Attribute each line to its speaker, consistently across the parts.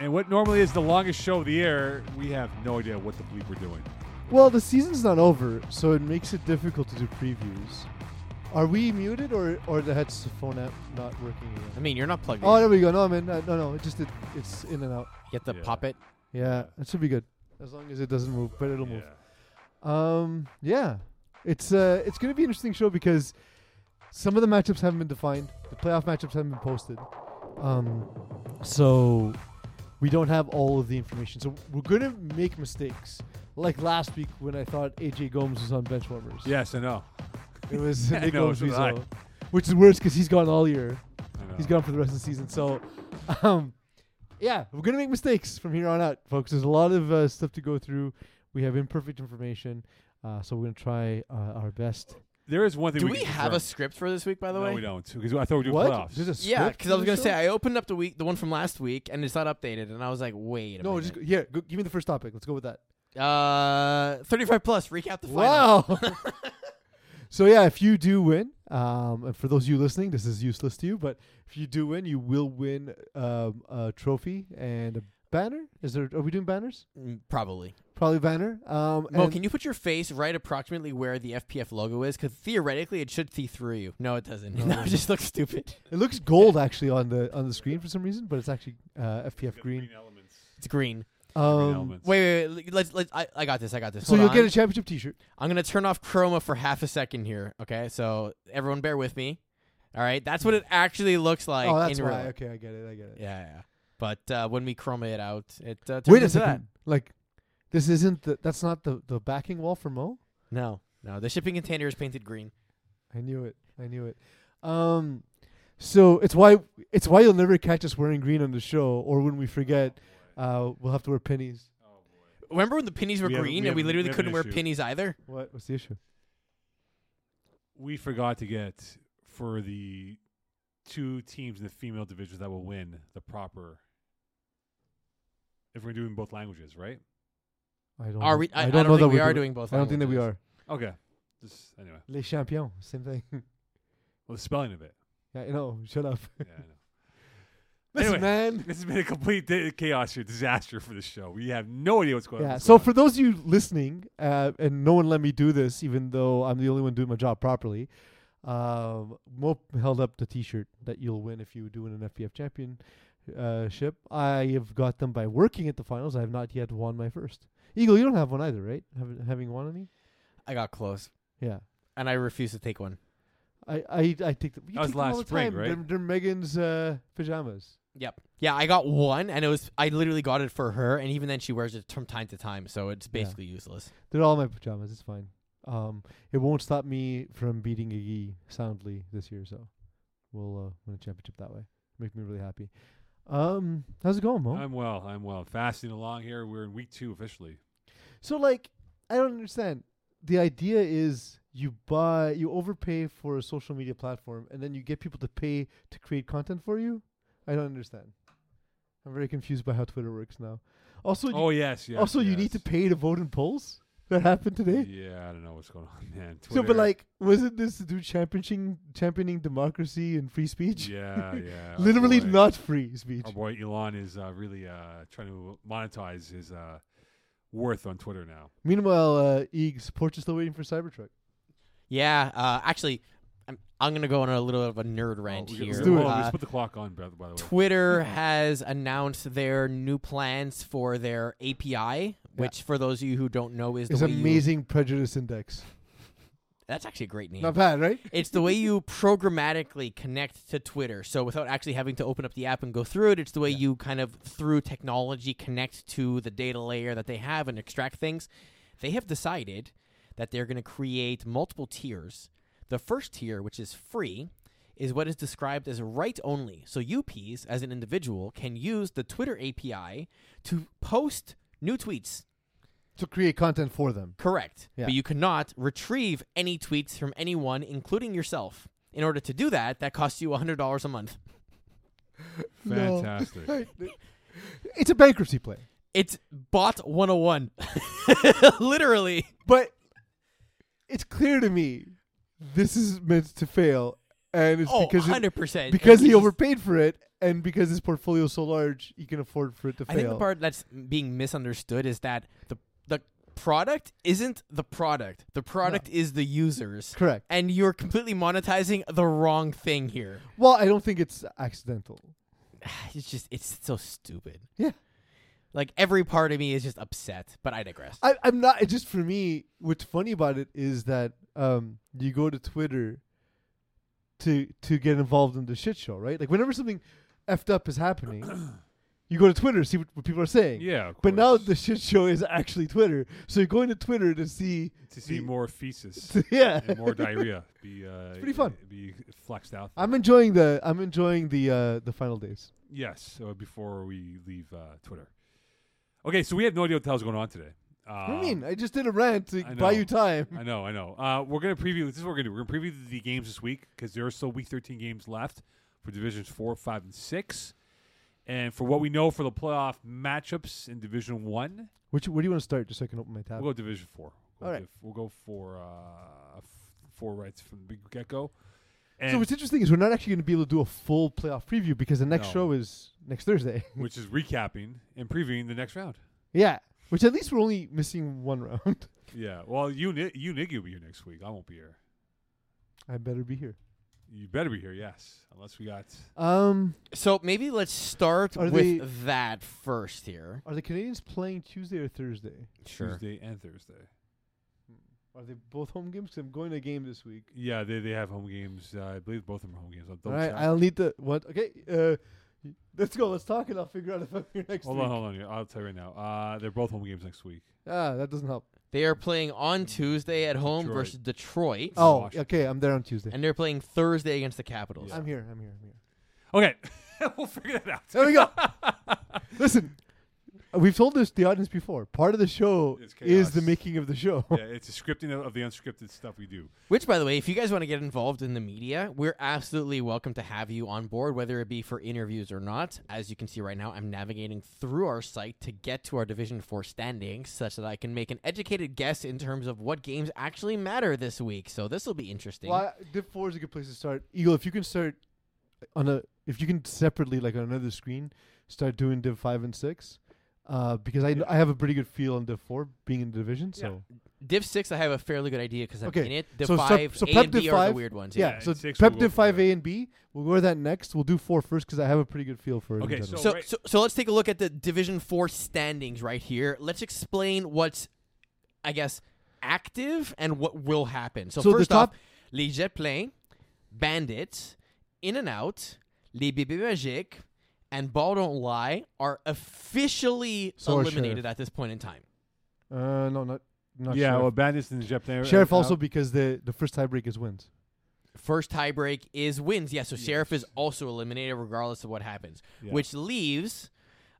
Speaker 1: And what normally is the longest show of the year, we have no idea what the bleep we're doing.
Speaker 2: Well, the season's not over, so it makes it difficult to do previews. Are we muted or or the headphone app not working?
Speaker 3: I
Speaker 2: Again?
Speaker 3: mean, you're not plugged
Speaker 2: Oh,
Speaker 3: in.
Speaker 2: there we go. No, man, no, no, no. It just it, it's in and out.
Speaker 3: You have to
Speaker 1: Yeah.
Speaker 3: pop it.
Speaker 2: Yeah, it should be good as long as it doesn't move, but it'll move.
Speaker 1: Yeah.
Speaker 2: Um, yeah, it's uh, it's gonna be an interesting show because some of the matchups haven't been defined. The playoff matchups haven't been posted, um, so we don't have all of the information. So we're gonna make mistakes, like last week when I thought AJ Gomes was on benchwarmers.
Speaker 1: Yes, I know.
Speaker 2: it was
Speaker 1: I
Speaker 2: Nick
Speaker 1: know,
Speaker 2: Gomes,
Speaker 1: so did I.
Speaker 2: which is worse because he's gone all year.
Speaker 1: I know.
Speaker 2: He's gone for the rest of the season. So, um, yeah, we're gonna make mistakes from here on out, folks. There's a lot of uh, stuff to go through. We have imperfect information, uh, so we're gonna try uh, our best.
Speaker 1: There is one thing
Speaker 3: Do
Speaker 1: we,
Speaker 3: we
Speaker 1: can
Speaker 3: have a
Speaker 1: correct.
Speaker 3: script for this week, by the
Speaker 1: no,
Speaker 3: way?
Speaker 1: we don't. Because I thought we were doing
Speaker 2: What?
Speaker 1: playoffs.
Speaker 2: There's a s-
Speaker 3: Yeah,
Speaker 2: Script
Speaker 3: because I
Speaker 2: for
Speaker 3: was
Speaker 2: the
Speaker 3: gonna say
Speaker 2: show?
Speaker 3: I opened up the week, the one from last week, and it's not updated, and I was like, wait. A
Speaker 2: No,
Speaker 3: minute.
Speaker 2: just go, yeah. Go, give me the first topic. Let's go with that.
Speaker 3: uh, 35 plus. Recap the final.
Speaker 2: Wow. so yeah, if you do win, um, and for those of you listening, this is useless to you, but if you do win, you will win um, a trophy and a banner. Is there? Are we doing banners?
Speaker 3: Mm, Probably.
Speaker 2: Probably banner. Um,
Speaker 3: Mo,
Speaker 2: and-
Speaker 3: can you put your face right approximately where the FPF logo is? Because theoretically, it should see through you. No, it doesn't.
Speaker 2: No,
Speaker 3: No,
Speaker 2: it
Speaker 3: it just looks stupid.
Speaker 2: It looks gold actually on the on the screen for some reason, but it's actually uh, FPF green.
Speaker 1: elements.
Speaker 3: It's green.
Speaker 1: Green
Speaker 2: Um,
Speaker 1: elements.
Speaker 3: Wait, wait, wait. Let's. let's I, I got this. I got this.
Speaker 2: so
Speaker 3: Hold
Speaker 2: you'll
Speaker 3: on.
Speaker 2: get a championship T-shirt.
Speaker 3: I'm gonna turn off chroma for half a second here. Okay, so everyone bear with me. All right, that's what it actually looks like.
Speaker 2: oh, that's
Speaker 3: in
Speaker 2: why.
Speaker 3: real. life.
Speaker 2: Okay, I get it. I get it.
Speaker 3: Yeah, yeah. But uh, when we chroma it out, it uh, turns
Speaker 2: Wait a
Speaker 3: into
Speaker 2: second. Like, this isn't the that's not the the backing wall for Mo.
Speaker 3: that. No, no. The shipping container is painted green.
Speaker 2: I knew it. I knew it. Um, so it's why it's why you'll never catch us wearing green on the show, or when we forget, uh, we'll have to wear pennies.
Speaker 3: Remember when the pennies were
Speaker 1: We have-
Speaker 3: green
Speaker 1: we
Speaker 3: and we
Speaker 1: have- we
Speaker 3: literally
Speaker 1: have an
Speaker 3: couldn't wear
Speaker 1: issue.
Speaker 3: pennies either?
Speaker 2: What? What's the issue?
Speaker 1: We forgot to get for the two teams in the female division that will win the proper. If we're doing both languages, right?
Speaker 2: I don't.
Speaker 3: Are we? I,
Speaker 2: don't know
Speaker 3: think
Speaker 2: that
Speaker 3: we
Speaker 2: we're
Speaker 3: are
Speaker 2: doing-
Speaker 3: doing both.
Speaker 2: I don't think that we
Speaker 3: languages.
Speaker 2: are.
Speaker 1: Okay. Just anyway.
Speaker 2: Les champions, same thing.
Speaker 1: Well, the spelling of it.
Speaker 2: yeah, you know. Shut up.
Speaker 1: Yeah, I know.
Speaker 2: Listen,
Speaker 1: Anyway.
Speaker 2: man.
Speaker 1: This has been a complete di- chaos here, disaster for the show. We have no idea what's going on.
Speaker 2: Yeah.
Speaker 1: what's
Speaker 2: So
Speaker 1: going
Speaker 2: for those of you listening, uh, and no one let me do this, even though I'm the only one doing my job properly. Um, Mo held up the T-shirt that you'll win if you do win an FPF championship. uh, I have got them by working at the finals. I have not yet won my first. Eagle, you don't have one either, right? Haven't having won any?
Speaker 3: I got close,
Speaker 2: Yeah.
Speaker 3: and I refuse to take one.
Speaker 2: I I I take them. You
Speaker 1: That was
Speaker 2: take them all
Speaker 1: last
Speaker 2: the
Speaker 1: spring,
Speaker 2: time.
Speaker 1: right?
Speaker 2: They're, they're Megan's uh, pajamas.
Speaker 3: Yep. Yeah, I got one, and it was I literally got it for her, and even then she wears it from time to time, so it's
Speaker 2: Yeah.
Speaker 3: basically useless.
Speaker 2: They're all my pajamas. It's fine. Um, it won't stop me from beating Iggy soundly this year, so we'll uh, win a championship that way. Make me really happy. Um, how's it going, Mo?
Speaker 1: on. I'm well. I'm well. Fasting along here. We're in week two officially.
Speaker 2: so like, I don't understand. The idea is you buy, you overpay for a social media platform, and then you get people to pay to create content for you. I don't understand. I'm very confused by how Twitter works now. Also, you,
Speaker 1: oh yes, yes.
Speaker 2: also you need to
Speaker 1: yes.
Speaker 2: pay to vote in polls. That happened today.
Speaker 1: Yeah, I don't know what's going on, man.
Speaker 2: So, but
Speaker 1: Twitter.
Speaker 2: like, wasn't this to do championing championing democracy and free speech?
Speaker 1: yeah, yeah. our
Speaker 2: Literally
Speaker 1: boy-
Speaker 2: not free speech.
Speaker 1: Our boy Elon is uh, really uh, trying to monetize his uh, worth on Twitter now.
Speaker 2: Meanwhile, uh, Eags, supporters still waiting for Cybertruck.
Speaker 3: Yeah. Uh, actually, I'm I'm gonna go on a little of a nerd rant
Speaker 1: Oh, we
Speaker 3: here.
Speaker 2: let's do it.
Speaker 1: Hold on,
Speaker 3: Uh,
Speaker 1: let's put the clock on, by, by the way.
Speaker 3: Twitter has announced their new plans for their API, which, for those of you who don't know, is the
Speaker 2: It's
Speaker 3: way you-
Speaker 2: amazing prejudice index.
Speaker 3: that's actually a great name.
Speaker 2: Not bad, right?
Speaker 3: It's the way you programmatically connect to Twitter. So without actually having to open up the app and go through it, it's the way you kind of through technology connect to the data layer that they have and extract things. They have decided that they're going to create multiple tiers. The first tier, which is free, is what is described as write only. So UPs as an individual can use the Twitter API to post new tweets
Speaker 2: To create content for them.
Speaker 3: Correct.
Speaker 2: Yeah.
Speaker 3: But you cannot retrieve any tweets from anyone, including yourself. In order to do that, that costs you $100 a month.
Speaker 2: No.
Speaker 1: Fantastic.
Speaker 2: it's a bankruptcy play.
Speaker 3: It's bot 101. Literally.
Speaker 2: But it's clear to me this is meant to fail and it's
Speaker 3: Oh,
Speaker 2: because it,
Speaker 3: 100%.
Speaker 2: because
Speaker 3: Like,
Speaker 2: he
Speaker 3: it's just-
Speaker 2: overpaid for it, and because his portfolio is so large, he can afford for it to
Speaker 3: I
Speaker 2: fail.
Speaker 3: think the part that's being misunderstood is that the the product isn't the product. The product is the users.
Speaker 2: Correct.
Speaker 3: And you're completely monetizing the wrong thing here.
Speaker 2: Well, I don't think it's accidental.
Speaker 3: It's just it's so stupid.
Speaker 2: Yeah.
Speaker 3: Like every part of me is just upset, but I digress.
Speaker 2: I, I'm not. It's just for me. What's funny about it is that um, you go to Twitter to to get involved in the shit show, right? Like whenever something effed up is happening, you go to Twitter see what, what people are saying.
Speaker 1: Yeah, of
Speaker 2: But now
Speaker 1: course.
Speaker 2: the shit show is actually Twitter, so you're going to Twitter to see.
Speaker 1: to see
Speaker 2: the-
Speaker 1: more feces
Speaker 2: yeah,
Speaker 1: and more diarrhea be uh,
Speaker 2: pretty fun.
Speaker 1: Be flexed out.
Speaker 2: I'm enjoying the. I'm enjoying the uh, the final days.
Speaker 1: Yes, so before we leave uh, Twitter. Okay, so we have no idea what the hell's going on today. Um,
Speaker 2: what do you mean? I just did a rant to
Speaker 1: I
Speaker 2: buy
Speaker 1: know.
Speaker 2: you time.
Speaker 1: I know, I know. Uh, we're gonna preview. This is what we're gonna do. We're gonna preview the games this week because there are still Week 13 games left for divisions four, five, and six. And for what we know for the playoff matchups in Division One,
Speaker 2: Which where do you want to start? Just so I can open my tab.
Speaker 1: we'll go Division Four. We'll
Speaker 2: All right.
Speaker 1: div- we'll go for uh, f- four rights from the get go.
Speaker 2: So what's interesting is we're not actually going to be able to do a full playoff preview because the next
Speaker 1: No.
Speaker 2: show is next Thursday.
Speaker 1: which is recapping and previewing the next round.
Speaker 2: yeah, which at least we're only missing one round.
Speaker 1: Yeah. Well, you Ni- you Nick will be here next week. I won't be here.
Speaker 2: I better be here.
Speaker 1: You better be here. Yes, unless we got.
Speaker 2: Um,
Speaker 3: So maybe let's start
Speaker 2: Are
Speaker 3: with
Speaker 2: they-
Speaker 3: that first here.
Speaker 2: are the Canadians playing Tuesday or Thursday? Hmm.
Speaker 1: Tuesday and Thursday.
Speaker 2: Are they both home games? 'Cause I'm going to a game this week.
Speaker 1: Yeah, they they have home games. Uh, I believe both of them are home games. I'll
Speaker 2: All
Speaker 1: double
Speaker 2: right,
Speaker 1: check.
Speaker 2: I'll need the what? Okay, uh, let's go. Let's talk and I'll figure out if I'm here next
Speaker 1: hold
Speaker 2: week.
Speaker 1: on, hold on. here. I'll tell you right now. Uh, they're both home games next week.
Speaker 2: Ah, that doesn't help.
Speaker 3: They are playing on Tuesday at home
Speaker 1: Detroit.
Speaker 3: versus Detroit.
Speaker 1: It's in
Speaker 2: Oh,
Speaker 1: Washington.
Speaker 2: okay. I'm there on Tuesday.
Speaker 3: And they're playing Thursday against the Capitals.
Speaker 1: Yeah.
Speaker 2: I'm here. I'm here. I'm here.
Speaker 1: Okay, we'll figure that out.
Speaker 2: There we go. Listen, we've told this the audience before. Part of the show
Speaker 1: It's
Speaker 2: is the
Speaker 1: chaos.
Speaker 2: making of the show.
Speaker 1: yeah, it's a scripting of, of the unscripted stuff we do.
Speaker 3: Which, by the way, if you guys want to get involved in the media, we're absolutely welcome to have you on board, whether it be for interviews or not. As you can see right now, I'm navigating through our site to get to our Division 4 standings such that I can make an educated guess in terms of what games actually matter this week. So this will be interesting.
Speaker 2: Well, I- Div Four is a good place to start. Eagle, if you can start on a, if you can separately, like on another screen, start doing Div Five and Six, uh, because I
Speaker 1: Yeah.
Speaker 2: I have a pretty good feel on Div Four being in the division. So
Speaker 3: Div 6, I have a fairly good idea because I'm
Speaker 2: Okay,
Speaker 3: in it. Div
Speaker 2: so sub-
Speaker 3: 5,
Speaker 2: so
Speaker 3: A
Speaker 2: prep
Speaker 3: and B
Speaker 2: Div
Speaker 3: are the
Speaker 2: 5,
Speaker 3: weird ones.
Speaker 2: yeah,
Speaker 1: and
Speaker 2: so
Speaker 1: six
Speaker 2: prep
Speaker 1: we'll go
Speaker 2: Div
Speaker 1: for
Speaker 2: Five
Speaker 1: that.
Speaker 2: A and B. We'll go to that next. We'll do four first because I have a pretty good feel for it. in
Speaker 1: Okay,
Speaker 2: general.
Speaker 1: So
Speaker 3: So,
Speaker 1: right-
Speaker 3: so, so let's take a look at the Division Four standings right here. Let's explain what's, I guess, active and what will happen. So,
Speaker 2: So the
Speaker 3: first
Speaker 2: top-
Speaker 3: off, Les Jets Plains, Bandits, In and Out, Les Bébés Magiques, and Ball Don't Lie are officially
Speaker 2: So are
Speaker 3: eliminated at this point in time.
Speaker 2: uh, no, not not
Speaker 1: yeah, well, uh,
Speaker 2: Sheriff.
Speaker 1: Bandits and Jeff.
Speaker 2: Sheriff also because the the first tiebreak is wins.
Speaker 3: First tiebreak is wins. Yeah, so Sheriff is also eliminated regardless of what happens,
Speaker 1: Yeah. Mm.
Speaker 3: which leaves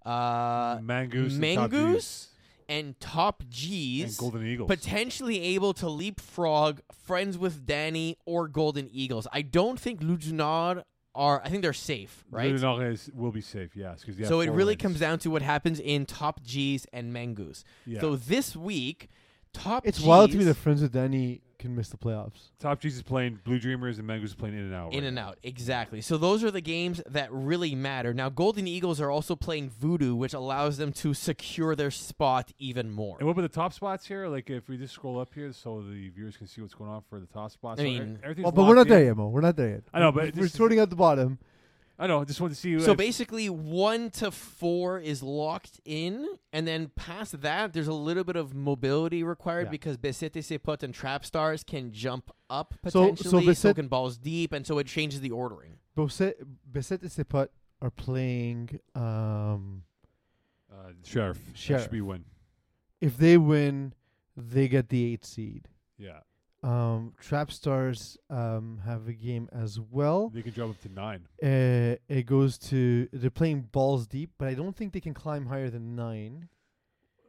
Speaker 3: uh,
Speaker 1: Mangoose, and Top
Speaker 3: Mangoose
Speaker 1: Deuce
Speaker 3: and Top
Speaker 1: and,
Speaker 3: G's.
Speaker 1: Golden Eagles.
Speaker 3: potentially able to leapfrog Friends with Danny or Golden Eagles. I don't think Lujunard are. I think they're safe, right?
Speaker 1: Ludenores will be safe. Yes, because
Speaker 3: so it really comes down to what happens in Top G's and Mangoose.
Speaker 1: Yeah.
Speaker 3: So this week, Top
Speaker 2: It's
Speaker 3: G's
Speaker 2: wild to me that friends with Danny can miss the playoffs.
Speaker 1: Top Cheese is playing Blue Dreamers and Mangoose is playing In and Out.
Speaker 3: in
Speaker 1: right
Speaker 3: and
Speaker 1: now.
Speaker 3: out exactly. So those are the games that really matter. Now Golden Eagles are also playing Voodoo, which allows them to secure their spot even more.
Speaker 1: And what about the top spots here? Like if we just scroll up here, so the viewers can see what's going on for the top spots.
Speaker 3: I
Speaker 1: So e-
Speaker 3: mean-
Speaker 1: everything's
Speaker 2: Well, but we're not
Speaker 1: locked in.
Speaker 2: there yet, Mo. We're not there yet.
Speaker 1: I know, but
Speaker 2: we're
Speaker 1: this is-
Speaker 2: sorting out the bottom.
Speaker 1: I know. I just wanted to see.
Speaker 3: So
Speaker 1: if-
Speaker 3: basically, one to four is locked in, and then past that, there's a little bit of mobility required
Speaker 2: Yeah.
Speaker 3: because Besete Seput and Trap Stars can jump up
Speaker 2: so
Speaker 3: potentially, so,
Speaker 2: Beset-
Speaker 3: can balls deep, and so it changes the ordering.
Speaker 2: Bosset, Besset and Seput are playing. Um,
Speaker 1: uh, Sheriff, That
Speaker 2: Sheriff.
Speaker 1: should be one.
Speaker 2: if they win, they get the eight seed.
Speaker 1: Yeah,
Speaker 2: Um, Trap Stars um, have a game as well.
Speaker 1: they can jump up to nine.
Speaker 2: Uh, it goes to they're playing balls deep, but I don't think they can climb higher than nine.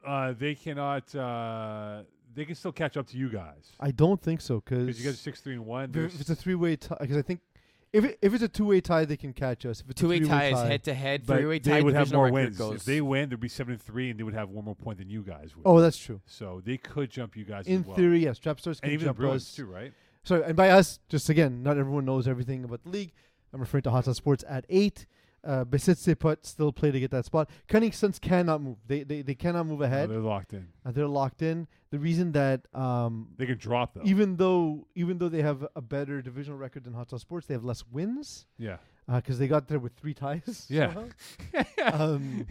Speaker 1: Uh, they cannot. Uh, they can still catch up to you guys
Speaker 2: I don't think so because
Speaker 1: because you guys are six, three, and one.
Speaker 2: if
Speaker 1: There's-
Speaker 2: it's a three-way tie, because I think if it, if it's a two-way tie, they can catch us. If it's a
Speaker 3: Two-way
Speaker 2: three-way
Speaker 3: ties, head-to-head,
Speaker 1: but
Speaker 3: three-way tie.
Speaker 1: they would have
Speaker 3: divisional
Speaker 1: more
Speaker 3: record
Speaker 1: wins.
Speaker 3: Goes.
Speaker 1: If they win, there'd be seven and three, and they would have one more point than you guys would.
Speaker 2: oh, that's true.
Speaker 1: so they could jump you guys
Speaker 2: In
Speaker 1: as well.
Speaker 2: theory, yes, Trap Stars can
Speaker 1: and even the
Speaker 2: jump
Speaker 1: Bruins
Speaker 2: us.
Speaker 1: too, right?
Speaker 2: sorry, and by us, just again, not everyone knows everything about the league. I'm referring to Hot Sauce Sports at eight. Uh, Besitseput still play to get that spot. Cunning Suns cannot move. They they, they cannot move
Speaker 1: No,
Speaker 2: ahead.
Speaker 1: Oh, they're locked in.
Speaker 2: Uh, they're locked in. The reason that um,
Speaker 1: They can drop though.
Speaker 2: even though even though they have a better divisional record than Hot Sauce Sports, they have less wins
Speaker 1: yeah.
Speaker 2: because they got there with three ties.
Speaker 1: Yeah.
Speaker 2: somehow. um,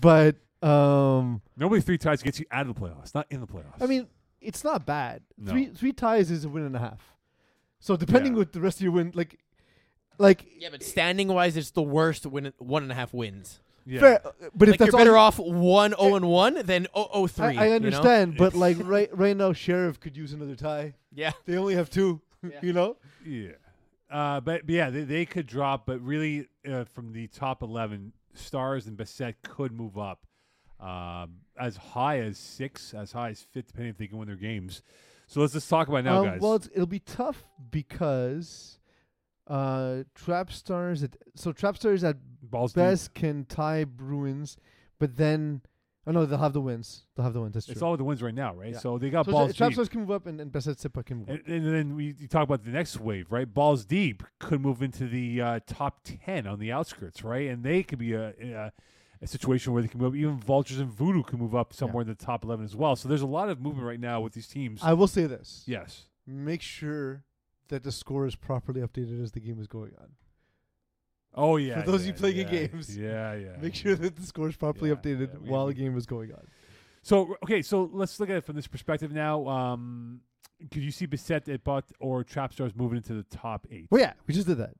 Speaker 2: but um,
Speaker 1: Nobody three ties gets you out of the playoffs, not in the playoffs.
Speaker 2: I mean, it's not bad.
Speaker 1: No.
Speaker 2: Three three ties is a win and a half. So depending
Speaker 1: Yeah.
Speaker 2: with the rest of your win, like, like
Speaker 3: Yeah, but standing wise, it's the worst win one and a half wins.
Speaker 1: yeah.
Speaker 2: fair. But if
Speaker 3: like
Speaker 2: that's
Speaker 3: you're better
Speaker 2: all,
Speaker 3: off one zero and one than zero zero
Speaker 2: I,
Speaker 3: three.
Speaker 2: I understand. But
Speaker 1: It's-
Speaker 2: like right right now, Sheriff could use another tie.
Speaker 3: Yeah.
Speaker 2: They only have two.
Speaker 3: Yeah.
Speaker 2: you know.
Speaker 1: Yeah. Uh, but, but yeah, they, they could drop, but really uh, from the top 11, Stars and Bassett could move up um, as high as six, as high as fifth, depending if they can win their games. So let's just talk about it now,
Speaker 2: Um,
Speaker 1: guys.
Speaker 2: Well, it's, it'll be tough because uh, Trap Stars. At, so Trap Stars at
Speaker 1: Balls deep.
Speaker 2: best can tie Bruins, but then oh no, they'll have the wins. They'll have the wins. That's true.
Speaker 1: It's all with the wins right now, right?
Speaker 2: Yeah.
Speaker 1: So they got
Speaker 2: so
Speaker 1: balls
Speaker 2: Trap
Speaker 1: deep.
Speaker 2: Stars can move up, and, and Best Sipa can move. up.
Speaker 1: And, and then we you talk about the next wave, right? Balls deep could move into the uh, top ten on the outskirts, right? And they could be a, a a situation where they can move. up. Even vultures and voodoo can move up somewhere in the top eleven as well. So there's a lot of movement right now with these teams.
Speaker 2: I will say this.
Speaker 1: yes,
Speaker 2: Make sure that the score is properly updated as the game is going on.
Speaker 1: Oh yeah.
Speaker 2: For those
Speaker 1: yeah,
Speaker 2: you playing in
Speaker 1: yeah,
Speaker 2: games,
Speaker 1: Yeah, yeah.
Speaker 2: Make sure that the score is properly
Speaker 1: Yeah,
Speaker 2: updated
Speaker 1: yeah, we-
Speaker 2: while
Speaker 1: we-
Speaker 2: the game is going on.
Speaker 1: So okay, so let's look at it from this perspective now. Um could you see Bissett at Butt or Trapstars moving into the top eight?
Speaker 2: Well, yeah, we just did that.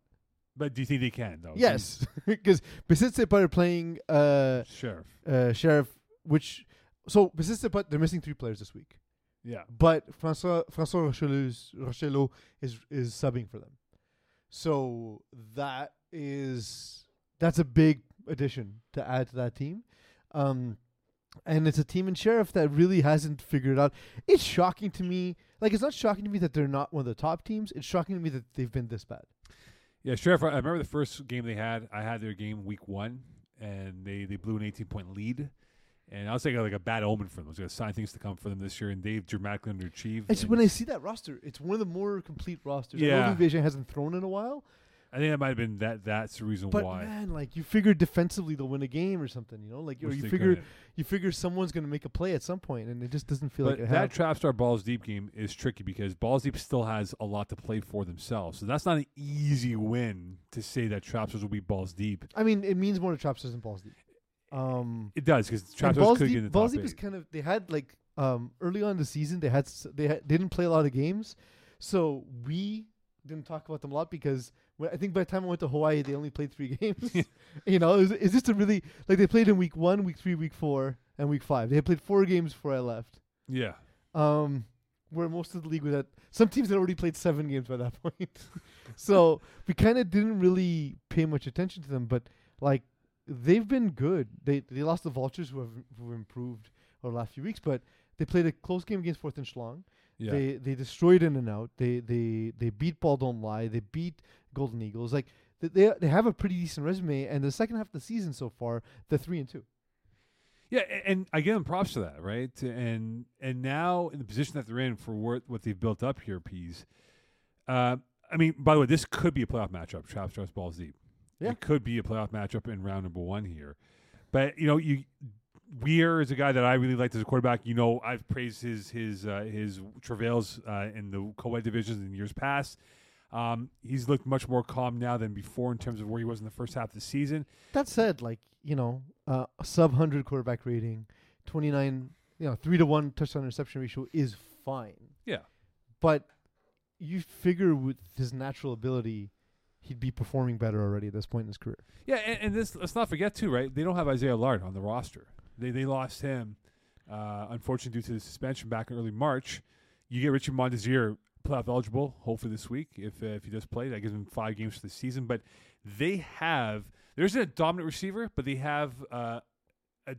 Speaker 1: But do you think they can
Speaker 2: Oh,
Speaker 1: though?
Speaker 2: Yes, because Besitsepa are playing uh,
Speaker 1: Sheriff.
Speaker 2: uh, Sheriff, which so Besitsepa they're missing three players this week,
Speaker 1: Yeah.
Speaker 2: but Francois Francois Rocheleu's, Rochelot is is subbing for them, so that is that's a big addition to add to that team. Um, and it's a team in Sheriff that really hasn't figured out. It's shocking to me. Like, it's not shocking to me that they're not one of the top teams. It's shocking to me that they've been this bad.
Speaker 1: Yeah, Sheriff, I I remember the first game they had. I had their game week one, and they, they blew an 18 point lead. And I was thinking like a bad omen for them. It was going to sign things to come for them this year, and they've dramatically underachieved.
Speaker 2: It's
Speaker 1: and
Speaker 2: when I see that roster, it's one of the more complete rosters. Yeah. I
Speaker 1: Yeah.
Speaker 2: know Vision hasn't thrown in a while,
Speaker 1: I think that might have been that. That's the reason
Speaker 2: but
Speaker 1: why.
Speaker 2: man, like you figure defensively they'll win a game or something, you know? Like or
Speaker 1: which
Speaker 2: you
Speaker 1: they
Speaker 2: figure
Speaker 1: couldn't.
Speaker 2: you figure someone's gonna make a play at some point, and it just doesn't feel
Speaker 1: but
Speaker 2: like it
Speaker 1: that
Speaker 2: happened.
Speaker 1: Trapstar Balls Deep game is tricky because Balls Deep still has a lot to play for themselves. So that's not an easy win to say that Trapstars will be Balls Deep.
Speaker 2: I mean, it means more to Trapsters than Balls Deep. Um,
Speaker 1: It does because
Speaker 2: and
Speaker 1: Trapstars
Speaker 2: Balls
Speaker 1: could get in the
Speaker 2: Deep, Balls
Speaker 1: top
Speaker 2: Deep is
Speaker 1: eight.
Speaker 2: kind of they had like um, early on in the season they had s- they had, they didn't play a lot of games, so we didn't talk about them a lot because when, I think by the time I went to Hawaii they only played three games. you know, is is just a really like they played in week one, week three, week four, and week five. They had played four games before I left.
Speaker 1: yeah.
Speaker 2: Um, where most of the league was at. Some teams had already played seven games by that point, so we kind of didn't really pay much attention to them. But like, they've been good. They they lost the Vultures, who have who have improved over the last few weeks, but they played a close game against Fourth and Schlong.
Speaker 1: Yeah.
Speaker 2: They they destroyed In and Out. They they they beat Ball Don't Lie. They beat Golden Eagles. Like th- they they have a pretty decent resume. And the second half of the season so far, they're three and two.
Speaker 1: Yeah, a- and I give them props to that, right? And and now in the position that they're in for what what they've built up here, peas. Uh, I mean, by the way, this could be a playoff matchup. Traps, traps, balls deep.
Speaker 2: Yeah.
Speaker 1: It could be a playoff matchup in round number one here. But you know, you Weir is a guy that I really liked as a quarterback. You know, I've praised his his uh, his travails uh, in the co-ed divisions in years past. Um, he's looked much more calm now than before in terms of where he was in the first half of the season.
Speaker 2: That said, like you know, uh, a sub hundred quarterback rating, twenty nine, you know, three to one touchdown interception ratio is fine.
Speaker 1: Yeah.
Speaker 2: but you figure with his natural ability, he'd be performing better already at this point in his career.
Speaker 1: Yeah, and, and this let's not forget too, right? They don't have Isaiah Lard on the roster. They they lost him, uh, unfortunately, due to the suspension back in early March. You get Richie Montezier playoff eligible, hopefully this week. If uh, if he does play, that gives him five games for the season. But they have there's a dominant receiver, but they have uh, a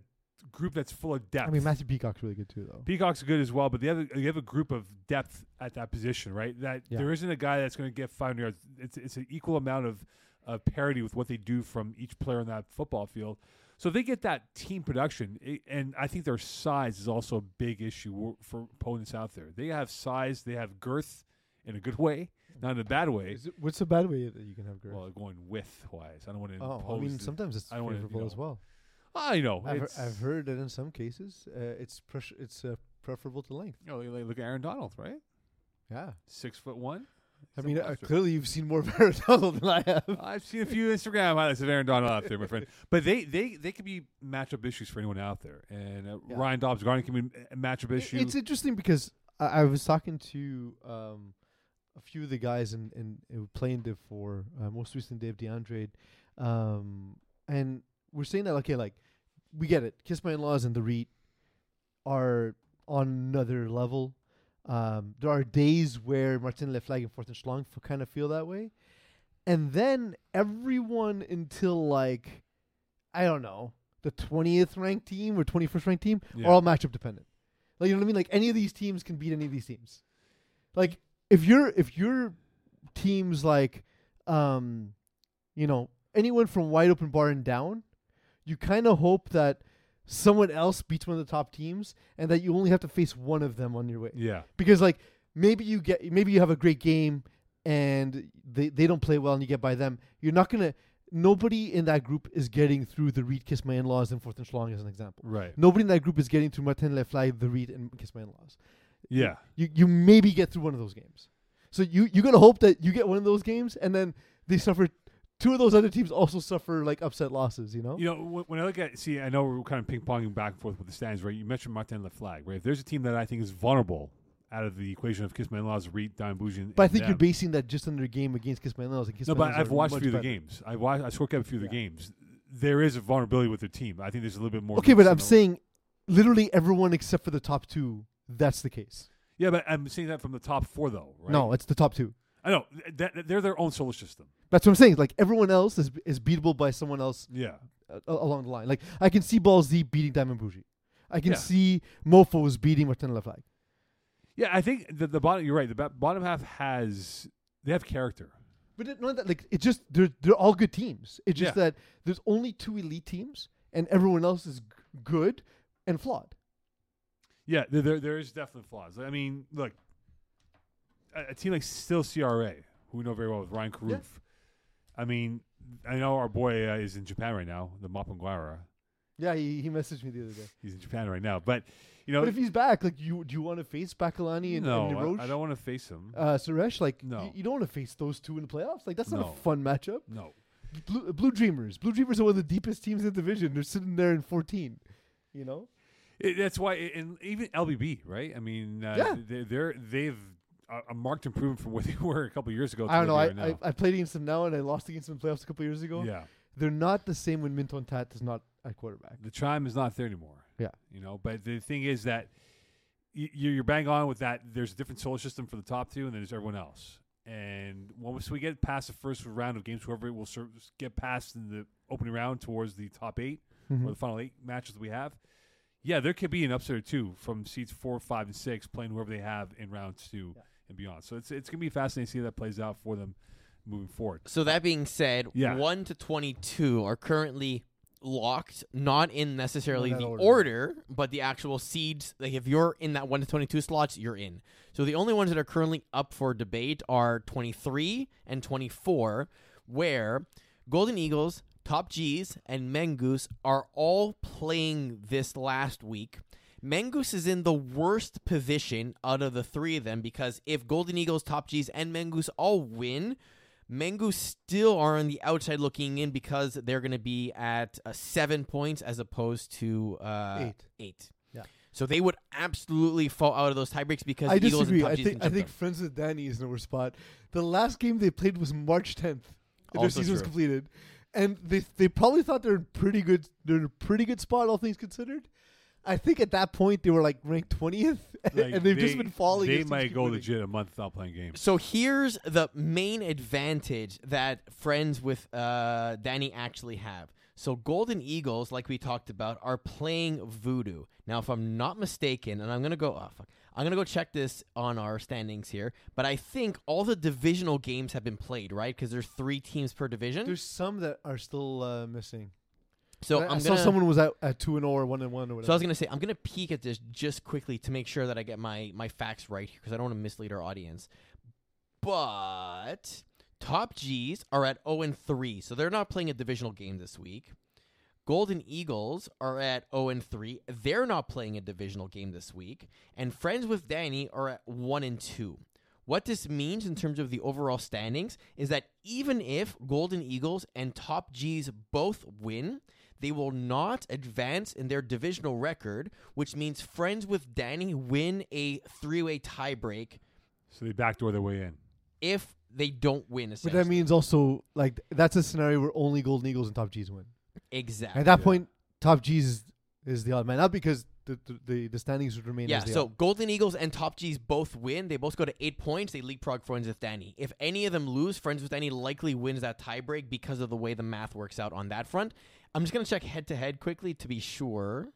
Speaker 1: group that's full of depth.
Speaker 2: I mean, Matthew Peacock's really good too, though.
Speaker 1: Peacock's good as well, but they have a, they have a group of depth at that position, right? That
Speaker 2: Yeah.
Speaker 1: there isn't a guy that's going to get 500 yards. It's it's an equal amount of of parity with what they do from each player on that football field. So they get that team production, i and I think their size is also a big issue wo- for opponents out there. They have size, they have girth, in a good way, not in a bad way.
Speaker 2: Is it, what's the bad way that you can have girth?
Speaker 1: Well, going with wise. I don't want to
Speaker 2: oh,
Speaker 1: impose.
Speaker 2: I mean,
Speaker 1: the-
Speaker 2: sometimes it's
Speaker 1: I don't wanna, you
Speaker 2: favorable as
Speaker 1: know,
Speaker 2: well.
Speaker 1: I know.
Speaker 2: I've, he-
Speaker 1: it's-
Speaker 2: I've heard that in some cases, uh, it's pres- it's uh, preferable to length.
Speaker 1: You know, like, look at Aaron Donald, right?
Speaker 2: Yeah,
Speaker 1: Six foot one.
Speaker 2: I
Speaker 1: He's a
Speaker 2: mean, uh,
Speaker 1: monster.
Speaker 2: clearly you've seen more of Aristotle than I have.
Speaker 1: I've seen a few Instagram highlights of Aaron Donald out there, my friend. But they they they could be matchup issues for anyone out there. And uh,
Speaker 2: Yeah.
Speaker 1: Ryan Dobbs Garner can be a matchup
Speaker 2: I-
Speaker 1: issue.
Speaker 2: It's interesting because I, I was talking to um, a few of the guys in, in, who play in Div 4, uh, most recently Dave DeAndre, um, and we're saying that, okay, like, we get it. Kiss My In-Laws and The Reet are on another level. Um, there are days where Martin Leflag and Fourth and Schlong f- kind of feel that way. And then everyone until, like, I don't know, the 20th ranked team or 21st ranked team
Speaker 1: Yeah.
Speaker 2: are all matchup dependent. Like you know what I mean? Like any of these teams can beat any of these teams. Like if you're if your teams like um you know, anyone from wide open bar and down, you kinda hope that someone else beats one of the top teams and that you only have to face one of them on your way.
Speaker 1: yeah,
Speaker 2: Because like maybe you get maybe you have a great game and they, they don't play well and you get by them. You're not gonna nobody in that group is getting through the read kiss my in laws and fourth and schlong as an example.
Speaker 1: right.
Speaker 2: Nobody in that group is getting through Martin Lefly, The Reed, and Kiss My In-Laws.
Speaker 1: Yeah,
Speaker 2: You you maybe get through one of those games. So you you gotta hope that you get one of those games, and then they suffer. Two of those other teams also suffer like upset losses. You know.
Speaker 1: you know wh- when I look at see, I know we're kind of ping ponging back and forth with the standings, right? You mentioned Martin Leflag, right? If there's a team that I think is vulnerable out of the equation of Kiss My Laws, Reed, Don Bougie,
Speaker 2: But I think you're basing that just on their game against Kiss My In-Laws. And Kiss
Speaker 1: No,
Speaker 2: My
Speaker 1: but
Speaker 2: In-Laws
Speaker 1: I've
Speaker 2: are
Speaker 1: watched a
Speaker 2: much
Speaker 1: few of the
Speaker 2: better.
Speaker 1: games. I watched. I scored a few of the
Speaker 2: Yeah.
Speaker 1: games. There is a vulnerability with their team. I think there's a little bit more.
Speaker 2: Okay, but
Speaker 1: loose
Speaker 2: I'm
Speaker 1: in the-
Speaker 2: saying literally everyone except for the top two. That's the case.
Speaker 1: Yeah, but I'm saying that from the top four, though. Right?
Speaker 2: No, it's the top two.
Speaker 1: I know that, that- they're their own solar system.
Speaker 2: That's what I'm saying. Like everyone else is is beatable by someone else
Speaker 1: Yeah,
Speaker 2: uh, along the line. Like I can see Ball Z beating Diamond Bougie. I can
Speaker 1: Yeah.
Speaker 2: see Mofo's beating Martin Leflag.
Speaker 1: yeah. I think the, the bottom. You're right. The ba- bottom half has they have character.
Speaker 2: But it, not that like it just they're they're all good teams. It's just
Speaker 1: Yeah.
Speaker 2: that there's only two elite teams and everyone else is g- good and flawed.
Speaker 1: Yeah, there, there, there is definitely flaws. I mean, look, a, a team like still CRA, who we know very well with Ryan Karoof.
Speaker 2: Yeah.
Speaker 1: I mean, I know our boy uh, is in Japan right now, the Mapungwara.
Speaker 2: Yeah, he, he messaged me the other day.
Speaker 1: He's in Japan right now, but you know,
Speaker 2: But if he's back, like you do you want to face Bakalani and,
Speaker 1: no,
Speaker 2: and
Speaker 1: I-
Speaker 2: Nirosh?
Speaker 1: I, don't want to face him.
Speaker 2: uh, Suresh, like
Speaker 1: No.
Speaker 2: you, you don't want to face those two in the playoffs. Like that's not
Speaker 1: No.
Speaker 2: a fun matchup.
Speaker 1: no,
Speaker 2: Blue, Blue Dreamers, Blue Dreamers are one of the deepest teams in the division. They're sitting there in 14. You know,
Speaker 1: It, that's why, and even LBB, right? I mean, uh,
Speaker 2: Yeah.
Speaker 1: they, they're they've a, a marked improvement from where they were a couple years ago. to
Speaker 2: I don't know.
Speaker 1: where
Speaker 2: I,
Speaker 1: they are
Speaker 2: I
Speaker 1: now.
Speaker 2: I played against them now, and I lost against them in playoffs a couple years ago.
Speaker 1: yeah,
Speaker 2: they're not the same when Minton Tat is not at quarterback.
Speaker 1: the chime is not there anymore.
Speaker 2: Yeah.
Speaker 1: you know. But the thing is that y- you- you're bang on with that. There's a different solar system for the top two, and then there's everyone else. And once we get past the first round of games, whoever will sort of get past in the opening round towards the top 8
Speaker 2: Mm-hmm.
Speaker 1: or the final eight matches that we have, yeah, there could be an upset or two from seeds four, five, and six playing whoever they have in round two
Speaker 2: Yeah.
Speaker 1: and beyond. So it's it's gonna be fascinating to see how that plays out for them moving forward.
Speaker 3: So that being said,
Speaker 1: Yeah.
Speaker 3: 1 to 22 are currently locked, not in necessarily
Speaker 2: Not in
Speaker 3: the
Speaker 2: order.
Speaker 3: order. but the actual seeds. Like if you're in that 1 to 22 slots, you're in. So the only ones that are currently up for debate are 23 and 24, where Golden Eagles, Top G's, and Mengoose are all playing this last week. Mengoose is in the worst position out of the three of them because if Golden Eagles, Top G's, and Mengoose all win, Mengu still are on the outside looking in because they're going to be at uh, seven points as opposed to uh,
Speaker 2: Eight.
Speaker 3: Eight.
Speaker 2: Yeah.
Speaker 3: So they would absolutely fall out of those tie breaks because
Speaker 2: I
Speaker 3: the Eagles
Speaker 2: disagree.
Speaker 3: and
Speaker 2: I
Speaker 3: Top Gs can
Speaker 2: think I
Speaker 3: chip
Speaker 2: think
Speaker 3: them.
Speaker 2: friends with Danny is in a worse spot. The last game they played was March 10th. and Their
Speaker 3: Also
Speaker 2: season was
Speaker 3: true.
Speaker 2: completed, and they they probably thought they're in pretty good they're in a pretty good spot, all things considered. I think at that point they were like ranked 20th,
Speaker 1: Like,
Speaker 2: and they've just been falling. as
Speaker 1: They
Speaker 2: teams
Speaker 1: might
Speaker 2: keep
Speaker 1: go
Speaker 2: winning.
Speaker 1: legit a month without playing games.
Speaker 3: So here's the main advantage that friends with uh, Danny actually have. So Golden Eagles, like we talked about, are playing Voodoo. Now, if I'm not mistaken, and I'm gonna go, oh, fuck. I'm gonna go check this on our standings here. But I think all the divisional games have been played, right? Because there's three teams per division.
Speaker 2: There's some that are still uh, missing.
Speaker 3: so
Speaker 2: I,
Speaker 3: I'm
Speaker 2: I
Speaker 3: gonna.
Speaker 2: saw someone was at, at two and zero or one and one or
Speaker 3: so I
Speaker 2: whatever.
Speaker 3: was gonna say I'm gonna peek at this just quickly to make sure that I get my my facts right here because I don't want to mislead our audience. But top G's are at 0 and 3, so they're not playing a divisional game this week. Golden Eagles are at 0 and 3. They're not playing a divisional game this week. And Friends with Danny are at 1 and 2. What this means in terms of the overall standings is that even if Golden Eagles and Top G's both win, they will not advance in their divisional record, which means Friends with Danny win a three way tiebreak
Speaker 1: So they backdoor their way in.
Speaker 3: if they don't win.
Speaker 2: But
Speaker 3: Essentially.
Speaker 2: that means also like that's a scenario where only Golden Eagles and Top G's win.
Speaker 3: exactly.
Speaker 2: At that
Speaker 1: Yeah.
Speaker 2: point, Top G's is, is the odd man out because the the, the, the standings would remain.
Speaker 3: Yeah,
Speaker 2: as they
Speaker 3: so
Speaker 2: are.
Speaker 3: Golden Eagles and Top G's both win. They both go to eight points. They leapfrog Friends with Danny. If any of them lose, Friends with Danny likely wins that tiebreak because of the way the math works out on that front. I'm just going to check head to head quickly to be sure.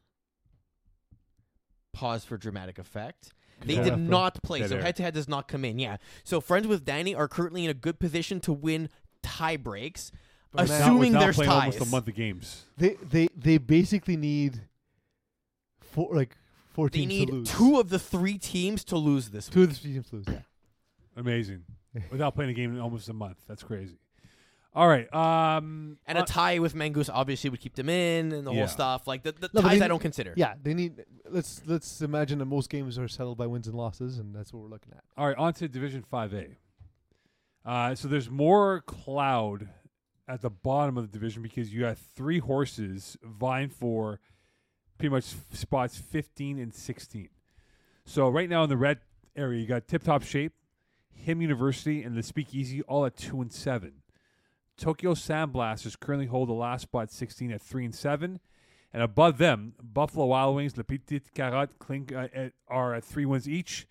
Speaker 3: Pause for dramatic effect. They
Speaker 1: Dead
Speaker 3: did
Speaker 1: air.
Speaker 3: not play,
Speaker 1: Dead
Speaker 3: so
Speaker 1: air.
Speaker 3: head to head does not come in. Yeah. So Friends with Danny are currently in a good position to win tiebreaks,
Speaker 2: But
Speaker 1: Without-
Speaker 3: assuming
Speaker 1: without
Speaker 3: there's
Speaker 1: playing
Speaker 3: ties.
Speaker 1: almost a month of games.
Speaker 2: they they they basically need four like four
Speaker 3: They
Speaker 2: teams to
Speaker 3: need
Speaker 2: lose.
Speaker 3: two of the three teams to lose this
Speaker 2: two of the three teams to lose. Yeah.
Speaker 1: Amazing. Without playing a game in almost a month. That's crazy. All right. Um,
Speaker 3: And
Speaker 1: uh,
Speaker 3: a tie with Mangoose obviously would keep them in and the
Speaker 1: Yeah.
Speaker 3: whole stuff. Like the, the
Speaker 2: No, but
Speaker 3: ties
Speaker 2: they-
Speaker 3: I don't consider.
Speaker 2: Yeah, they need. Let's let's imagine that most games are settled by wins and losses, and that's what we're looking at.
Speaker 1: all right. On to Division 5A. Uh, so there's more cloud at the bottom of the division because you got three horses vying for pretty much f- spots 15 and 16. So right now in the red area, you got Tip Top Shape, Him University, and the Speakeasy all at two and seven. Tokyo Sandblasters currently hold the last spot 16 at three and seven, and above them, Buffalo Wild Wings, Le Petit Carotte, Clink uh, at, are at three wins each.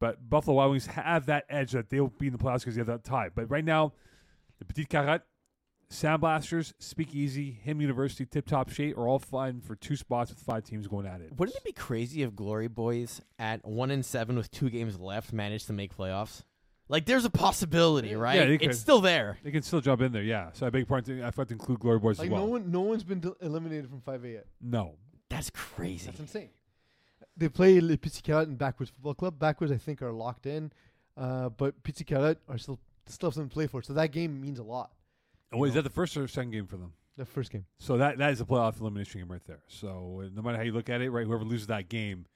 Speaker 1: But Buffalo Wild Wings have that edge that they'll be in the playoffs because they have that tie. But right now, the Petit Carotte, Sandblasters, Speakeasy, Him University, Tip Top Shape are all fighting for two spots with five teams going at it.
Speaker 3: Wouldn't it be crazy if Glory Boys at one and seven with two games left managed to make playoffs? Like there's a possibility, right?
Speaker 1: they could.
Speaker 3: it's still there.
Speaker 1: They can still jump in there, yeah. So I beg your pardon. I forgot to include Glory Boys
Speaker 2: Like
Speaker 1: as well.
Speaker 2: no one, no one's been del- eliminated from five A yet.
Speaker 1: no,
Speaker 3: That's crazy.
Speaker 2: That's insane. They play Le Petit Carrot and Backwards Football Club. Backwards, I think, are locked in, uh, but Petit Carrot are still still have something to play for. So that game means a lot.
Speaker 1: Oh, wait, is that the first or second game for them?
Speaker 2: The first game.
Speaker 1: So that that is a playoff elimination game right there. So uh, no matter how you look at it, right, whoever loses that game,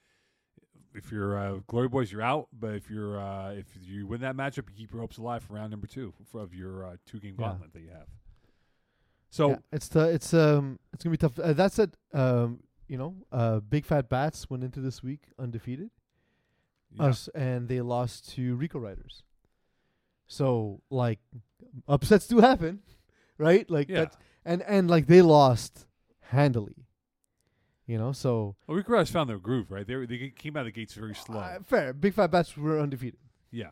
Speaker 1: if you're uh, Glory Boys, you're out. But if you're uh, if you win that matchup, you keep your hopes alive for round number two for- of your uh, two game
Speaker 2: Yeah.
Speaker 1: gauntlet that you have. So
Speaker 2: Yeah, it's the it's um it's gonna be tough. Uh, that said, um you know, uh, big fat bats went into this week undefeated,
Speaker 1: yeah,
Speaker 2: us, and they lost to Rico Riders. So like, upsets do happen, right? Like
Speaker 1: yeah.
Speaker 2: that's and and like they lost handily, you know. So
Speaker 1: well, Rico Riders found their groove, right? They were, they came out of the gates very slow.
Speaker 2: uh, fair, big fat bats were undefeated.
Speaker 1: yeah,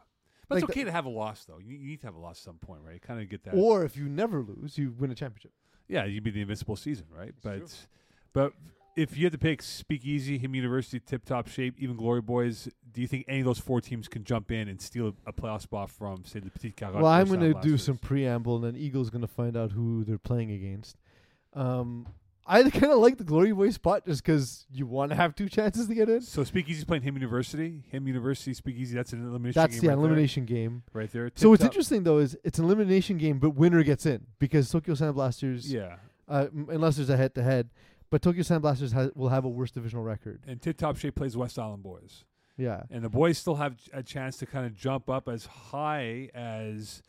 Speaker 1: but
Speaker 2: like
Speaker 1: it's
Speaker 2: the-
Speaker 1: okay to have a loss though. You, you need to have a loss at some point, right? Kind of get that.
Speaker 2: Or if you never lose, you win a championship.
Speaker 1: Yeah, you'd be the invincible season, right? but
Speaker 2: true.
Speaker 1: but if you had to pick Speakeasy, Him University, Tip Top Shape, even Glory Boys, do you think any of those four teams can jump in and steal a, a playoff spot from, say, the Petit Carotte?
Speaker 2: well,
Speaker 1: or
Speaker 2: I'm gonna do
Speaker 1: Sandblasters?
Speaker 2: some preamble, and then Eagles gonna find out who they're playing against. Um, I kind of like the Glory Boy spot just because you want to have two chances to get in.
Speaker 1: So Speakeasy's playing Him University, Him University, Speakeasy. That's an elimination.
Speaker 2: That's
Speaker 1: game
Speaker 2: the
Speaker 1: right
Speaker 2: elimination game.
Speaker 1: there, right there.
Speaker 2: So
Speaker 1: Tip
Speaker 2: what's
Speaker 1: Top-
Speaker 2: interesting though is it's an elimination game, but winner gets in because Tokyo Sandblasters,
Speaker 1: Yeah,
Speaker 2: uh, m- unless there's a head-to-head, but Tokyo Sandblasters ha- will have a worse divisional record.
Speaker 1: and Tip Top Shape plays West Island Boys,
Speaker 2: Yeah,
Speaker 1: and the boys still have a chance to kind of jump up as high as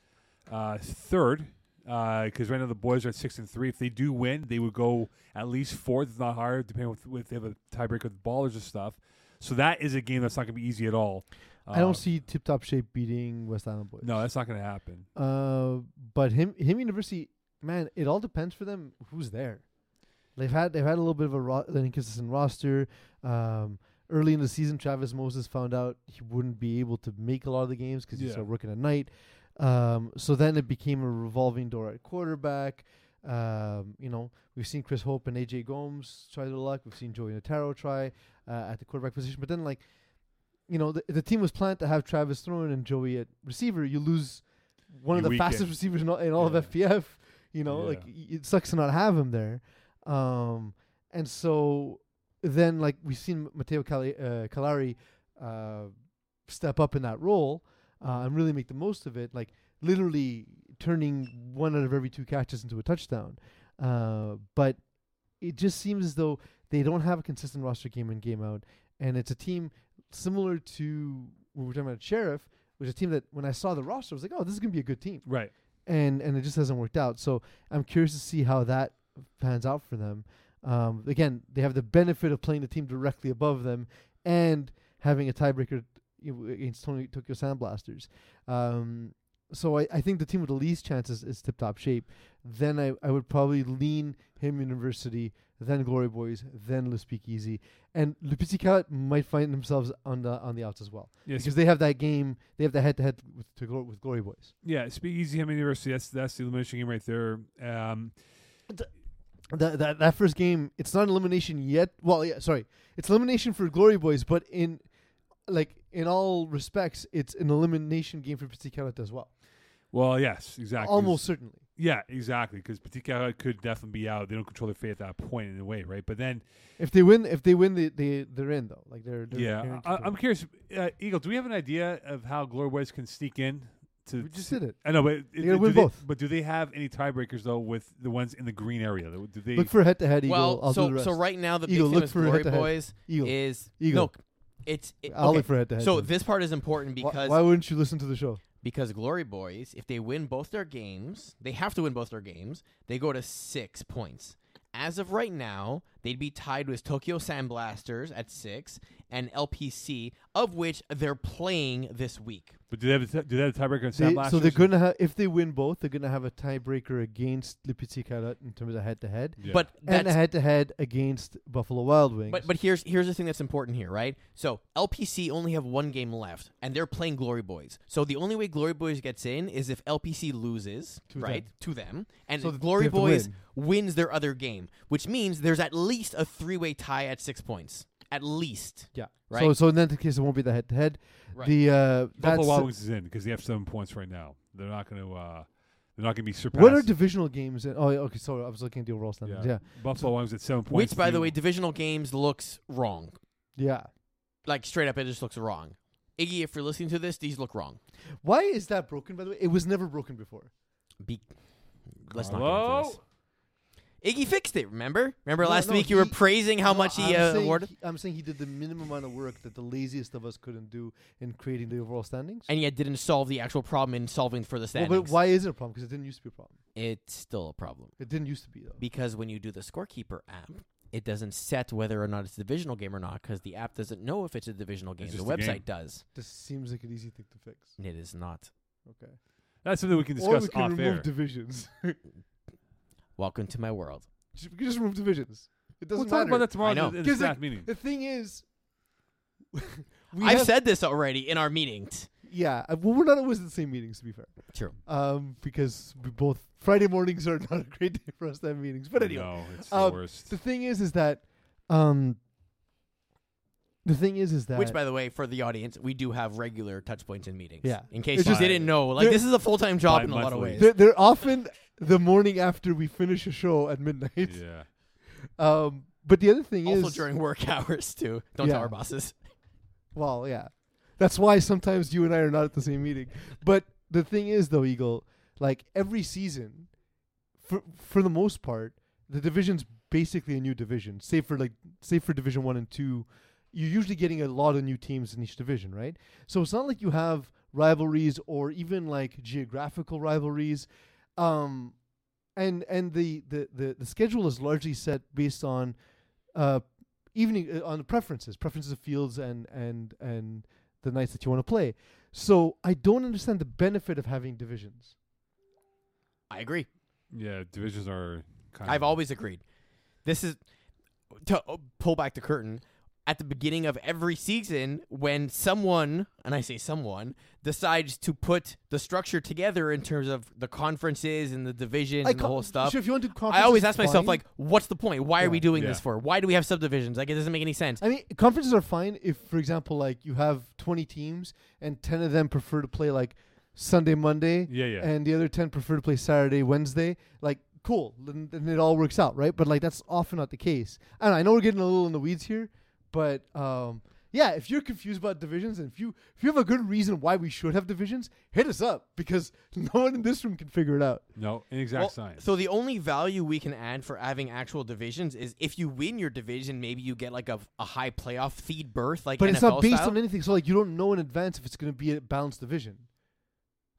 Speaker 1: uh, third because right now the boys are at six and three. If they do win, they would go at least fourth, if not higher, depending on if they have a tiebreaker with ballers and stuff. So that is a game that's not going to be easy at all. Uh,
Speaker 2: I don't see Tip Top Shape beating West Island Boys.
Speaker 1: No, that's not going to happen.
Speaker 2: Uh, but him, him university, man, it all depends for them who's there. They've had they've had a little bit of a ro- an inconsistent roster. Um, early in the season, Travis Moses found out he wouldn't be able to make a lot of the games because he
Speaker 1: Yeah.
Speaker 2: started working at night. Um, so then it became a revolving door at quarterback. Um, you know, we've seen Chris Hope and AJ Gomes try their luck. We've seen Joey Notaro try uh, at the quarterback position. But then, like, you know, the, the team was planned to have Travis throwing and Joey at receiver. You lose one of
Speaker 1: You
Speaker 2: the
Speaker 1: weaken.
Speaker 2: fastest receivers in all, in all
Speaker 1: Yeah.
Speaker 2: of FPF. You know,
Speaker 1: Yeah.
Speaker 2: like y- it sucks to not have him there. Um, and so then, like, we've seen Matteo Cali- uh, Calari uh, step up in that role. uh, and really make the most of it, like literally turning one out of every two catches into a touchdown. Uh, but it just seems as though they don't have a consistent roster game in game out, and it's a team similar to we were talking about Sheriff, which is a team that when I saw the roster, I was like, oh, this is gonna be a good team
Speaker 1: Right.
Speaker 2: and and it just hasn't worked out. So I'm curious to see how that pans out for them. Um, again, they have the benefit of playing the team directly above them and having a tiebreaker you know, against Tony, Tokyo Sandblasters. Um, so I, I think the team with the least chances is tip top shape. Then I, I would probably lean him University, then Glory Boys, then Luspik And Lupisi Cat might find themselves on the on the outs as well.
Speaker 1: Yes.
Speaker 2: Because they have that game, they have the head to head with to Glo- with Glory Boys.
Speaker 1: Yeah. Speakeasy Hammond University. That's that's the elimination game right there. Um,
Speaker 2: that that that first game, it's not elimination yet. Well, yeah, sorry, it's elimination for Glory Boys, but in like in all respects, it's an elimination game for Petit Carrot as well.
Speaker 1: well, yes, exactly.
Speaker 2: Almost certainly.
Speaker 1: Yeah, exactly. Because Petit Carrot could definitely be out. They don't control their fate at that point in a way, right? But then,
Speaker 2: If they win, if they win, they they they're in though. Like they're, they're
Speaker 1: yeah,
Speaker 2: guaranteed
Speaker 1: I,
Speaker 2: to
Speaker 1: I'm curious, uh, Eagle. Do we have an idea of how Glory Boys can sneak in? To
Speaker 2: win. we just did it.
Speaker 1: I know, but it-
Speaker 2: gotta
Speaker 1: do
Speaker 2: win
Speaker 1: they-
Speaker 2: both.
Speaker 1: But do they have any tiebreakers though with the ones in the green area? Do they?
Speaker 2: Look for head to head.
Speaker 3: well,
Speaker 2: I'll do
Speaker 3: so
Speaker 2: the rest.
Speaker 3: so right now the
Speaker 2: Eagle, look
Speaker 3: big thing is
Speaker 2: for
Speaker 3: Glory
Speaker 2: head-to-head.
Speaker 3: Boys
Speaker 2: Eagle,
Speaker 3: is
Speaker 2: Eagle.
Speaker 3: no, it's it,
Speaker 2: I'll
Speaker 3: okay.
Speaker 2: look for head to head.
Speaker 3: So this part is important because
Speaker 2: why, wouldn't you listen to the show?
Speaker 3: because Glory Boys, if they win both their games, they have to win both their games. They go to six points. As of right now, they'd be tied with Tokyo Sandblasters at six and LPC, of which they're playing this week.
Speaker 1: but do they have a t- do they have a tiebreaker on
Speaker 2: They-
Speaker 1: Sandblasters?
Speaker 2: so they're gonna have if they win both, they're gonna have a tiebreaker against Le Petit Carrot in terms of head to head,
Speaker 1: Yeah.
Speaker 3: But that's
Speaker 2: and a head to head against Buffalo Wild Wings.
Speaker 3: But but here's here's the thing that's important here, right? So LPC only have one game left, and they're playing Glory Boys. So the only way Glory Boys gets in is if LPC loses,
Speaker 2: To
Speaker 3: right,
Speaker 2: them.
Speaker 3: to them, and
Speaker 2: So they
Speaker 3: Glory
Speaker 2: have to
Speaker 3: Boys wins their other game, which means there's at least a three way tie at six points, at least.
Speaker 2: Yeah.
Speaker 3: Right?
Speaker 2: So so in that case, it won't be the head to head.
Speaker 3: Right.
Speaker 2: The uh, that's
Speaker 1: Buffalo Wild Wings is in because they have seven points right now. They're not going to. Uh, they're not going to be surpassed.
Speaker 2: what are divisional games? In, oh, yeah, okay. Sorry, I was looking at the overall standings. Yeah,
Speaker 1: yeah. Buffalo Wild Wings at seven points.
Speaker 3: Which, by the
Speaker 1: You-
Speaker 3: way, divisional games looks wrong.
Speaker 2: yeah.
Speaker 3: Like straight up, it just looks wrong. Iggy, if you're listening to this, these look wrong.
Speaker 2: Why is that broken? By the way, it was never broken before.
Speaker 3: Be- Let's not go into
Speaker 1: Hello?
Speaker 3: this. Iggy fixed it. Remember? Remember
Speaker 2: No,
Speaker 3: last
Speaker 2: no,
Speaker 3: week you were
Speaker 2: he-
Speaker 3: praising how
Speaker 2: No,
Speaker 3: much he
Speaker 2: I'm
Speaker 3: uh,
Speaker 2: saying
Speaker 3: awarded.
Speaker 2: he- I'm saying he did the minimum amount of work that the laziest of us couldn't do in creating the overall standings.
Speaker 3: and yet didn't solve the actual problem in solving for the
Speaker 2: Well,
Speaker 3: standings.
Speaker 2: but why is it a problem? Because it didn't used to be a problem.
Speaker 3: It's still a problem
Speaker 2: It didn't used to be though.
Speaker 3: because when you do the scorekeeper app, it doesn't set whether or not it's a divisional game or not because the app doesn't know if it's a divisional game. The
Speaker 1: just a game.
Speaker 3: website does.
Speaker 2: this seems like an easy thing to fix.
Speaker 3: It is not.
Speaker 2: Okay.
Speaker 1: That's something we can
Speaker 2: or
Speaker 1: discuss
Speaker 2: we can
Speaker 1: off
Speaker 2: remove
Speaker 1: air.
Speaker 2: divisions.
Speaker 3: Welcome to my world.
Speaker 2: Just- we can just remove divisions. It
Speaker 1: we'll
Speaker 2: doesn't
Speaker 1: talk
Speaker 2: matter.
Speaker 1: about that tomorrow
Speaker 3: I know.
Speaker 1: in the- in the
Speaker 2: Because, like,
Speaker 1: staff meeting.
Speaker 2: The thing is, we
Speaker 3: I've
Speaker 2: have-
Speaker 3: said this already in our meeting. T-
Speaker 2: yeah. uh, Well, we're not always at the same meetings, to be fair.
Speaker 3: True.
Speaker 2: Um, because we both Friday mornings are not a great day for us to have meetings. But anyway,
Speaker 1: no, it's
Speaker 2: um,
Speaker 3: Oh,
Speaker 1: the worst.
Speaker 2: the thing is, is that um, the thing is, is that
Speaker 3: Which, by the way, for the audience, we do have regular touch points in meetings.
Speaker 2: Yeah.
Speaker 3: In case
Speaker 2: It's
Speaker 3: you
Speaker 1: just-
Speaker 3: didn't know, like
Speaker 2: They're-
Speaker 3: this is a full time job in a lot of
Speaker 1: Bi-monthly.
Speaker 3: ways.
Speaker 2: they're, they're often the morning after we finish a show at midnight.
Speaker 1: yeah.
Speaker 2: Um, but the other thing
Speaker 3: Also
Speaker 2: is,
Speaker 3: during work hours too. Don't
Speaker 2: Yeah.
Speaker 3: tell our bosses.
Speaker 2: Well, yeah. That's why sometimes you and I are not at the same meeting. But the thing is, though, Eagle, like every season, for for the most part, the division's basically a new division. Save for like, save for Division One and Two, you're usually getting a lot of new teams in each division, right? So it's not like you have rivalries or even like geographical rivalries. Um, and and the the the, the schedule is largely set based on uh, evening uh, on the preferences, preferences of fields and and and the nights that you want to play. So I don't understand the benefit of having divisions.
Speaker 3: I agree.
Speaker 1: Yeah, divisions are kind
Speaker 3: I've
Speaker 1: of
Speaker 3: always agreed. This is to uh, pull back the curtain. At the beginning of every season, when someone, and I say someone, decides to put the structure together in terms of the conferences and the divisions
Speaker 2: I
Speaker 3: and the
Speaker 2: co-
Speaker 3: whole stuff,
Speaker 2: Sure, if you want to,
Speaker 3: I
Speaker 2: conferences,
Speaker 3: always ask myself,
Speaker 2: fine.
Speaker 3: like, what's the point? Why
Speaker 2: Yeah.
Speaker 3: are we doing
Speaker 1: Yeah.
Speaker 3: this for? Why do we have subdivisions? Like, it doesn't make any sense.
Speaker 2: I mean, conferences are fine if, for example, like you have twenty teams and ten of them prefer to play like Sunday, Monday,
Speaker 1: Yeah, yeah.
Speaker 2: and the other ten prefer to play Saturday, Wednesday. Like, cool, then, then it all works out, right? But like that's often not the case. And I know we're getting a little in the weeds here, but um, yeah, if you're confused about divisions and if you if you have a good reason why we should have divisions, hit us up because no one in this room can figure it out.
Speaker 1: No, inexact
Speaker 3: Well,
Speaker 1: science.
Speaker 3: So the only value we can add for having actual divisions is if you win your division, maybe you get like a, a high playoff feed berth, like
Speaker 2: But
Speaker 3: NFL
Speaker 2: it's not based
Speaker 3: style.
Speaker 2: on anything, so like you don't know in advance if it's going to be a balanced division.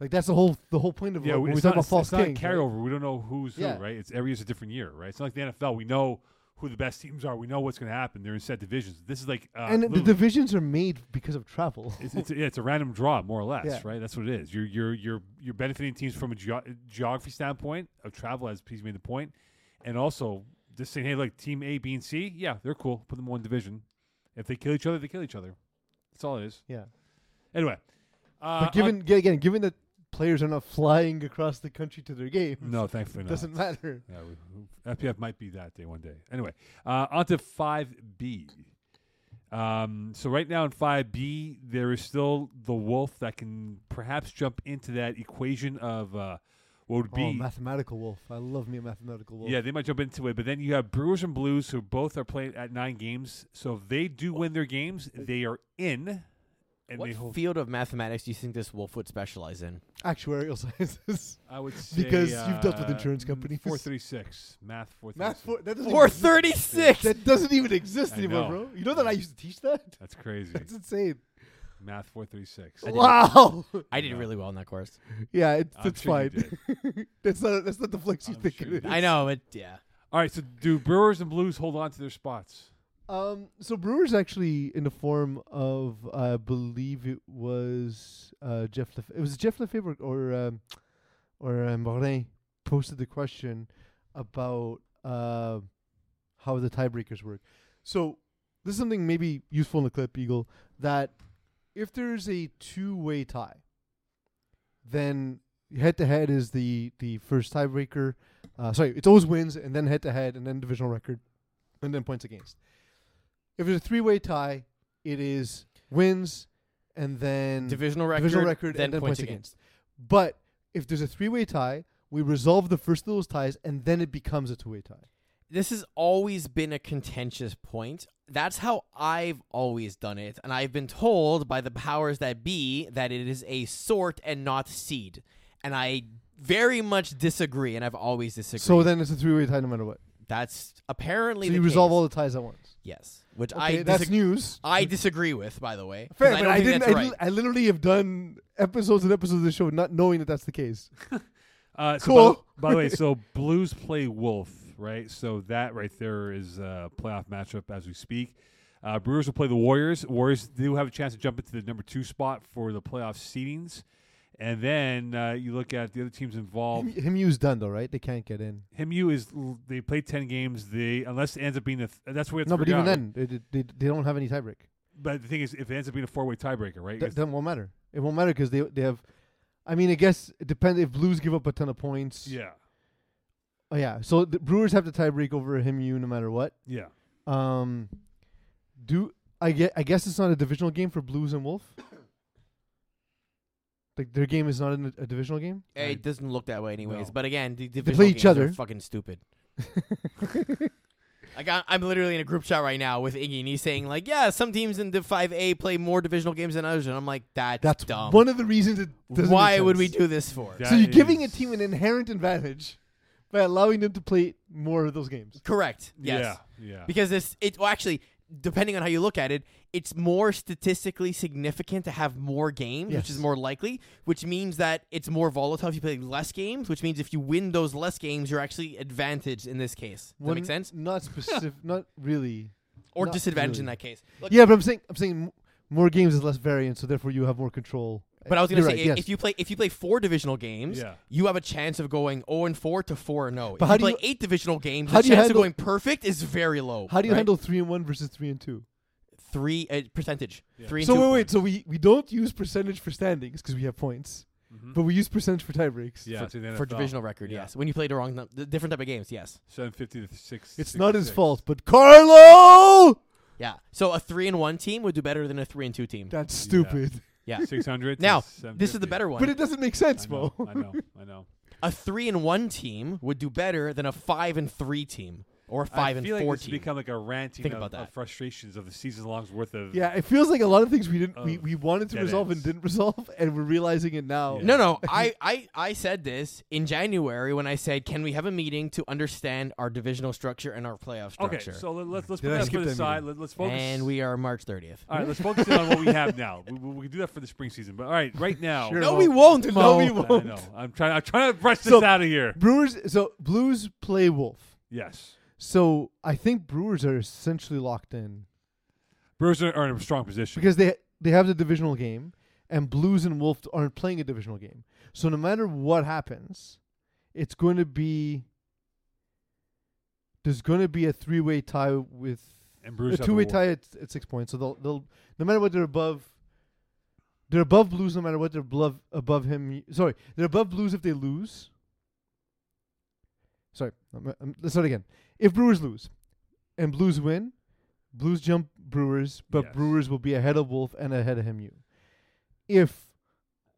Speaker 2: Like that's the whole the whole point of
Speaker 1: yeah,
Speaker 2: like,
Speaker 1: we-
Speaker 2: when
Speaker 1: it's
Speaker 2: we
Speaker 1: not,
Speaker 2: talk about
Speaker 1: it's-
Speaker 2: false
Speaker 1: it's not a
Speaker 2: kings, right?
Speaker 1: carryover. We don't know who's
Speaker 2: Yeah.
Speaker 1: who, right? It's every year's a different year, right? It's not like the NFL. We know who the best teams are. We know what's going to happen. They're in set divisions. This is like uh,
Speaker 2: and the
Speaker 1: literally-
Speaker 2: divisions are made because of travel.
Speaker 1: It's, it's, yeah, it's a random draw, more or less,
Speaker 2: Yeah.
Speaker 1: right? That's what it is. You're you're you're you're benefiting teams from a geo- geography standpoint of travel, as P's made the point, and also just saying, hey, look, team A, B, and C, yeah, they're cool. Put them in one division. If they kill each other, they kill each other. That's all it is.
Speaker 2: Yeah,
Speaker 1: Anyway, uh,
Speaker 2: but given yeah, again, given that players are not flying across the country to their game,
Speaker 1: on- uh, no, thankfully
Speaker 2: it
Speaker 1: not.
Speaker 2: doesn't matter.
Speaker 1: Yeah, we, we- FPF might be that day one day. Anyway, uh, on to 5B. Um, so right now in 5B, there is still the wolf that can perhaps jump into that equation of uh, what would be.
Speaker 2: Oh, mathematical wolf! I love me a mathematical wolf.
Speaker 1: yeah, they might jump into it, but then you have Brewers and Blues, who both are playing at nine games. So if they do win their games, they are in, and
Speaker 3: What
Speaker 1: they hold.
Speaker 3: field of mathematics do you think this wolf would specialize in?
Speaker 2: actuarial sciences.
Speaker 1: I would say
Speaker 2: Because you've dealt with
Speaker 1: uh,
Speaker 2: insurance
Speaker 1: mm,
Speaker 2: companies.
Speaker 1: 436 math. 436.
Speaker 2: Math for, that doesn't
Speaker 3: Or
Speaker 2: even-
Speaker 3: thirty six.
Speaker 2: That doesn't even exist
Speaker 1: I
Speaker 2: anymore,
Speaker 1: know.
Speaker 2: bro. You know that I used to teach that.
Speaker 1: That's crazy.
Speaker 2: That's Oh, insane.
Speaker 1: math 436.
Speaker 3: I didn't-
Speaker 2: Wow.
Speaker 3: I did really well in that course.
Speaker 2: yeah, it,
Speaker 1: I'm
Speaker 2: it's
Speaker 1: sure you
Speaker 2: fine. that's not that's not the flex you
Speaker 1: I'm
Speaker 2: think
Speaker 1: sure
Speaker 2: it
Speaker 1: you
Speaker 2: is.
Speaker 1: did.
Speaker 3: I know, but yeah.
Speaker 1: All right, so do Brewers and Blues hold on to their spots?
Speaker 2: Um, so Brewers actually in the form of I believe it was uh, Jeff Lef- it was Jeff Lefebvre or um, or uh, Morin posted the question about uh, how the tiebreakers work. So this is something maybe useful in the clip Eagle that if there's a two-way tie, then head-to-head is the the first tiebreaker. Uh, sorry, it's always wins and then head-to-head and then divisional record and then points against. If it's a three-way tie, it is wins and then
Speaker 3: Divisional record,
Speaker 2: divisional record
Speaker 3: then,
Speaker 2: and then
Speaker 3: points
Speaker 2: points
Speaker 3: against.
Speaker 2: But if there's a three-way tie, we resolve the first of those ties and then it becomes a two-way tie.
Speaker 3: This has always been a contentious point. That's how I've always done it, and I've been told by the powers that be that it is a sort and not seed. And I very much disagree, and I've always disagreed.
Speaker 2: So then it's a three-way tie no matter what.
Speaker 3: that's apparently
Speaker 2: So
Speaker 3: the
Speaker 2: you resolve
Speaker 3: case.
Speaker 2: all the ties at once.
Speaker 3: yes, which
Speaker 2: Okay,
Speaker 3: I
Speaker 2: that's
Speaker 3: disag-
Speaker 2: news.
Speaker 3: I disagree with, by the way. 'cause
Speaker 2: Fair,
Speaker 3: I
Speaker 2: but
Speaker 3: don't
Speaker 2: I
Speaker 3: think
Speaker 2: didn't.
Speaker 3: that's
Speaker 2: I,
Speaker 3: right.
Speaker 2: li- I literally have done episodes and episodes of the show not knowing that that's the case.
Speaker 1: Uh, so by the-
Speaker 2: Cool.
Speaker 1: By, the way, so Blues play Wolf, right? So that right there is a playoff matchup as we speak. Uh, Brewers will play the Warriors. Warriors do have a chance to jump into the number two spot for the playoff seedings. And then uh, you look at the other teams involved.
Speaker 2: Him, Himyu's done though, right? They can't get in.
Speaker 1: HMU is l- they play ten games. They unless it ends up being the th- that's where it's
Speaker 2: no, but even
Speaker 1: forgotten.
Speaker 2: then, they, they, they they don't have any tiebreak.
Speaker 1: But the thing is, if it ends up being a four way tiebreaker, right?
Speaker 2: That, that won't matter. It won't matter because they they have. I mean, I guess it depends if Blues give up a ton of points.
Speaker 1: yeah,
Speaker 2: Oh, yeah. So the Brewers have the tiebreak over Himyu no matter what.
Speaker 1: yeah.
Speaker 2: Um, do I get? I guess it's not a divisional game for Blues and Wolf. like their game is not an, a divisional game.
Speaker 3: It doesn't look that way, anyways.
Speaker 1: No.
Speaker 3: But again, the divisional
Speaker 2: play each
Speaker 3: games are
Speaker 2: other.
Speaker 3: fucking stupid. like I- I'm literally in a group chat right now with Iggy, and he's saying like, "Yeah, some teams in the 5A play more divisional games than others," and I'm like, "That's,
Speaker 2: That's
Speaker 3: dumb.
Speaker 2: one of the reasons it doesn't.
Speaker 3: Why
Speaker 2: make
Speaker 3: would we
Speaker 2: sense.
Speaker 3: do this for?"
Speaker 1: That
Speaker 2: So you're giving a
Speaker 1: is-
Speaker 2: team an inherent advantage by allowing them to play more of those games.
Speaker 3: Correct. Yes.
Speaker 1: Yeah, yeah.
Speaker 3: Because this, it well, actually, depending on how you look at it, it's more statistically significant to have more games, which
Speaker 2: Yes.
Speaker 3: is more likely, which means that it's more volatile if you play less games, which means if you win those less games, you're actually advantaged in this case. Does that
Speaker 2: One-
Speaker 3: make sense?
Speaker 2: Not specific. not really.
Speaker 3: Or
Speaker 2: Not
Speaker 3: disadvantage in
Speaker 2: really.
Speaker 3: that case. Look,
Speaker 2: Yeah, but I'm saying I'm saying m- more games is less variance, so therefore you have more control.
Speaker 3: But I was gonna
Speaker 2: You're
Speaker 3: say
Speaker 2: right,
Speaker 3: if,
Speaker 2: yes.
Speaker 3: if you play if you play four divisional games,
Speaker 1: Yeah.
Speaker 3: you have a chance of going zero and four to four and zero.
Speaker 2: But
Speaker 3: If
Speaker 2: how
Speaker 3: you
Speaker 2: do
Speaker 3: play
Speaker 2: you-
Speaker 3: eight divisional games,
Speaker 2: how
Speaker 3: the
Speaker 2: do you
Speaker 3: chance of
Speaker 2: handle-
Speaker 3: going perfect is very low.
Speaker 2: how do you
Speaker 3: right?
Speaker 2: handle three and one versus three and two?
Speaker 3: three uh, percentage?
Speaker 1: Yeah.
Speaker 3: Three. And
Speaker 2: So
Speaker 3: two
Speaker 2: wait, wait.
Speaker 3: points.
Speaker 2: So we we don't use percentage for standings because we have points,
Speaker 1: Mhm.
Speaker 2: but we use percentage for tiebreaks.
Speaker 1: yeah,
Speaker 3: for-
Speaker 1: it's in the
Speaker 3: for
Speaker 1: NFL.
Speaker 3: divisional record,
Speaker 1: Yeah.
Speaker 3: yes. When you play the wrong, num- the different type of games, yes.
Speaker 1: seven fifty to six.
Speaker 2: It's not his
Speaker 1: 66.
Speaker 2: fault, but Carlo.
Speaker 3: Yeah. So a three and one team would do better than a three and two team.
Speaker 2: That's
Speaker 1: Yeah.
Speaker 2: stupid.
Speaker 3: Yeah.
Speaker 1: Six hundred.
Speaker 3: Now, This is the better
Speaker 2: But
Speaker 3: one.
Speaker 2: it doesn't make
Speaker 1: I
Speaker 2: sense,
Speaker 1: know,
Speaker 2: Mo.
Speaker 1: I know. I know.
Speaker 3: A three and one team would do better than a five and three team. or five
Speaker 1: I
Speaker 3: and
Speaker 1: feel like this has
Speaker 3: fourteen.
Speaker 1: become like a ranting
Speaker 3: Think
Speaker 1: of,
Speaker 3: about
Speaker 1: of
Speaker 3: that.
Speaker 1: frustrations of the season long's worth of
Speaker 2: Yeah, it feels like a lot of things we didn't we,
Speaker 1: Of
Speaker 2: we wanted to
Speaker 1: Uh, dead
Speaker 2: resolve
Speaker 1: ends.
Speaker 2: and didn't resolve, and we're realizing it now.
Speaker 1: Yeah.
Speaker 3: no, no, I, I, I said this in January when I said, "Can we have a meeting to understand our divisional structure and our playoff
Speaker 1: Okay,
Speaker 3: structure?"
Speaker 1: so let, let's let's
Speaker 2: Did
Speaker 1: put
Speaker 2: I
Speaker 1: that to
Speaker 2: skip
Speaker 1: the
Speaker 2: that
Speaker 1: side.
Speaker 2: meeting?
Speaker 1: Let, let's focus.
Speaker 3: and we are March thirtieth.
Speaker 1: all right. Let's focus in on what we have now. We, we, we can do that for the spring season, but all right, right now.
Speaker 2: Sure.
Speaker 3: No,
Speaker 2: No,
Speaker 3: we won't.
Speaker 2: no,
Speaker 3: Mo.
Speaker 2: we
Speaker 1: I
Speaker 2: won't.
Speaker 1: know. I'm trying. I'm trying to brush this
Speaker 2: So-
Speaker 1: out of here.
Speaker 2: Brewers. So Blues play Wolf.
Speaker 1: Yes,
Speaker 2: So I think Brewers are essentially locked in
Speaker 1: Brewers are, are in a strong position.
Speaker 2: because they they have the divisional game, and Blues and Wolf aren't playing a divisional game. So no matter what happens, it's going to be there's going to be a three way tie with
Speaker 1: and
Speaker 2: a
Speaker 1: Brewers have
Speaker 2: two way
Speaker 1: the
Speaker 2: tie at, at six points. So they'll they'll no matter what they're above. They're above Blues no matter what. They're above above him. Sorry, they're above Blues if they lose. Sorry, um, um, let's start again. If Brewers lose, and Blues win, Blues jump Brewers, but
Speaker 1: Yes.
Speaker 2: Brewers will be ahead of Wolf and ahead of MU. If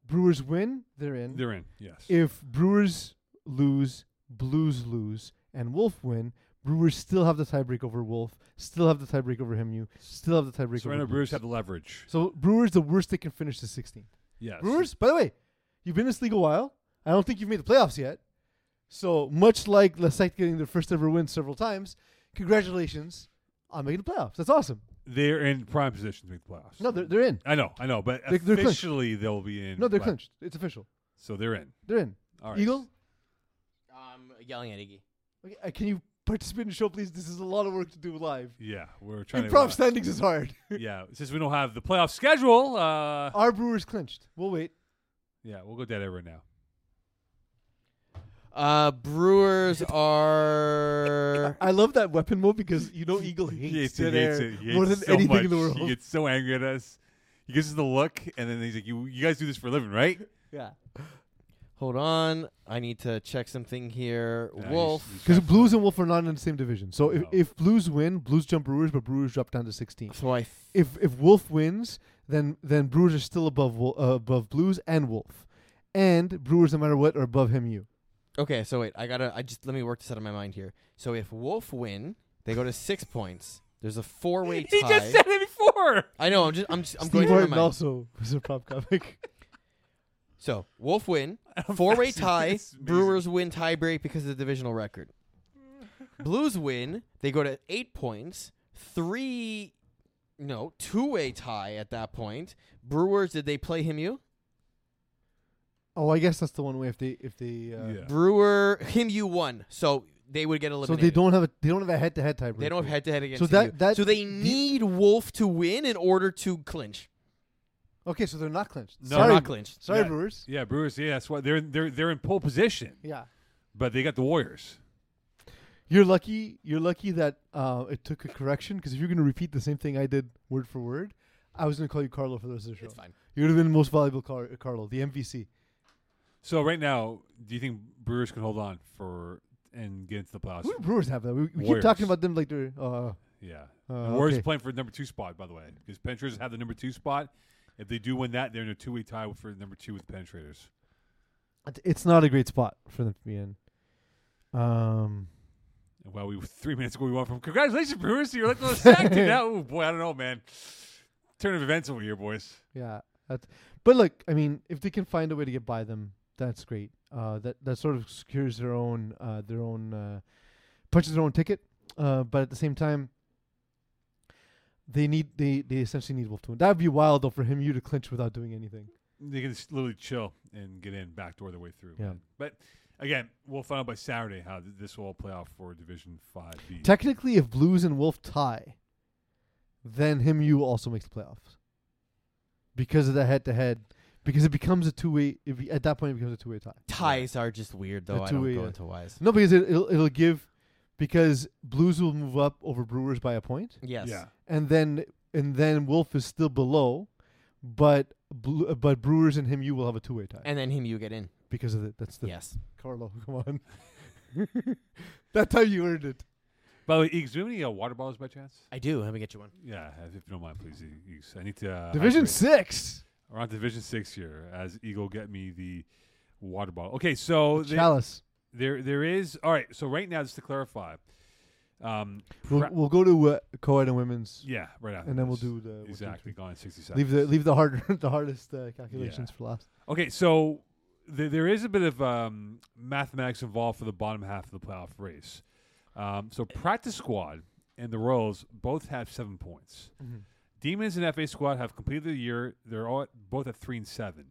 Speaker 2: Brewers win, they're in.
Speaker 1: They're in. Yes.
Speaker 2: if Brewers lose, Blues lose, and Wolf win, Brewers still have the tiebreak over Wolf, still have the tiebreak over Hemu, still have the tiebreak
Speaker 1: so right
Speaker 2: over
Speaker 1: now Brewers
Speaker 2: Blues.
Speaker 1: have the leverage.
Speaker 2: so Brewers, the worst they can finish is 16th.
Speaker 1: Yes.
Speaker 2: Brewers, by the way, you've been in this league a while. I don't think you've made the playoffs yet. So much like Lesect getting their first ever win several times, congratulations on making the playoffs. That's awesome.
Speaker 1: They're in prime position to make the playoffs.
Speaker 2: No, they're, they're in.
Speaker 1: I know. I know. But
Speaker 2: They're- they're clinched.
Speaker 1: officially, they'll be in.
Speaker 2: No, they're
Speaker 1: playoff-
Speaker 2: clinched. It's official.
Speaker 1: So they're in.
Speaker 2: They're in.
Speaker 1: All right.
Speaker 2: Eagle,
Speaker 3: I'm yelling at Iggy.
Speaker 2: okay, uh, can you participate in the show, please? This is a lot of work to do live.
Speaker 1: Yeah, we're trying to. uh,
Speaker 2: Improv standings is hard.
Speaker 1: yeah, since we don't have the playoff schedule, uh,
Speaker 2: Our Brewers clinched. We'll wait.
Speaker 1: yeah, we'll go dead air right now.
Speaker 3: Uh, Brewers are.
Speaker 2: I love that weapon mode because you know Eagle hates,
Speaker 1: it,
Speaker 2: dead
Speaker 1: he hates
Speaker 2: air
Speaker 1: it, he
Speaker 2: more
Speaker 1: hates
Speaker 2: than
Speaker 1: it so
Speaker 2: anything
Speaker 1: much.
Speaker 2: in the world.
Speaker 1: He gets so angry at us. He gives us the look, and then he's like, "You, you guys do this for a living, right?"
Speaker 2: yeah.
Speaker 3: Hold on, I need to check something here.
Speaker 1: Yeah, he's-
Speaker 3: Wolf.
Speaker 1: he's
Speaker 2: Because
Speaker 1: trying to-
Speaker 2: Blues and Wolf are not in the same division. So if,
Speaker 1: No.
Speaker 2: if Blues win, Blues jump Brewers, but Brewers drop down to 16.
Speaker 3: So I.
Speaker 2: If if Wolf wins, then then Brewers are still above Wol- uh, above Blues and Wolf, and Brewers no matter what are above him. You
Speaker 3: Okay, so wait, I gotta. I just let me work this out of my mind here. So if Wolf win, they go to six points. There's a four-way tie.
Speaker 1: He just said it before.
Speaker 3: I know. I'm just. I'm. Just, I'm
Speaker 2: Steve
Speaker 3: going through my
Speaker 2: Martin
Speaker 3: mind.
Speaker 2: also was a prop comic.
Speaker 3: So Wolf win,
Speaker 1: I'm
Speaker 3: four-way
Speaker 1: fascinated.
Speaker 3: tie.
Speaker 1: It's amazing.
Speaker 3: Brewers win tiebreak because of the divisional record. Blues win. They go to eight points. Three, no, two-way tie at that point. Brewers did they play him? You
Speaker 2: oh, I guess that's the one way if they if they uh,
Speaker 1: Yeah.
Speaker 3: Brewer him? You won. So they would get
Speaker 2: so
Speaker 3: eliminated.
Speaker 2: they don't have a they don't have a head to head tiebreaker.
Speaker 3: They don't have head-to-head against.
Speaker 2: So
Speaker 3: Hemu.
Speaker 2: that- that-
Speaker 3: so they
Speaker 2: the-
Speaker 3: need Wolf to win in order to clinch.
Speaker 2: Okay, so they're not clinched.
Speaker 1: No.
Speaker 3: They're
Speaker 2: sorry,
Speaker 3: not clinched.
Speaker 2: sorry,
Speaker 1: Yeah.
Speaker 2: Brewers.
Speaker 1: Yeah, Brewers. Yeah, that's why they're they're they're in pole position,
Speaker 2: Yeah,
Speaker 1: but they got the Warriors.
Speaker 2: you're lucky. You're lucky that uh, it took a correction because if you're going to repeat the same thing I did word for word, I was going to call you Carlo for the rest of the show.
Speaker 3: It's fine.
Speaker 2: You would have been the most valuable Car- Carlo, the MVC.
Speaker 1: So right now, do you think Brewers can hold on for and get into the playoffs?
Speaker 2: Who do Brewers have that? We, we keep
Speaker 1: Warriors.
Speaker 2: talking about them like they're. Uh,
Speaker 1: Yeah,
Speaker 2: Uh,
Speaker 1: the Warriors
Speaker 2: okay.
Speaker 1: playing for number two spot, by the way, because Penetrators have the number two spot. If they do win that, they're in a two-way tie for number two with Penetrators.
Speaker 2: it's- it's not a great spot for them to be in. Um,
Speaker 1: And while we three minutes ago we went from congratulations Brewers to you're like little sack to now, oh boy, I don't know, man. Turn of events over here, boys.
Speaker 2: yeah, that's, but look, I mean, if they can find a way to get by them, that's great. Uh, that that sort of secures their own uh, their own uh, punches their own ticket. Uh, but at the same time, they need they they essentially need Wolf to win. That would be wild though for him you to clinch without doing anything.
Speaker 1: They can just literally chill and get in backdoor their way through.
Speaker 2: Yeah.
Speaker 1: man. But again, we'll find out by Saturday how th- this will all play out for Division Five B.
Speaker 2: Technically, if Blues and Wolf tie, then him you also makes the playoffs because of the head to head. Because it becomes a two way. At that point, it becomes a two way tie.
Speaker 3: Ties are just weird though.
Speaker 2: They're
Speaker 3: I don't
Speaker 2: two-way,
Speaker 3: go
Speaker 2: yeah.
Speaker 3: into wise.
Speaker 2: No, because it, it'll it'll give because Blues will move up over Brewers by a point,
Speaker 3: Yes.
Speaker 1: Yeah.
Speaker 2: and then and then Wolf is still below, but Blue, but Brewers and him you will have a two way tie
Speaker 3: And then him, you get in.
Speaker 2: because of the, that's the
Speaker 3: yes.
Speaker 2: Carlo. Come on, that's how you earned it.
Speaker 1: By the way, Eags, do you have any uh, water bottles by chance?
Speaker 3: I do. Let me get you one.
Speaker 1: Yeah, if you don't mind, please, Eags. I need to uh,
Speaker 2: Division
Speaker 1: hydrate.
Speaker 2: six
Speaker 1: We're on Division Six here as Eagle get me the water bottle. Okay, so they-
Speaker 2: Chalice.
Speaker 1: There, there is. All right. So right now, just to clarify, Um,
Speaker 2: We'll,
Speaker 1: prep-
Speaker 2: we'll go to uh, co-ed and women's,
Speaker 1: yeah, right after.
Speaker 2: and then we'll
Speaker 1: this.
Speaker 2: do the we'll do
Speaker 1: exactly
Speaker 2: three.
Speaker 1: gone in sixty seconds.
Speaker 2: Leave the leave the hard the hardest uh, calculations for last.
Speaker 1: Okay, so th- there is a bit of um, mathematics involved for the bottom half of the playoff race. Um, so practice squad and the Royals both have seven points. Demons and FA squad have completed the year. They're all at, both at three and seven.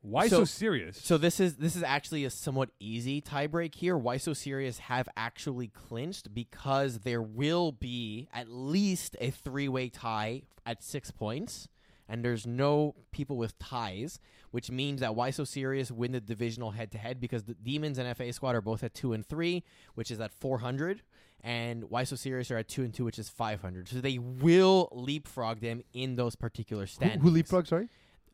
Speaker 1: Why so,
Speaker 3: So-
Speaker 1: serious?
Speaker 3: So this is this is actually a somewhat easy tiebreak here. Why so serious have actually clinched because there will be at least a three-way tie at 6 points and there's no people with ties, which means that Why So Serious win the divisional head-to-head because the Demons and FA Squad are both at 2 and 3, which is at 400, and Why So Serious are at 2 and 2, which is 500. So they will leapfrog them in those particular
Speaker 2: Who,
Speaker 3: standings
Speaker 2: who leapfrog? Sorry.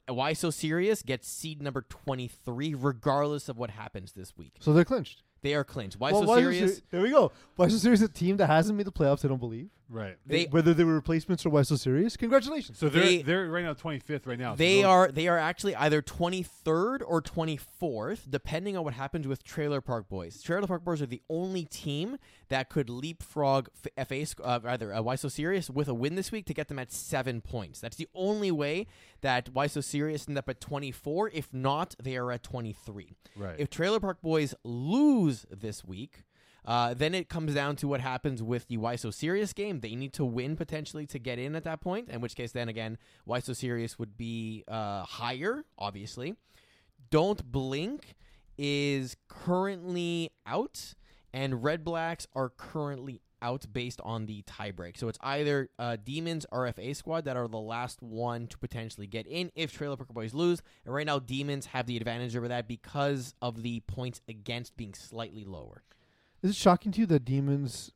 Speaker 3: why so serious gets seed number 23 regardless of what happens this week
Speaker 2: So they're clinched.
Speaker 3: they are clinched why
Speaker 2: Well,
Speaker 3: so
Speaker 2: why is
Speaker 3: serious
Speaker 2: There, there we go. Why so serious? A team that hasn't made the playoffs. I don't believe.
Speaker 1: right.
Speaker 3: they
Speaker 2: Whether they were replacements or why so serious. Congratulations.
Speaker 1: So they're
Speaker 3: they-
Speaker 1: they're right now twenty fifth right
Speaker 2: Oh,
Speaker 1: now. so
Speaker 3: they
Speaker 1: those-
Speaker 3: are they are actually either 23rd or 24th depending on what happens with trailer park boys trailer park boys are the only team that could leapfrog F- fa sc- uh, either uh, why so serious with a win this week to get them at seven points that's the only way that why so serious end up at 24 if not they are at 23
Speaker 1: right.
Speaker 3: If Trailer Park Boys lose this week, uh, then it comes down to what happens with the Why So Serious game. They need to win potentially to get in at that point, in which case, then again, Why So Serious would be uh, higher, obviously. Don't Blink is currently out, and Red Blacks are currently out based on the tiebreak. So it's either uh, Demons or FA Squad that are the last one to potentially get in if Trailer Park Boys lose. And right now, Demons have the advantage over that because of the points against being slightly lower.
Speaker 2: Is it shocking to you that demons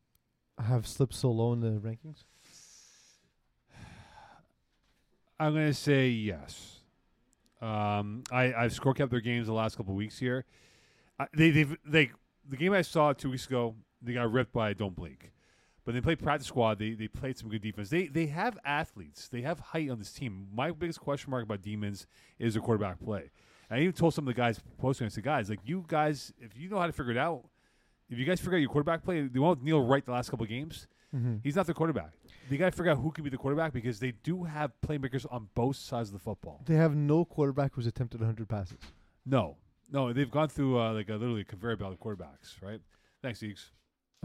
Speaker 2: have slipped so low in the rankings?
Speaker 1: I'm gonna say yes. Um, I I've score kept their games the last couple weeks here. I, they they've they the game I saw two weeks ago they got ripped by Don't Blink, but they played practice squad. They they played some good defense. They they have athletes. They have height on this team. My biggest question mark about Demons is their quarterback play. And I even told some of the guys posting. I said, guys, like you guys, if you know how to figure it out, if you guys figure out your quarterback play, the one with Neil Wright the last couple games,
Speaker 2: Mm-hmm.
Speaker 1: he's not the quarterback. They got to figure out who can be the quarterback because they do have playmakers on both sides of the football.
Speaker 2: They have no quarterback who's attempted 100 passes.
Speaker 1: No, no, they've gone through uh, like a, literally a conveyor belt of quarterbacks, right? Thanks, Eeks.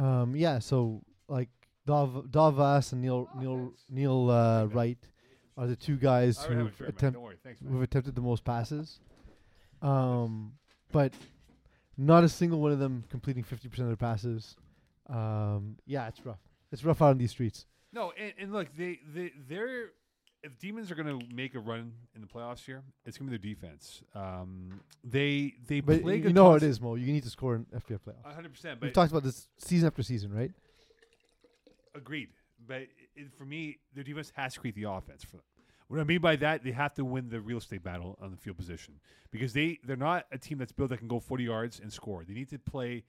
Speaker 2: Um, yeah, so like Dav- Davas and Neil Neil Neil uh, Wright are the two guys
Speaker 1: I already
Speaker 2: who
Speaker 1: have it
Speaker 2: have,
Speaker 1: figured, man.
Speaker 2: attempt-
Speaker 1: Don't worry. Thanks,
Speaker 2: who have
Speaker 1: man.
Speaker 2: attempted the most passes, um, but not a single one of them completing 50% of their passes. Um, yeah, it's rough. It's rough out on these streets.
Speaker 1: No, and, and look, they they they're if demons are going to make a run in the playoffs here, it's going to be their defense. Um, they they
Speaker 2: But
Speaker 1: play.
Speaker 2: you know how it is, Mo. You need to score in FPL playoffs.
Speaker 1: One hundred percent.
Speaker 2: We've
Speaker 1: But
Speaker 2: talked about this season after season, right?
Speaker 1: Agreed. But it, for me, their defense has to create the offense for them. What I mean by that, they have to win the real estate battle on the field position because they they're not a team that's built that can go 40 yards and score. They need to play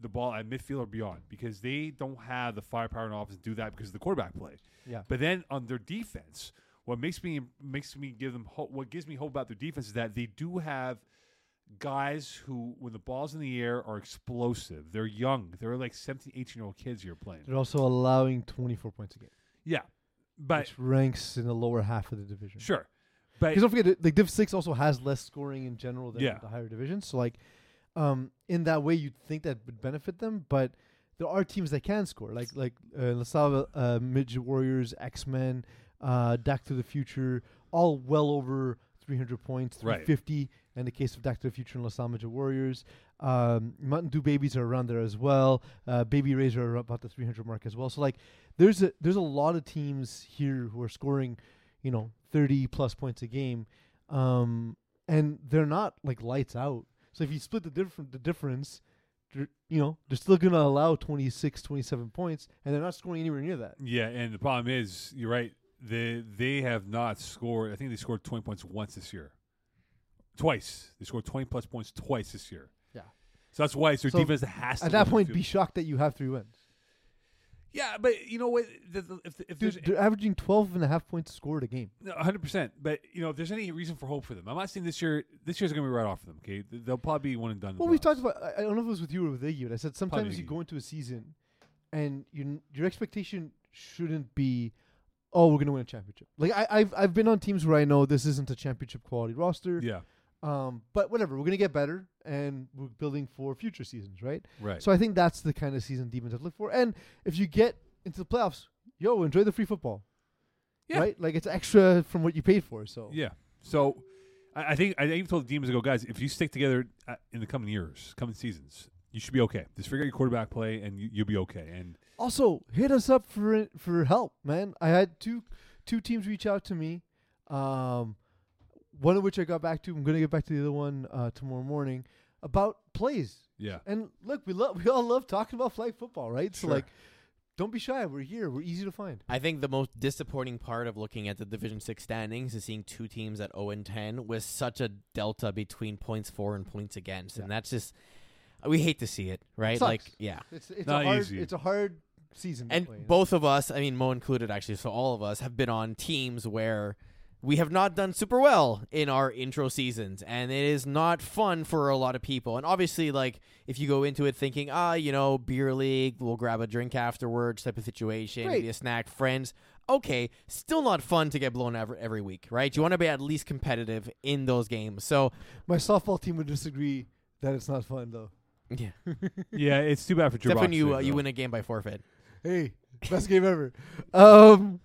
Speaker 1: the ball at midfield or beyond because they don't have the firepower in offense to do that because of the quarterback play.
Speaker 2: Yeah.
Speaker 1: But then on their defense, what makes me makes me give them hope, what gives me hope about their defense is that they do have guys who when the ball's in the air are explosive. They're young. They're like 17, 18 year old kids you're playing.
Speaker 2: They're also allowing 24 points a game,
Speaker 1: Yeah, but
Speaker 2: which ranks in the lower half of the division.
Speaker 1: sure, but
Speaker 2: Because don't forget, like Div Six also has less scoring in general than
Speaker 1: Yeah.
Speaker 2: the higher divisions. So like, um, in that way, you'd think that would benefit them, but there are teams that can score, like like uh, LaSalle, uh, Midget Warriors, X Men, uh, Dak to the Future, all well over 300 points,
Speaker 1: Right.
Speaker 2: 350. In the case of Dak to the Future and LaSalle Midget Warriors, um, Mountain Dew Babies are around there as well. Uh, Baby Rays are about the 300 mark as well. So like, there's a there's a lot of teams here who are scoring, you know, 30 plus points a game, um, and they're not like lights out. So if you split the different the difference, they're- you know, they're still going to allow 26, 27 points, and they're not scoring anywhere near that.
Speaker 1: yeah, and the problem is you're right. They they have not scored. I think they scored 20 points once this year. Twice they scored 20 plus points twice this year.
Speaker 2: Yeah.
Speaker 1: So that's why it's their
Speaker 2: So,
Speaker 1: defense that has to
Speaker 2: At that
Speaker 1: win
Speaker 2: point,
Speaker 1: the
Speaker 2: be
Speaker 1: field.
Speaker 2: shocked that you have three wins.
Speaker 1: yeah, but you know what? The, the, if, if there's
Speaker 2: Dude, they're averaging 12 and a half points scored a game.
Speaker 1: No, 100%. But, you know, if there's any reason for hope for them, I'm not saying this year, this year's going to be right off for them, okay? Th- They'll probably be one and done. in the
Speaker 2: Well, we've
Speaker 1: playoffs.
Speaker 2: talked about. I I don't know if it was with you or with Iggy, but I said sometimes you
Speaker 1: Iggy.
Speaker 2: go into a season and you, your expectation shouldn't be, oh, we're gonna win a championship. Like I, I've I've been on teams where I know this isn't a championship quality roster.
Speaker 1: Yeah.
Speaker 2: Um, but whatever, we're gonna get better, and we're building for future seasons, right?
Speaker 1: Right.
Speaker 2: So I think that's the kind of season demons have to look for. And if you get into the playoffs, yo, enjoy the free football.
Speaker 1: Yeah.
Speaker 2: Right? Like it's extra from what you paid for. So
Speaker 1: yeah. So I, I think I even told the demons to go, guys. If you stick together uh, in the coming years, coming seasons, you should be okay. Just figure out your quarterback play, and you, you'll be okay. And
Speaker 2: also hit us up for for help, man. I had two two teams reach out to me. Um one of which I got back to. I'm gonna get back to the other one uh, tomorrow morning about plays.
Speaker 1: yeah,
Speaker 2: And look, we love we all love talking about flag football, right?
Speaker 1: Sure.
Speaker 2: So like don't be shy. We're here. We're easy to find.
Speaker 3: I think the most disappointing part of looking at the Division Six standings is seeing two teams at zero and ten with such a delta between points for and points against, and
Speaker 2: Yeah.
Speaker 3: that's just we hate to see it, right?
Speaker 2: sucks.
Speaker 3: like, yeah.
Speaker 2: It's it's
Speaker 1: Not
Speaker 2: a hard
Speaker 1: easy.
Speaker 2: it's a hard season. to
Speaker 3: And
Speaker 2: play in.
Speaker 3: both of us, I mean Mo included, actually, so all of us have been on teams where we have not done super well in our intro seasons, and it is not fun for a lot of people. And obviously, like if you go into it thinking, ah, you know, beer league, we'll grab a drink afterwards, type of situation,
Speaker 2: Great.
Speaker 3: maybe a snack, friends. Okay, still not fun to get blown out every, every week, right? You want to be at least competitive in those games. So,
Speaker 2: My softball team would disagree that it's not fun though.
Speaker 3: yeah.
Speaker 1: yeah. It's too bad for Drew.
Speaker 3: Except when
Speaker 1: Boxley,
Speaker 3: you uh, you
Speaker 1: though.
Speaker 3: win a game by forfeit.
Speaker 2: Hey, best game ever. Um,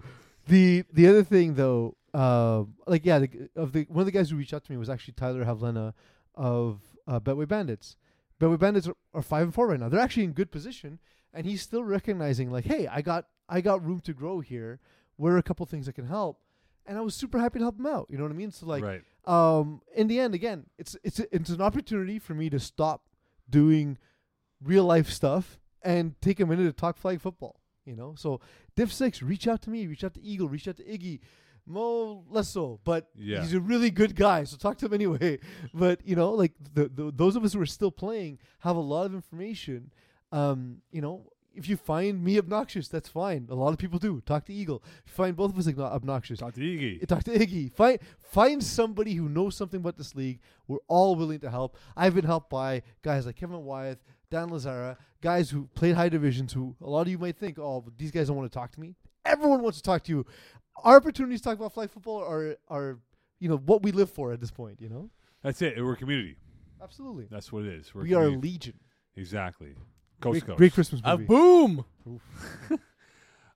Speaker 2: the the other thing though, um, like yeah, the, of the one of the guys who reached out to me was actually Tyler Havlena of uh, Betway Bandits. Betway Bandits are, are five and four right now. They're actually in good position, and he's still recognizing like, hey, I got I got room to grow here. What are a couple things that can help? And I was super happy to help him out. You know what I mean? So like,
Speaker 1: right.
Speaker 2: um, in the end, again, it's it's it's an opportunity for me to stop doing real life stuff and take a minute to talk flag football. You know, so Div Six, reach out to me, reach out to Eagle, reach out to Iggy, Mo less so, but
Speaker 1: Yeah.
Speaker 2: he's a really good guy, so talk to him anyway. But you know, like the, the those of us who are still playing have a lot of information. Um, you know, if you find me obnoxious, that's fine. A lot of people do. Talk to Eagle. If you find both of us obno- obnoxious,
Speaker 1: Talk to Iggy.
Speaker 2: Dr. Iggy, find find somebody who knows something about this league. We're all willing to help. I've been helped by guys like Kevin Wyeth, Dan Lazara, guys who played high divisions. Who a lot of you might think, oh, but these guys don't want to talk to me. Everyone wants to talk to you. Our opportunities to talk about flag football are are you know what we live for at this point. You know,
Speaker 1: That's it. We're a community.
Speaker 2: absolutely.
Speaker 1: That's what it is. We're a
Speaker 2: We are
Speaker 1: community.
Speaker 2: Legion.
Speaker 1: exactly. Coast
Speaker 2: Great,
Speaker 1: to coast. Uh,
Speaker 2: great Christmas
Speaker 3: A
Speaker 2: movie.
Speaker 3: boom.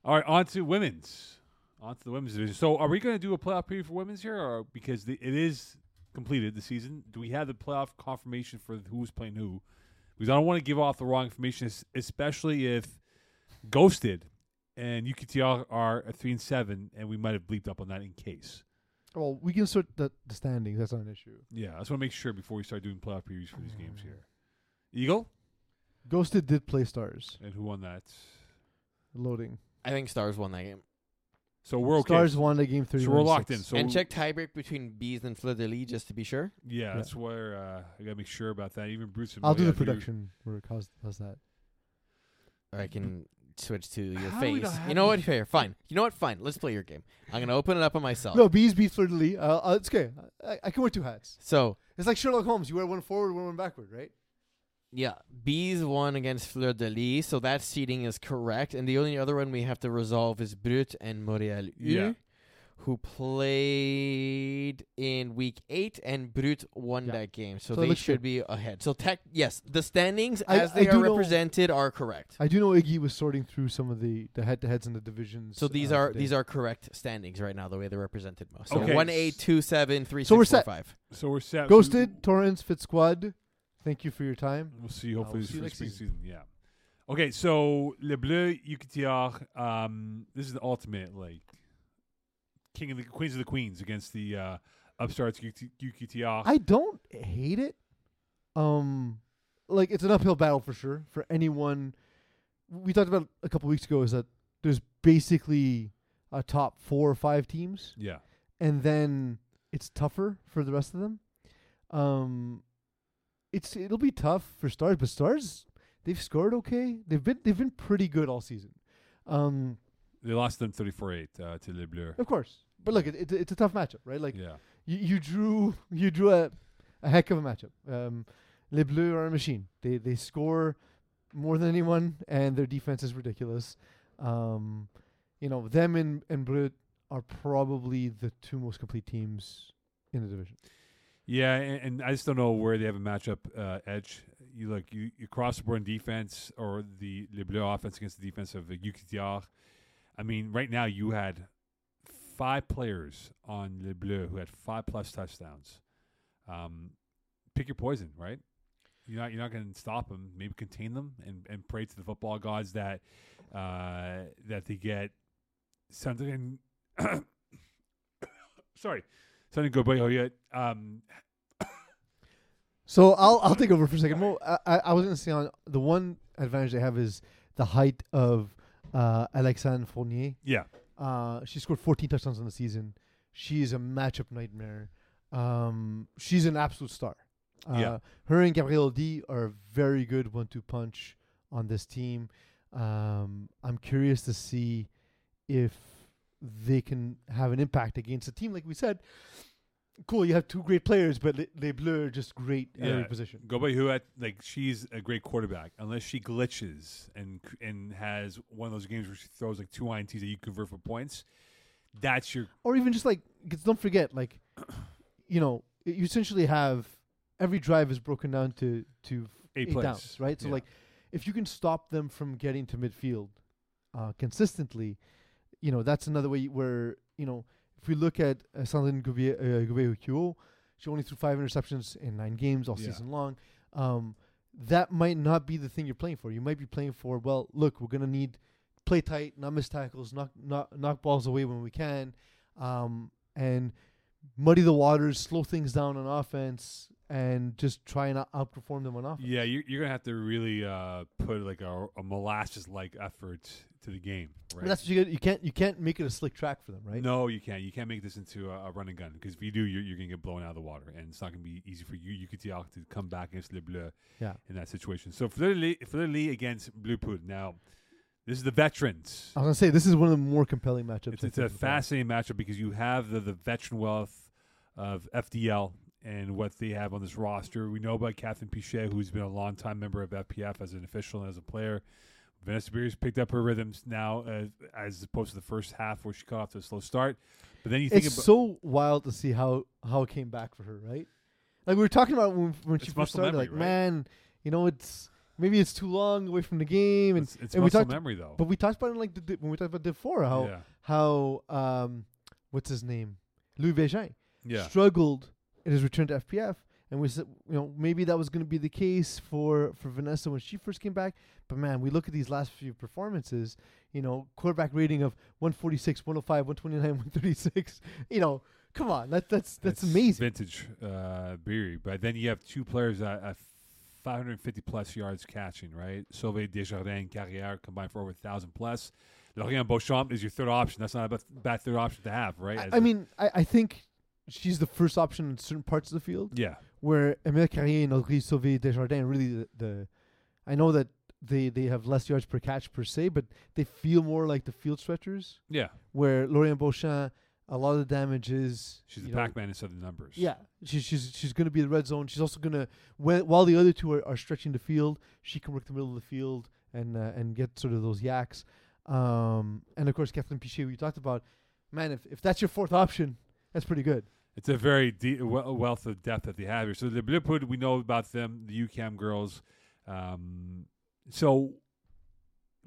Speaker 1: All right, on to women's. On to the women's division. So, are we going to do a playoff preview for women's here, or because the, it is completed the season? Do we have the playoff confirmation for who's playing who? Because I don't want to give off the wrong information, es- especially if ghosted and UKTR are at three and seven, and we might have bleeped up on that in case.
Speaker 2: well, we can sort the, the standings. That's not an issue.
Speaker 1: Yeah, I just want to make sure before we start doing playoff previews for these
Speaker 2: Mm.
Speaker 1: games here. Eagle
Speaker 2: Ghosted did play Stars.
Speaker 1: and who won that?
Speaker 2: Loading.
Speaker 3: I think Stars won that game.
Speaker 1: So we're okay.
Speaker 2: Stars won the game three.
Speaker 1: so we're locked in. So
Speaker 3: and check tiebreak between Bees and Fleur de Lis just to be sure.
Speaker 1: Yeah,
Speaker 2: Yeah.
Speaker 1: that's where uh, I gotta make sure about that. Even Bruce. and
Speaker 2: I'll
Speaker 1: Billy,
Speaker 2: do the
Speaker 1: I figured-
Speaker 2: production work. How's, how's that?
Speaker 3: Or I
Speaker 2: Mm-hmm.
Speaker 3: can switch to your
Speaker 1: How do we
Speaker 3: face.
Speaker 1: not have
Speaker 3: You know what?
Speaker 1: these?
Speaker 3: Here, fine. You know what? Fine. Let's play your game. I'm gonna open it up on myself.
Speaker 2: No, bees beat Fleur de Lis. Uh, uh, it's okay. I, I can wear two hats.
Speaker 3: So
Speaker 2: It's like Sherlock Holmes. You wear one forward, one backward, right?
Speaker 3: yeah, Bees won against Fleur de Lis, so that seating is correct. And the only other one we have to resolve is Brut and Montreal U,
Speaker 1: Yeah.
Speaker 3: who played in week eight, and Brut won
Speaker 2: Yeah.
Speaker 3: that game,
Speaker 2: So
Speaker 3: so,
Speaker 2: it
Speaker 3: they
Speaker 2: looks
Speaker 3: should
Speaker 2: good.
Speaker 3: be ahead. So tech, yes, the standings
Speaker 2: I-
Speaker 3: as
Speaker 2: I
Speaker 3: they
Speaker 2: do
Speaker 3: are
Speaker 2: know-
Speaker 3: represented are correct.
Speaker 2: I do know Iggy was sorting through some of the, the head to heads and the divisions.
Speaker 3: So these
Speaker 2: uh,
Speaker 3: are
Speaker 2: today.
Speaker 3: these are correct standings right now, the way they're represented most. So
Speaker 1: Okay.
Speaker 3: one eight two seven three
Speaker 2: So we're
Speaker 3: six four
Speaker 2: set.
Speaker 3: five.
Speaker 1: So we're set.
Speaker 2: Ghosted, Torrance, Fit Squad. Thank you for your time.
Speaker 1: We'll see. Hopefully,
Speaker 2: we'll
Speaker 1: this
Speaker 2: Oh, see you
Speaker 1: for
Speaker 2: next
Speaker 1: spring
Speaker 2: season.
Speaker 1: season. Yeah. Okay, so Le Bleu UKTR. Um, this is the ultimate like king of the queens of the queens against the uh, upstarts UKT- UKTR.
Speaker 2: I don't hate it. Um, like it's an uphill battle for sure for anyone. We talked about a couple weeks ago is that there's basically a top four or five teams.
Speaker 1: yeah.
Speaker 2: and then it's tougher for the rest of them. Um, it's it'll be tough for Stars, but Stars they've scored okay. They've been they've been pretty good all season. Um,
Speaker 1: They lost them 34-8 uh, to Le Bleu.
Speaker 2: of course, but look, it, it, it's a tough matchup, right? Like
Speaker 1: yeah.
Speaker 2: you, you drew you drew a, a heck of a matchup. Um, Les Bleus are a machine. They they score more than anyone, and their defense is ridiculous. Um, you know, them and and Brut are probably the two most complete teams in the division.
Speaker 1: Yeah, and, and I just don't know where they have a matchup uh, edge. You look, you, you cross the board in defense or the Le Bleu offense against the defense of uh, Ukitiar. I mean, right now you had five players on Le Bleu who had five plus touchdowns. Um, pick your poison, right? You're not you're not going to stop them. Maybe contain them and, and pray to the football gods that uh, that they get something. sorry, something good. But yet, um,
Speaker 2: So I'll I'll take over for a second. Well, I, I I was going to say on the one advantage they have is the height of uh, Alexandre Fournier.
Speaker 1: yeah,
Speaker 2: Uh, she scored 14 touchdowns in the season. She is a matchup nightmare. Um, she's an absolute star. Uh,
Speaker 1: Yeah.
Speaker 2: Her and Gabrielle D are a very good one two punch on this team. Um, I'm curious to see if they can have an impact against a team, like we said. Cool, you have two great players, but Le- Les Bleus are just great at every
Speaker 1: Yeah.
Speaker 2: position.
Speaker 1: Go by who at like she's a great quarterback unless she glitches and and has one of those games where she throws like two ints that you convert for points. That's your
Speaker 2: or even just like because don't forget like you know you essentially have every drive is broken down to to
Speaker 1: Eight
Speaker 2: eight,
Speaker 1: plays.
Speaker 2: downs right so
Speaker 1: Yeah.
Speaker 2: like if you can stop them from getting to midfield uh, consistently you know that's another way where you know if we look at uh, Sandrine Goubier uh, Goubier Okuo, she only threw five interceptions in nine games all
Speaker 1: Yeah.
Speaker 2: season long um, that might not be the thing you're playing for you might be playing for well look we're gonna need play tight not miss tackles knock knock, knock balls away when we can um, and muddy the waters, slow things down on offense, and just try and out- outperform them on offense.
Speaker 1: yeah. You're, you're gonna have to really uh, put like a, a molasses like effort to the game.
Speaker 2: But
Speaker 1: Right?
Speaker 2: That's what you, get. you can't you can't make it a slick track for them, right?
Speaker 1: No, you can't. You can't make this into a, a run and gun because if you do, you're, you're gonna get blown out of the water, and it's not gonna be easy for you. You could to come back against Le Bleu
Speaker 2: Yeah.
Speaker 1: in that situation. So Fleur de Lis- Fleur de Lis against Blue Poudre. Now, this is the veterans.
Speaker 2: I was gonna say this is one of the more compelling matchups.
Speaker 1: It's,
Speaker 2: I
Speaker 1: it's
Speaker 2: think,
Speaker 1: a
Speaker 2: of the fall.
Speaker 1: fascinating matchup because you have the, the veteran wealth of FDL and what they have on this roster. We know about Catherine Pichet, who's been a longtime member of FPF as an official and as a player. Vanessa Beers picked up her rhythms now, uh, as opposed to the first half where she caught off to a slow start. But then you think
Speaker 2: It's
Speaker 1: about
Speaker 2: so wild to see how how it came back for her, right? Like we were talking about when, when she
Speaker 1: It's
Speaker 2: first
Speaker 1: muscle
Speaker 2: started,
Speaker 1: memory,
Speaker 2: like
Speaker 1: right?
Speaker 2: man, you know, it's maybe it's too long away from the game, and
Speaker 1: it's, it's
Speaker 2: and we
Speaker 1: muscle
Speaker 2: talked-
Speaker 1: memory though.
Speaker 2: but we talked about it like the, di- when we talked about Div Four, how
Speaker 1: yeah,
Speaker 2: how um, what's his name, Louis Vegin,
Speaker 1: yeah,
Speaker 2: struggled in his return to FPF, and we said, you know, maybe that was going to be the case for for Vanessa when she first came back. But man, we look at these last few performances. You know, quarterback rating of 146, 105, 129, 136. You know, come on, that that's that's
Speaker 1: It's
Speaker 2: amazing.
Speaker 1: Vintage uh, Beery. But then you have two players uh, at, at 550 plus yards catching, right? Sauvé, Desjardins, and Carrière combined for over 1,000 plus. Laurent Beauchamp is your third option. That's not a bad- bad third option to have, right? As
Speaker 2: I, I
Speaker 1: a-
Speaker 2: mean, I, I think she's the first option in certain parts of the field.
Speaker 1: yeah.
Speaker 2: where Emile Carrier and Audrey Sauvé Desjardins really the, the I know that they, they have less yards per catch per se, but they feel more like the field stretchers
Speaker 1: Yeah.
Speaker 2: where Lorraine Beauchamp a lot of the damage is
Speaker 1: She's
Speaker 2: you
Speaker 1: the
Speaker 2: know,
Speaker 1: Pac Man instead of the numbers.
Speaker 2: Yeah. She's she's she's gonna be the red zone. She's also gonna when, while the other two are, are stretching the field, she can work the middle of the field and uh, and get sort of those yaks. Um, and of course Kathleen Pichet we talked about, man, if, if that's your fourth option, that's pretty good.
Speaker 1: It's a very de- we- wealth of depth that they have here. So the Blipwood, we know about them, the UCAM girls. Um, so,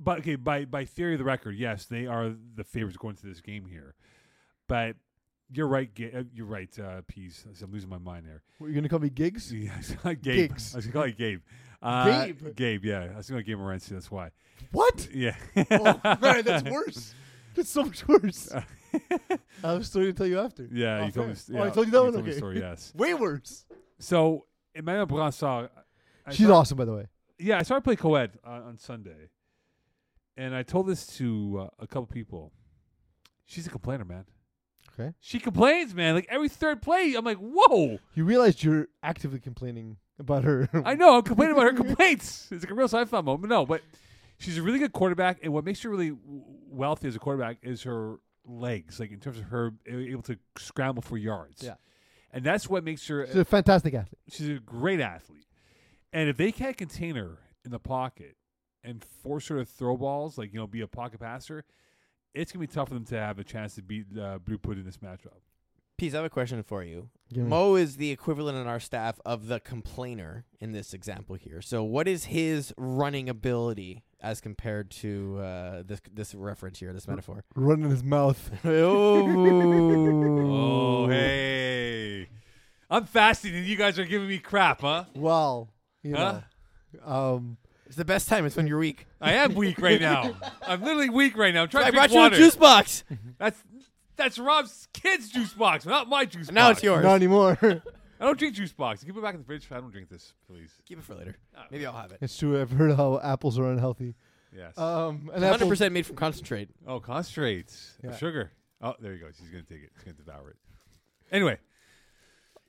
Speaker 1: but okay, by by theory of the record, yes, they are the favorites going to this game here. But you're right, Ga- uh, you're right, uh, Pease. I'm losing my mind there.
Speaker 2: What, you're gonna call me gigs?
Speaker 1: Yeah, I was gonna- Gabe.
Speaker 2: Gigs.
Speaker 1: I was gonna call you Gabe. Uh,
Speaker 2: Gabe?
Speaker 1: Gabe. Yeah, I was gonna call Gabe Morency. That's why.
Speaker 2: What?
Speaker 1: Yeah.
Speaker 2: oh man, that's worse. That's so much worse. I have a story to tell you after.
Speaker 1: Yeah,
Speaker 2: Oh,
Speaker 1: you told me.
Speaker 2: fair.
Speaker 1: st- Yeah,
Speaker 2: Oh, I told you that one.
Speaker 1: told me
Speaker 2: okay.
Speaker 1: story. Yes.
Speaker 2: Way worse.
Speaker 1: So Emmanuel Brassard. I
Speaker 2: She's
Speaker 1: thought-
Speaker 2: awesome, by the way.
Speaker 1: yeah, I started playing co-ed on, on Sunday, and I told this to uh, a couple people. She's a complainer, man.
Speaker 2: Okay.
Speaker 1: She complains, man. Like every third play, I'm like, whoa.
Speaker 2: You realized you're actively complaining about her.
Speaker 1: I know I'm complaining about her complaints. It's like a real Seinfeld moment. No, but she's a really good quarterback, and what makes her really w- wealthy as a quarterback is her legs. Like in terms of her a- able to scramble for yards.
Speaker 2: Yeah.
Speaker 1: And that's what makes her.
Speaker 2: She's a fantastic athlete.
Speaker 1: She's a great athlete. And if they can't contain her in the pocket, and force her to throw balls, like you know, be a pocket passer, it's gonna be tough for them to have a chance to beat uh, Bluefoot in this matchup.
Speaker 3: Peace, I have a question for you.
Speaker 2: Give me-
Speaker 3: Mo is the equivalent in our staff of the complainer in this example here. So, what is his running ability as compared to uh, this this reference here, this metaphor?
Speaker 2: running his mouth.
Speaker 1: Oh,
Speaker 3: oh,
Speaker 1: hey, I'm fasting and you guys are giving me crap, huh?
Speaker 2: Well, you
Speaker 1: Huh?
Speaker 2: know, um,
Speaker 3: It's the best time. It's when you're weak.
Speaker 1: I am weak right now. I'm literally weak right now. I'm trying
Speaker 3: I
Speaker 1: to drink
Speaker 3: brought you a
Speaker 1: water.
Speaker 3: juice box.
Speaker 1: That's that's Rob's kid's juice box, not my juice box.
Speaker 3: now it's yours.
Speaker 2: not anymore.
Speaker 1: I don't drink juice box. Keep it back in the fridge. I don't drink this, please.
Speaker 3: Keep it for later. Maybe I'll have it.
Speaker 2: it's true. I've heard how apples are unhealthy.
Speaker 1: Yes.
Speaker 2: Um, an
Speaker 3: Hundred
Speaker 2: apple.
Speaker 3: percent made from concentrate.
Speaker 1: oh, concentrates. of
Speaker 2: Yeah.
Speaker 1: Sugar. Oh, there he goes. He's gonna take it. He's gonna devour it. Anyway.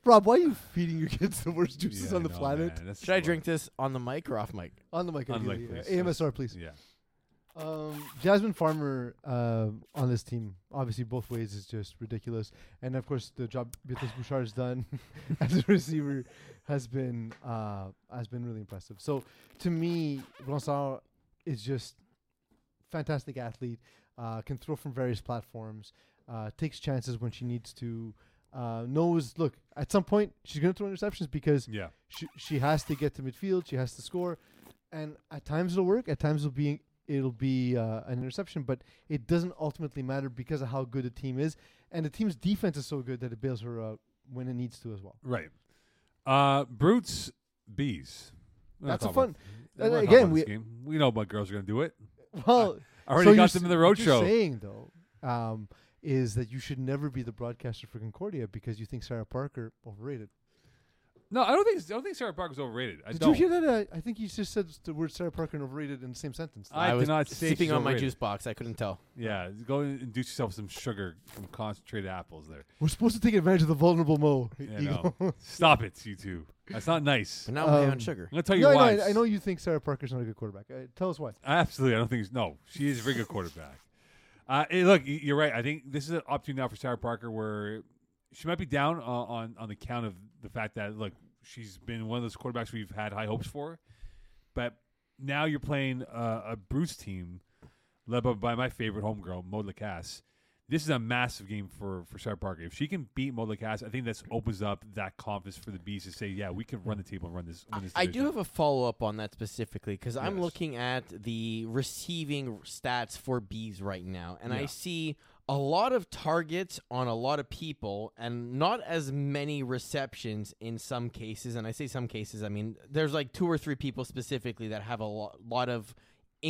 Speaker 2: Rob, why are you feeding your kids the worst juices
Speaker 1: Yeah,
Speaker 2: on the
Speaker 1: I know,
Speaker 2: planet?
Speaker 1: man. That's
Speaker 3: Should I
Speaker 1: low.
Speaker 3: drink this on the mic or off mic?
Speaker 2: On the mic,
Speaker 1: On the
Speaker 2: ideally,
Speaker 1: mic,
Speaker 2: yeah.
Speaker 1: please.
Speaker 2: AMSR, please.
Speaker 1: Yeah.
Speaker 2: Um, Jasmine Farmer uh, on this team, obviously both ways is just ridiculous, and of course the job Beatrice Bouchard has done as a receiver has been uh, has been really impressive. So to me, Ronsard is just fantastic athlete, uh, can throw from various platforms, uh, takes chances when she needs to, uh, knows. Look, at some point she's gonna throw interceptions because
Speaker 1: Yeah.
Speaker 2: she she has to get to midfield. She has to score, and at times it'll work. At times it'll be it'll be uh, an interception, but it doesn't ultimately matter because of how good the team is, and the team's defense is so good that it bails her out uh, when it needs to as well.
Speaker 1: Right. Uh, brutes bees. We're not
Speaker 2: That's a
Speaker 1: talking about-
Speaker 2: fun-
Speaker 1: we're not
Speaker 2: uh,
Speaker 1: talking
Speaker 2: again,
Speaker 1: about this
Speaker 2: we-
Speaker 1: game. we know what girls are gonna do it.
Speaker 2: Well,
Speaker 1: I already got
Speaker 2: you're
Speaker 1: them in the
Speaker 2: s- what you're
Speaker 1: roadshow.
Speaker 2: Saying though, um, is that you should never be the broadcaster for Concordia because you think Sarah Parker overrated.
Speaker 1: No, I don't think I don't think Sarah Parker's overrated. I
Speaker 2: Did
Speaker 1: don't.
Speaker 2: you hear that? Uh, I think you just said the word Sarah Parker and overrated in the same sentence.
Speaker 1: I did
Speaker 3: was
Speaker 1: not say
Speaker 3: sipping
Speaker 1: she's
Speaker 3: on my
Speaker 1: overrated.
Speaker 3: juice box. I couldn't tell.
Speaker 1: Yeah, go and induce yourself some sugar from concentrated apples there.
Speaker 2: We're supposed to take advantage of the vulnerable Mo.
Speaker 1: Yeah,
Speaker 2: Eagle.
Speaker 1: no. Stop it, you two. That's not nice.
Speaker 3: But
Speaker 1: I'm
Speaker 3: now I'm high on
Speaker 2: Um,
Speaker 3: sugar.
Speaker 1: gonna tell you
Speaker 2: No, I know-
Speaker 1: why.
Speaker 2: I, I know you think Sarah Parker's not a good quarterback. Uh, tell us why.
Speaker 1: Absolutely, I don't think. No, she is a very good quarterback. Uh, hey, look, y- you're right. I think this is an opportunity now for Sarah Parker, where she might be down uh, on on the count of the fact that look, she's been one of those quarterbacks we've had high hopes for, but now you're playing uh, a Bruce team led by, by my favorite homegirl, Mo Lacasse. This is a massive game for for Sarah Parker. If she can beat Mo Lacasse, I think that opens up that confidence for the Bees to say, yeah, we can run the table and run this. Win this
Speaker 3: I do
Speaker 1: division.
Speaker 3: have a follow up on that specifically because I'm
Speaker 1: Yes.
Speaker 3: looking at the receiving stats for bees right now, and I
Speaker 1: Yeah.
Speaker 3: see a lot of targets on a lot of people, and not as many receptions in some cases. And I say some cases, I mean there's like two or three people specifically that have a lo- lot of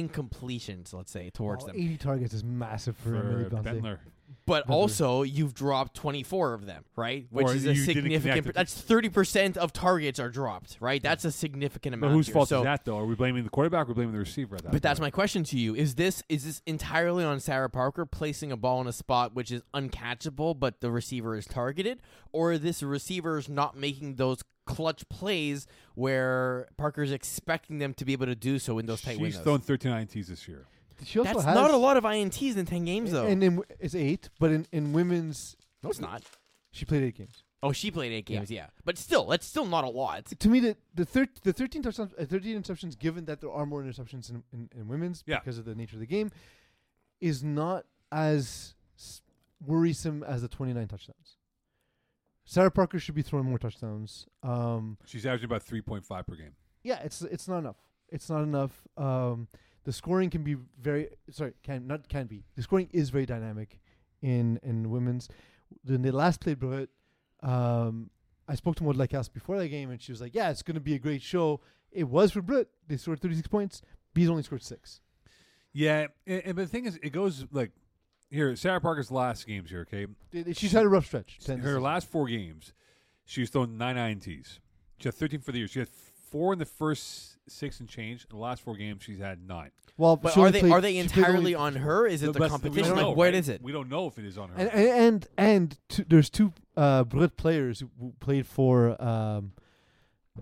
Speaker 3: incompletions, let's say, towards
Speaker 2: Wow,
Speaker 3: them.
Speaker 2: 80 Oh, targets is massive for, Emily
Speaker 1: for
Speaker 2: Dante.
Speaker 1: Bentler.
Speaker 3: But
Speaker 2: Remember.
Speaker 3: also, you've dropped 24 of them, right? Which
Speaker 1: Or
Speaker 3: is
Speaker 1: you
Speaker 3: a
Speaker 1: didn't connect
Speaker 3: significant.
Speaker 1: with-
Speaker 3: That's 30% of targets are dropped, right? That's a significant
Speaker 1: But
Speaker 3: amount.
Speaker 1: whose
Speaker 3: here.
Speaker 1: fault
Speaker 3: so,
Speaker 1: is that though? Are we blaming the quarterback? Or we blaming the receiver at that?
Speaker 3: But that's
Speaker 1: point?
Speaker 3: my question to you: Is this is this entirely on Sarah Parker placing a ball in a spot which is uncatchable, but the receiver is targeted, or this receiver is not making those clutch plays where Parker's expecting them to be able to do so in those tight
Speaker 1: She's
Speaker 3: windows?
Speaker 1: thrown 39 tees this year.
Speaker 2: She also
Speaker 3: that's
Speaker 2: has,
Speaker 3: not a lot of ints in ten games, though.
Speaker 2: And in, w- it's eight, but in, in women's,
Speaker 3: no, it's not.
Speaker 2: she played eight games.
Speaker 3: Oh, she played eight games, yeah, but still, that's still not a lot.
Speaker 2: To me, the the, thir- the 13 touchdowns, uh, 13 interceptions, given that there are more interceptions in, in, in women's
Speaker 1: Yeah.
Speaker 2: because of the nature of the game, is not as s- worrisome as the 29 touchdowns. Sarah Parker should be throwing more touchdowns. Um,
Speaker 1: She's averaging about 3.5 per game.
Speaker 2: yeah, it's it's not enough. It's not enough. Um, the scoring can be very sorry, can not can be. The scoring is very dynamic in in women's. When they last played Brut, um, I spoke to Maud Lacasse before that game, and she was like, "Yeah, it's going to be a great show." It was for Brut. They scored 36 points. Bees only scored six.
Speaker 1: Yeah, and, and but the thing is, it goes like here. Sarah Parker's last games here. Okay,
Speaker 2: They- they- She's had a rough stretch. to end the
Speaker 1: her
Speaker 2: season.
Speaker 1: last four games, she's thrown nine ints. She had 13 for the year. She had four in the first six and change. In the last four games, she's had nine.
Speaker 2: well,
Speaker 3: But
Speaker 2: she
Speaker 3: are
Speaker 2: only
Speaker 3: they
Speaker 2: played-
Speaker 3: are they
Speaker 2: she played only-
Speaker 3: entirely on her? Is it
Speaker 1: But
Speaker 3: the
Speaker 1: that's- we
Speaker 3: competition?
Speaker 1: don't
Speaker 3: Like,
Speaker 1: know,
Speaker 3: what
Speaker 1: right?
Speaker 3: is it?
Speaker 1: We don't know if it is on her.
Speaker 2: and and and, and two, there's two uh, Brut players who who played for um,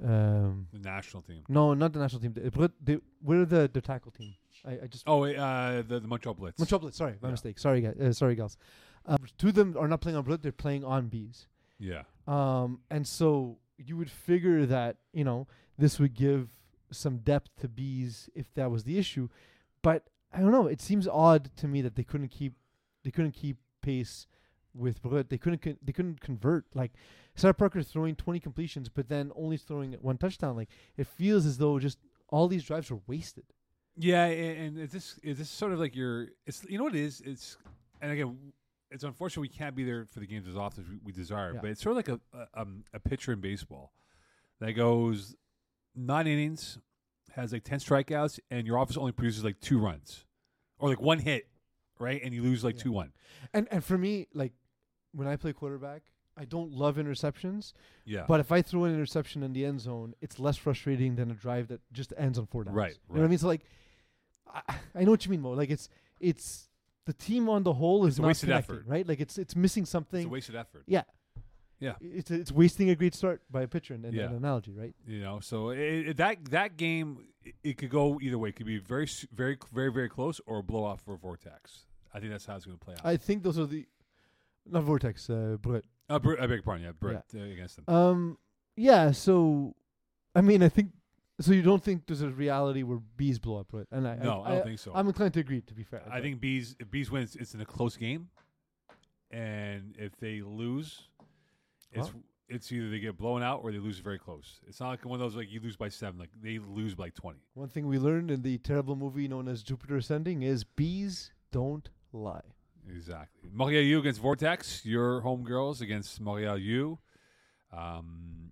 Speaker 2: um,
Speaker 1: the national team.
Speaker 2: No, not the national team. The- But they, we're the, the tackle team. I, I just
Speaker 1: Oh, wait, uh, the, the Montreal Blitz.
Speaker 2: Montreal Blitz. Sorry, my
Speaker 1: Yeah.
Speaker 2: mistake. Sorry, guys. Uh, sorry, gals. Um, two of them are not playing on Blitz. They're playing on bees.
Speaker 1: Yeah.
Speaker 2: Um, and so you would figure that you know this would give some depth to bees if that was the issue. But I don't know. It seems odd to me that they couldn't keep they couldn't keep pace with Brut. They couldn't con- they couldn't convert. Like Sarah Parker throwing 20 completions, but then only throwing one touchdown. Like it feels as though just all these drives were wasted.
Speaker 1: Yeah, and, and is this is this sort of like your? It's you know what it is. It's and again, it's unfortunate we can't be there for the games as often as we, we desire.
Speaker 2: Yeah.
Speaker 1: But it's sort of like a a, um, a pitcher in baseball that goes nine innings, has like ten strikeouts, and your office only produces like two runs or like one hit, right? And you lose like
Speaker 2: Yeah.
Speaker 1: two one.
Speaker 2: And and for me, like when I play quarterback, I don't love interceptions.
Speaker 1: Yeah,
Speaker 2: But if I throw an interception in the end zone, it's less frustrating than a drive that just ends on four downs.
Speaker 1: Right,
Speaker 2: You know what I
Speaker 1: right.
Speaker 2: mean? So like, I, I know what you mean, Mo. Like it's it's the team on the whole is
Speaker 1: a
Speaker 2: not
Speaker 1: wasted
Speaker 2: connected,
Speaker 1: effort.
Speaker 2: right? Like it's it's missing
Speaker 1: it's a
Speaker 2: something.
Speaker 1: wasted effort.
Speaker 2: yeah.
Speaker 1: Yeah.
Speaker 2: It's it's wasting a great start by a pitcher and and
Speaker 1: Yeah.
Speaker 2: an analogy, right?
Speaker 1: You know, so it, it, that that game it, it could go either way. It could be very s- very very very close or a blowout for Vortex. I think that's how it's going to play out.
Speaker 2: I think those are the not vortex, uh, Brett.
Speaker 1: Uh, Br- I beg your pardon. Yeah, Brett uh, against them.
Speaker 2: Um, yeah. So, I mean, I think so. You don't think there's a reality where bees blow up, right? And I
Speaker 1: no, I,
Speaker 2: I,
Speaker 1: don't think so.
Speaker 2: I'm inclined to agree. To be fair,
Speaker 1: I think bees if bees win. It's, it's in a close game, and if they lose, it's it's either they get blown out or they lose very close. It's not like one of those like you lose by seven. Like they lose by twenty.
Speaker 2: One thing we learned in the terrible movie known as Jupiter Ascending is bees don't lie.
Speaker 1: Exactly. Montreal U against Vortex. Your homegirls against Montreal U. Um,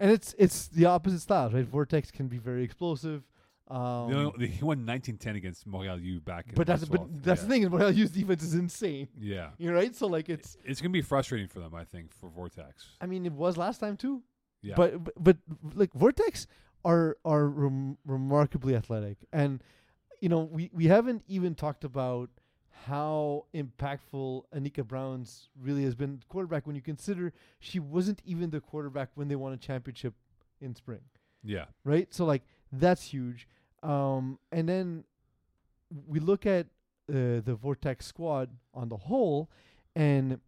Speaker 2: And it's it's the opposite styles, right? Vortex can be very explosive. Um,
Speaker 1: they only- they won 19-10 against Montreal U back. In
Speaker 2: but that's but
Speaker 1: 12th.
Speaker 2: that's
Speaker 1: yeah.
Speaker 2: the thing is Montreal U's defense is insane.
Speaker 1: Yeah,
Speaker 2: You're right. So like it's
Speaker 1: it's gonna be frustrating for them. I think for Vortex.
Speaker 2: I mean it was last time too.
Speaker 1: Yeah.
Speaker 2: But but, but like Vortex are are rem- remarkably athletic, and you know we we haven't even talked about how impactful Anika Brown's really has been at quarterback when you consider she wasn't even the quarterback when they won a championship in spring,
Speaker 1: yeah.
Speaker 2: right? So like that's huge. Um, and then we look at uh, the Vortex squad on the whole, and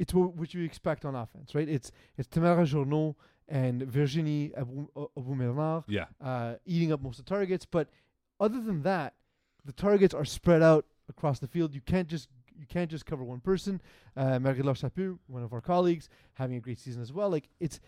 Speaker 2: it's what, what you expect on offense, right? It's it's Tamara Journeau and Virginie Abou- Aboumelnar
Speaker 1: Yeah.
Speaker 2: uh, eating up most of the targets, but other than that, the targets are spread out across the field. You can't just you can't just cover one person. Uh, Marie-Laure Chaput, one of our colleagues, having a great season as well. Like it's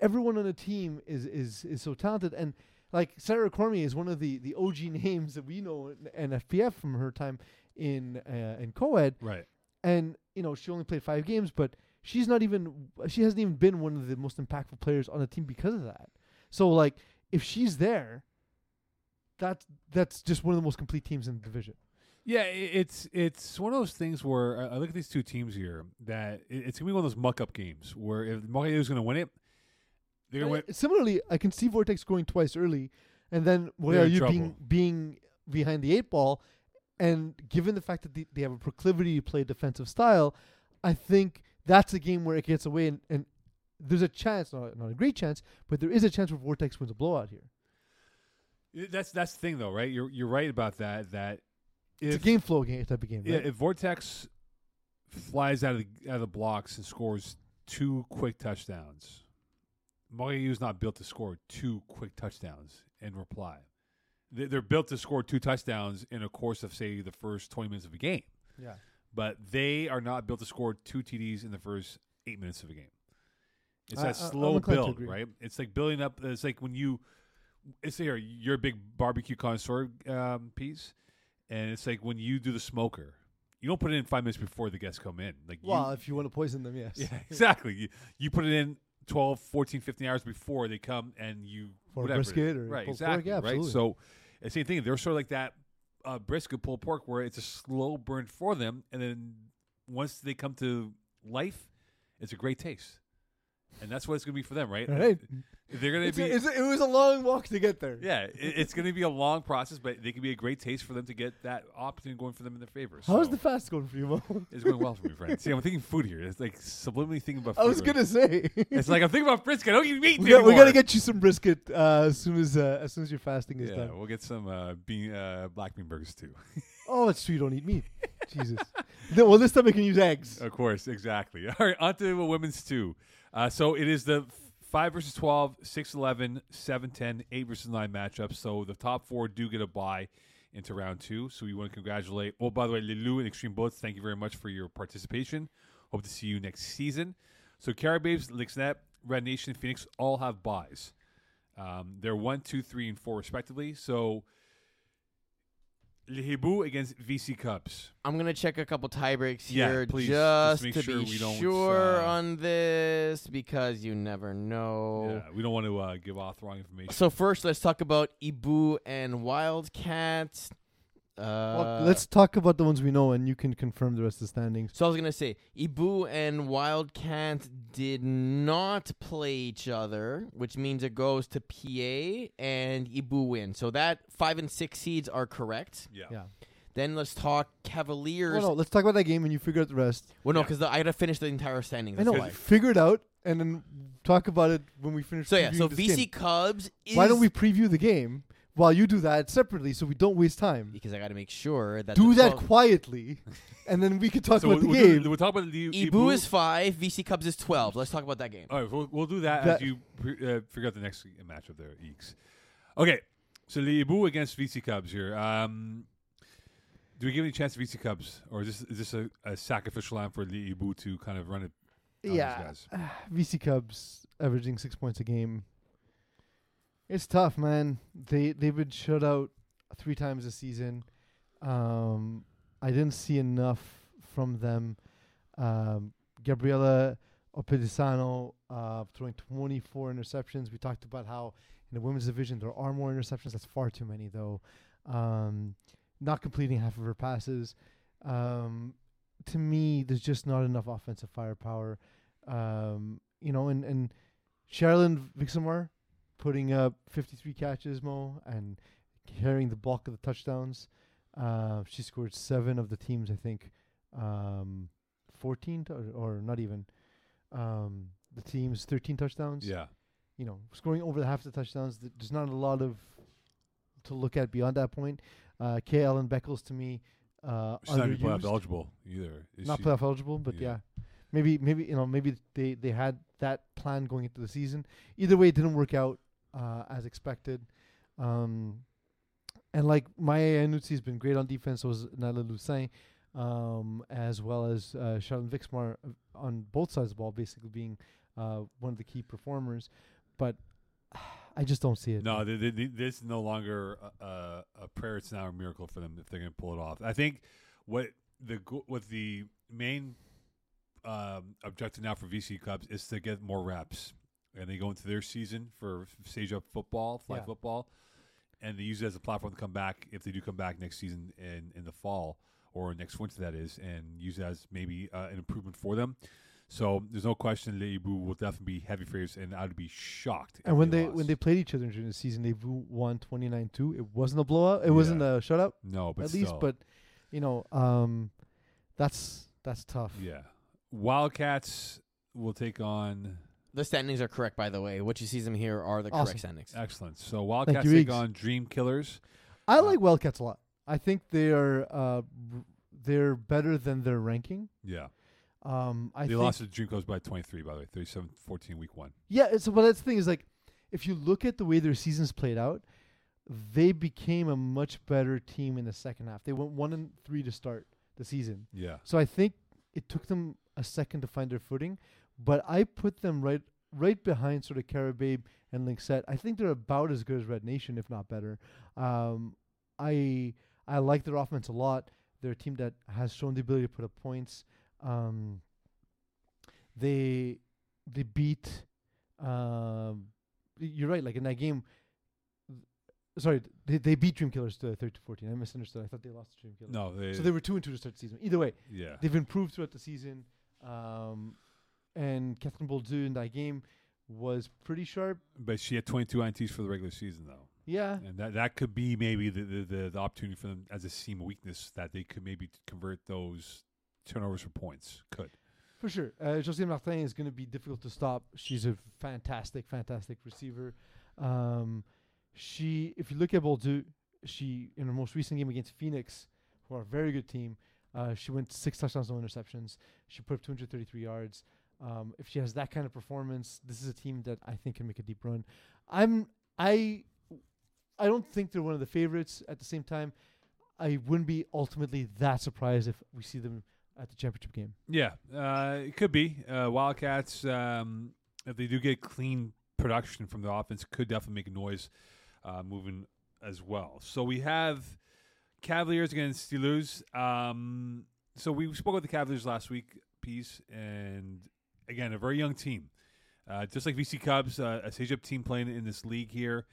Speaker 2: everyone on the team is is is so talented and like Sarah Cormier is one of the the OG names that we know in FPF from her time in uh, in co-ed
Speaker 1: Right.
Speaker 2: and you know she only played 5 games but she's not even she hasn't even been one of the most impactful players on the team because of that. So like if she's there that's that's just one of the most complete teams in the division.
Speaker 1: Yeah, i- it's it's one of those things where uh, I I look at these two teams here that i- it's gonna be one of those muck up games where if Montreal is gonna win it, they're gonna win.
Speaker 2: And Similarly, I can see Vortex going twice early, and then where
Speaker 1: They're
Speaker 2: are
Speaker 1: in
Speaker 2: you
Speaker 1: trouble.
Speaker 2: being being behind the eight ball? And given the fact that they, they have a proclivity to play defensive style, I think that's a game where it gets away, and, and there's a chance, not, not a great chance, but there is a chance where Vortex wins a blowout here.
Speaker 1: I- That's that's the thing though, right? You're you're right about that. That
Speaker 2: It's
Speaker 1: if
Speaker 2: a game flow game type of game.
Speaker 1: i-
Speaker 2: Right?
Speaker 1: if Vortex flies out of the, out of the blocks and scores two quick touchdowns, Montreal is not built to score two quick touchdowns in reply. They- They're built to score two touchdowns in a course of say the first twenty minutes of a game.
Speaker 2: yeah.
Speaker 1: but they are not built to score two TDs in the first eight minutes of a game. It's
Speaker 2: I-
Speaker 1: that
Speaker 2: I- I'm
Speaker 1: slow
Speaker 2: inclined to
Speaker 1: build,
Speaker 2: agree.
Speaker 1: right? It's like building up. It's like when you, it's here. You're a big barbecue connoisseur um, piece, and it's like when you do the smoker, you don't put it in five minutes before the guests come in. Like,
Speaker 2: Well,
Speaker 1: you,
Speaker 2: if you want to poison them, yes.
Speaker 1: yeah, exactly. You, you put it in 12, 14, 15 hours before they come and you
Speaker 2: For
Speaker 1: whatever it
Speaker 2: brisket
Speaker 1: is.
Speaker 2: or
Speaker 1: right,
Speaker 2: pulled pork,
Speaker 1: exactly,
Speaker 2: yeah,
Speaker 1: right.
Speaker 2: absolutely.
Speaker 1: So, the same thing. They're sort of like that uh, brisket pulled pork where it's a slow burn for them, and then once they come to life, it's a great taste, and that's what it's going to be for them, right?
Speaker 2: All right.
Speaker 1: They're going to
Speaker 2: It's
Speaker 1: be.
Speaker 2: a- it's a- it was a long walk to get there.
Speaker 1: yeah, it, it's going to be a long process, but they can be a great taste for them to get that opportunity going for them in their favor.
Speaker 2: How's
Speaker 1: So
Speaker 2: the fast going for you, Mo?
Speaker 1: it's going well for me, friend. See, I'm thinking food here. It's like subliminally thinking about.
Speaker 2: I
Speaker 1: food
Speaker 2: was
Speaker 1: right
Speaker 2: gonna say.
Speaker 1: It's like I'm thinking about brisket. I don't eat meat
Speaker 2: we got,
Speaker 1: anymore.
Speaker 2: we gotta get you some brisket uh, as soon as uh, as soon as your fasting is
Speaker 1: Yeah,
Speaker 2: done.
Speaker 1: we'll get some uh, bean, uh, black bean burgers too.
Speaker 2: Oh, that's true. You don't eat meat. Jesus. No, well, this time I can use eggs.
Speaker 1: of course, exactly. All right, on to women's too. Uh, so it is the f- 5 versus 12, 6 11, 7 10, 8 versus 9 matchups. So the top four do get a bye into round two. So we want to congratulate. Oh, by the way, Lilu and Extreme Bullets, thank you very much for your participation. Hope to see you next season. So Carababes, Lixnet, Red Nation, Phoenix all have buys. Um, they're one, two, three, and four respectively. So Lihibu against VC Cups.
Speaker 3: I'm gonna check a couple tie breaks
Speaker 1: Yeah,
Speaker 3: here
Speaker 1: please, just
Speaker 3: just,
Speaker 1: make
Speaker 3: to
Speaker 1: sure
Speaker 3: be
Speaker 1: we don't,
Speaker 3: sure
Speaker 1: uh,
Speaker 3: on this because you never know.
Speaker 1: Yeah, we don't want to uh, give off the wrong information.
Speaker 3: So first, let's talk about Ibu and Wildcat. Uh,
Speaker 2: Well, let's talk about the ones we know, and you can confirm the rest of the standings.
Speaker 3: So I was gonna say Ibu and Wildcat did not play each other, which means it goes to PA and Ibu win. So that five and six seeds are correct.
Speaker 1: yeah.
Speaker 2: Yeah.
Speaker 3: Then let's talk
Speaker 2: Well,
Speaker 3: Cavaliers.
Speaker 2: no, let's talk about that game, and you figure out the rest.
Speaker 3: Well, no,
Speaker 1: Yeah.
Speaker 3: because I gotta finish the entire standings.
Speaker 2: I
Speaker 3: that's
Speaker 2: know.
Speaker 3: why.
Speaker 2: Figure it out, and then talk about it when we finish.
Speaker 3: So yeah,
Speaker 2: previewing
Speaker 3: so
Speaker 2: this
Speaker 3: VC
Speaker 2: game.
Speaker 3: Cubs. Is
Speaker 2: Why don't we preview the game while you do that separately, so we don't waste time?
Speaker 3: Because I gotta make sure that
Speaker 2: Do
Speaker 3: the
Speaker 2: that
Speaker 3: 12
Speaker 2: quietly, and then we can talk
Speaker 1: So
Speaker 2: about
Speaker 1: we'll,
Speaker 2: the
Speaker 1: we'll,
Speaker 2: game.
Speaker 1: Do, we'll talk about the Ibu.
Speaker 3: Ibu is five. VC Cubs is twelve. Let's talk about that game.
Speaker 1: All right, we'll, we'll do that,
Speaker 2: That-
Speaker 1: as you pre- uh, figure out the next matchup there, Eeks. Okay, so Libu against VC Cubs here. Um, do we give any chance to VC Cubs, or is this is this a, a sacrificial lamb for Libu to kind of run it? on these
Speaker 2: yeah,
Speaker 1: guys?
Speaker 2: VC Cubs averaging six points a game. It's tough, man. They they've been shut out three times this season. Um, I didn't see enough from them. Um, Gabriela Opedisano uh, throwing 24 interceptions. We talked about how in the women's division there are more interceptions. That's far too many though. Um, not completing half of her passes. Um, to me, there's just not enough offensive firepower. Um, you know, and and Sherilyn Vixamar putting up 53 catches, Mo, and carrying the bulk of the touchdowns. Uh, she scored seven of the teams, I think, um, 14 tou- or not even. Um, the team's 13 touchdowns
Speaker 1: Yeah,
Speaker 2: you know, scoring over the half the touchdowns. th- There's not a lot of to look at beyond that point. Uh, K. Allen Beckles to me, uh,
Speaker 1: she's not even playoff
Speaker 2: underused.
Speaker 1: eligible either. Is
Speaker 2: not
Speaker 1: she?
Speaker 2: playoff eligible, but
Speaker 1: Yeah.
Speaker 2: yeah. maybe maybe you know maybe they they had that plan going into the season. Either way, it didn't work out uh, as expected. Um, and like Maya Anuzzi has been great on defense, so was Nyla Lucin, um, as well as uh, Charlene Vixmar uh, on both sides of the ball, basically being uh, one of the key performers. But I just don't see it.
Speaker 1: No, th th th this is no longer a, a, a prayer. It's now a miracle for them if they're going to pull it off. I think what the go- what the main um, objective now for VC Cubs is to get more reps, and they go into their season for f- stage up football, flag
Speaker 2: Yeah.
Speaker 1: football, and they use it as a platform to come back if they do come back next season in in the fall or next winter that is, and use it as maybe uh, an improvement for them. So there's no question Leibu will definitely be heavy favorites, and I'd be shocked. if
Speaker 2: And when they when
Speaker 1: lost.
Speaker 2: they played each other during the season, they w- won 29-2. It wasn't a blowout. It wasn't a shutout.
Speaker 1: no, but
Speaker 2: at least
Speaker 1: still.
Speaker 2: but you know um that's that's tough
Speaker 1: Yeah. Wildcats will take on
Speaker 3: The standings are correct, by the way. What you see them here are the
Speaker 2: Awesome.
Speaker 3: correct standings.
Speaker 1: excellence. So Wildcats
Speaker 2: you,
Speaker 1: take
Speaker 2: Eags.
Speaker 1: on Dream Killers.
Speaker 2: i
Speaker 1: Uh,
Speaker 2: like wildcats a lot i think they're uh r- they're better than their ranking
Speaker 1: Yeah.
Speaker 2: um i
Speaker 1: they
Speaker 2: think
Speaker 1: lost to Dream Killers by 23 by the way, 37-14 week 1.
Speaker 2: yeah it's- so but that's the thing is like if you look at the way their seasons played out they became a much better team in the second half they went one and three to start the season
Speaker 1: Yeah.
Speaker 2: So I think it took them a second to find their footing, but I put them right right behind sort of Carababe and Linkset. I think they're about as good as Red Nation, if not better. Um, I I like their offense a lot. They're a team that has shown the ability to put up points. Um, they they beat. Um, y- you're right. Like in that game, th- sorry, they they beat Dream Killers to 30 to 14. I misunderstood. I thought they lost to Dream Killers.
Speaker 1: No, they,
Speaker 2: So they were two and two to start the season. Either way,
Speaker 1: yeah.
Speaker 2: they've improved throughout the season. Um, and Catherine Boldu in that game was pretty sharp.
Speaker 1: But she had 22 INTs for the regular season though.
Speaker 2: Yeah.
Speaker 1: And that that could be maybe the the, the, the opportunity for them as a seam weakness that they could maybe convert those turnovers for points. Could.
Speaker 2: For sure. Uh, Jose Martin is going to be difficult to stop. She's a fantastic, fantastic receiver. Um, she, if you look at Boldu, she in her most recent game against Phoenix, who are a very good team, uh, she went six touchdowns, no interceptions. She put up 233 yards. Um, if she has that kind of performance, this is a team that I think can make a deep run. I'm I I don't think they're one of the favorites. At the same time, I wouldn't be ultimately that surprised if we see them at the championship game.
Speaker 1: Yeah, uh, it could be uh, Wildcats. Um, if they do get clean production from the offense, could definitely make noise uh, moving as well. So we have Cavaliers against Steelers. Um, so we spoke about the Cavaliers last week, piece, and again, a very young team, uh, just like VC Cubs, uh, a stage up team playing in this league here.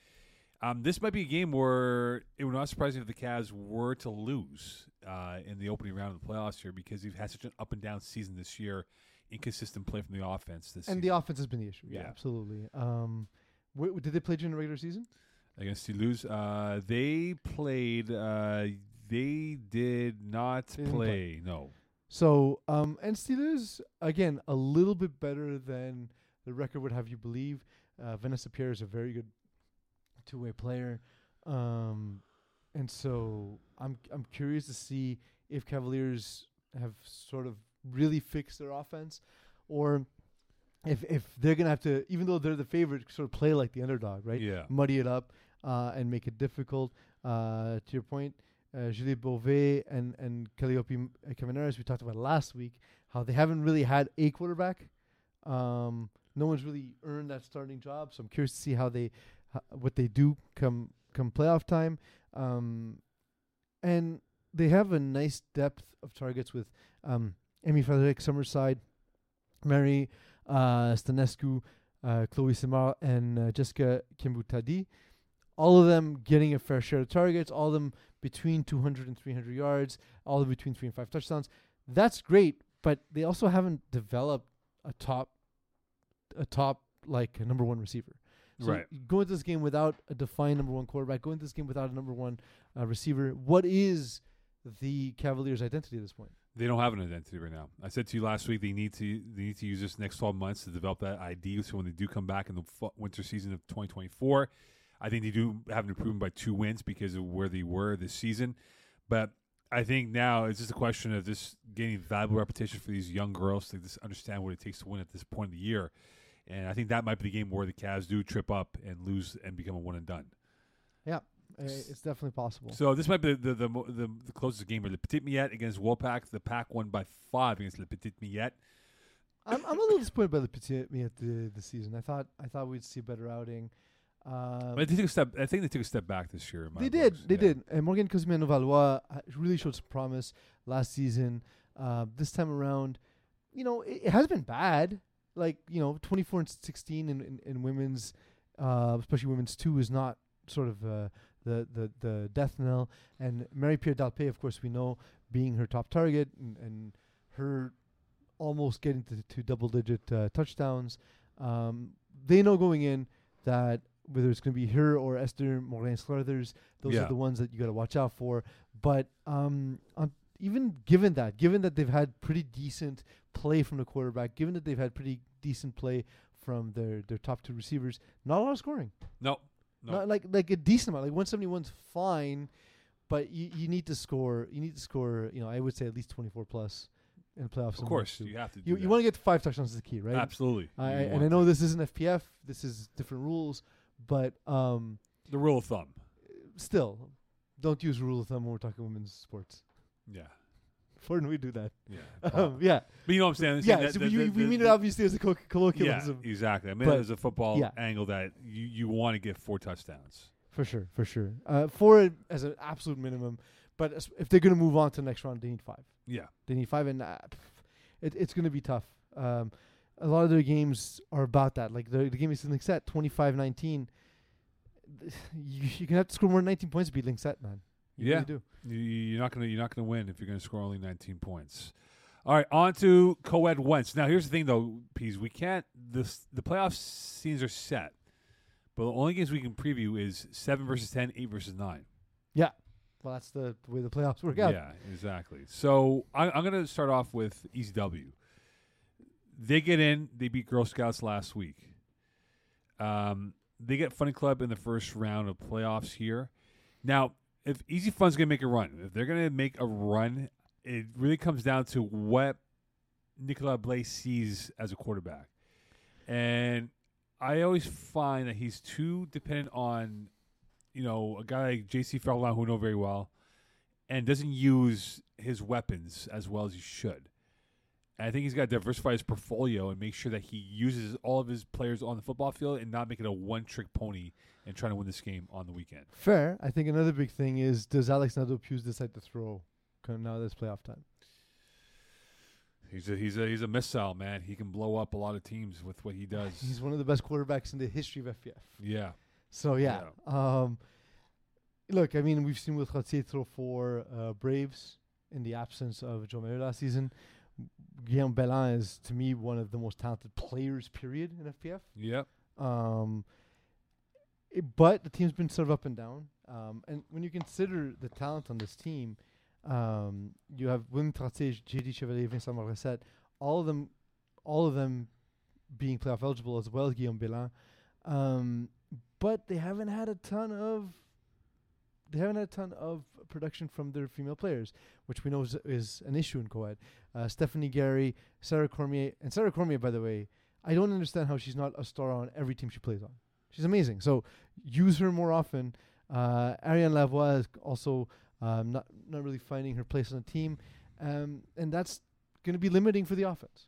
Speaker 1: Um, this might be a game where it would not surprise me if the Cavs were to lose uh, in the opening round of the playoffs here because they've had such an up and down season this year, inconsistent play from the offense this
Speaker 2: And the
Speaker 1: season
Speaker 2: offense has been the issue. Yeah,
Speaker 1: Yeah.
Speaker 2: absolutely. Um, wh- wh- did they play during the regular season?
Speaker 1: against Toulouse. Uh, they played. Uh, they did not
Speaker 2: They didn't play.
Speaker 1: play. No.
Speaker 2: So, um, and Steelers again a little bit better than the record would have you believe. Uh, Vanessa Pierre is a very good two-way player, um, and so I'm I'm curious to see if Cavaliers have sort of really fixed their offense, or if if they're gonna have to, even though they're the favorite, sort of play like the underdog, right?
Speaker 1: Yeah.
Speaker 2: muddy it up uh, and make it difficult. Uh, to your point, uh, Julie Beauvais and and Calliope Cavanaris, we talked about last week, how they haven't really had a quarterback. Um, no one's really earned that starting job, so I'm curious to see how they ho- what they do come come playoff time. Um, and they have a nice depth of targets with um, Emmy Frederick Summerside, Mary uh, Stanescu, uh, Chloe Simar, and uh, Jessica Kimbutadi. All of them getting a fair share of targets, all of them between 200 and 300 yards, all of them between three and five touchdowns. That's great, but they also haven't developed a top, a top like a number one receiver. So
Speaker 1: Right.
Speaker 2: you Go into this game without a defined number one quarterback. Go into this game without a number one uh, receiver. What is the Cavaliers' identity at this point?
Speaker 1: They don't have an identity right now. I said to you last week they need to they need to use this next twelve months to develop that ID. So when they do come back in the fu- winter season of 2024, I think they do have an improvement by two wins because of where they were this season. But I think now it's just a question of just getting valuable repetition for these young girls to just understand what it takes to win at this point of the year. And I think that might be the game where the Cavs do trip up and lose and become a one and done.
Speaker 2: Uh, It's definitely possible.
Speaker 1: So this might be the the, the, mo- the, the closest game where Le Petit Miette against Wolpack. The Pack won by five against Le Petit Miette.
Speaker 2: I'm, I'm a little disappointed by the Petit me at the the season. I thought I thought we'd see a better outing. Um,
Speaker 1: But they took a step. I think they took a step back this year. in my
Speaker 2: they did,
Speaker 1: books.
Speaker 2: they
Speaker 1: Yeah.
Speaker 2: did. And Morgan Cosmiano Valois uh, really showed some promise last season. Uh, this time around, you know, it, it has been bad. Like you know, 24 and 16 in in, in women's, uh, especially women's two, is not sort of uh, the the the death knell. And Mary Pierre Dalpe, of course, we know being her top target and, and her almost getting to, to double digit uh, touchdowns. Um, they know going in that whether it's going to be her or Esther Morin Slithers, those
Speaker 1: Yeah.
Speaker 2: are the ones that you got to watch out for. But um, on, even given that, given that they've had pretty decent play from the quarterback, given that they've had pretty decent play from their, their top two receivers, not a lot of scoring.
Speaker 1: No, no.
Speaker 2: Not like like a decent amount. Like 171's fine, but you, you need to score. You need to score. You know, I would say at least 24 plus in the playoffs.
Speaker 1: of course you have to. Do
Speaker 2: You,
Speaker 1: that.
Speaker 2: you want to get to five touchdowns is the key, right?
Speaker 1: absolutely.
Speaker 2: I, I-
Speaker 1: You
Speaker 2: and
Speaker 1: want
Speaker 2: I know
Speaker 1: to.
Speaker 2: this isn't FPF. This is different rules, but um,
Speaker 1: the rule of thumb.
Speaker 2: still, don't use rule of thumb when we're talking women's sports.
Speaker 1: Yeah,
Speaker 2: Where do we do that?
Speaker 1: yeah.
Speaker 2: Um, yeah,
Speaker 1: but you know what I'm saying. I'm
Speaker 2: yeah.
Speaker 1: saying that-
Speaker 2: so
Speaker 1: that-
Speaker 2: we,
Speaker 1: that-
Speaker 2: we
Speaker 1: that-
Speaker 2: mean it
Speaker 1: that-
Speaker 2: obviously as a co-
Speaker 1: Yeah,
Speaker 2: colloquialism.
Speaker 1: exactly. I mean,
Speaker 2: But-
Speaker 1: there's a football
Speaker 2: yeah.
Speaker 1: angle that you, you want to get four touchdowns.
Speaker 2: For sure, for sure. Uh, four i- as an absolute minimum, but as- if they're going to move on to the next round, they need five.
Speaker 1: Yeah,
Speaker 2: They need five, and uh, pff, it, it's going to be tough. Um, a lot of their games are about that. Like the, the game is Linksat, 25-19. You, you can have to score more than 19 points to beat Linksat, man. You
Speaker 1: yeah.
Speaker 2: really do.
Speaker 1: You- You're not gonna you're not gonna win if you're gonna score only 19 points. All right, on to co-ed once. Now here's the thing though, Pease. We can't this the playoff scenes are set, but the only games we can preview is seven versus 10, eight versus nine.
Speaker 2: Well, that's the, the way the playoffs work out.
Speaker 1: Yeah, exactly. So I, I'm gonna start off with ECW. They get in. They beat Girl Scouts last week. Um, they get Funny Club in the first round of playoffs here. Now, if Easy Fun's gonna make a run, if they're gonna make a run, it really comes down to what Nicolas Blais sees as a quarterback. And I always find that he's too dependent on, you know, a guy like J.C. Furlan, who I know very well, and doesn't use his weapons as well as he should. And I think he's got to diversify his portfolio and make sure that he uses all of his players on the football field and not make it a one-trick pony and trying to win this game on the weekend.
Speaker 2: Fair. I think another big thing is does Alex Nado Pughes decide to throw kind of now this playoff time?
Speaker 1: He's a he's a he's a missile, man. He can blow up a lot of teams with what he does.
Speaker 2: He's one of the best quarterbacks in the history of FPF.
Speaker 1: yeah.
Speaker 2: So yeah. Um, look, I mean, we've seen with Gauthier throw for uh, Braves in the absence of Joe Mayer last season. Guillaume Belin is to me one of the most talented players, period, in FPF.
Speaker 1: Yep.
Speaker 2: Um, i- but the team's been sort of up and down. Um, and when you consider the talent on this team, um, you have William Trottier, JD Chevalier, Vincent Morissette, all of them, all of them being playoff eligible as well as Guillaume Belin. Um, but they haven't had a ton of they haven't had a ton of production from their female players, which we know is, is an issue in co-ed. Uh, Stephanie Gary, Sarah Cormier, and Sarah Cormier, by the way, I don't understand how she's not a star on every team she plays on. She's amazing. So use her more often. Uh, Ariane Lavoie is also um, not not really finding her place on the team, um, and that's going to be limiting for the offense.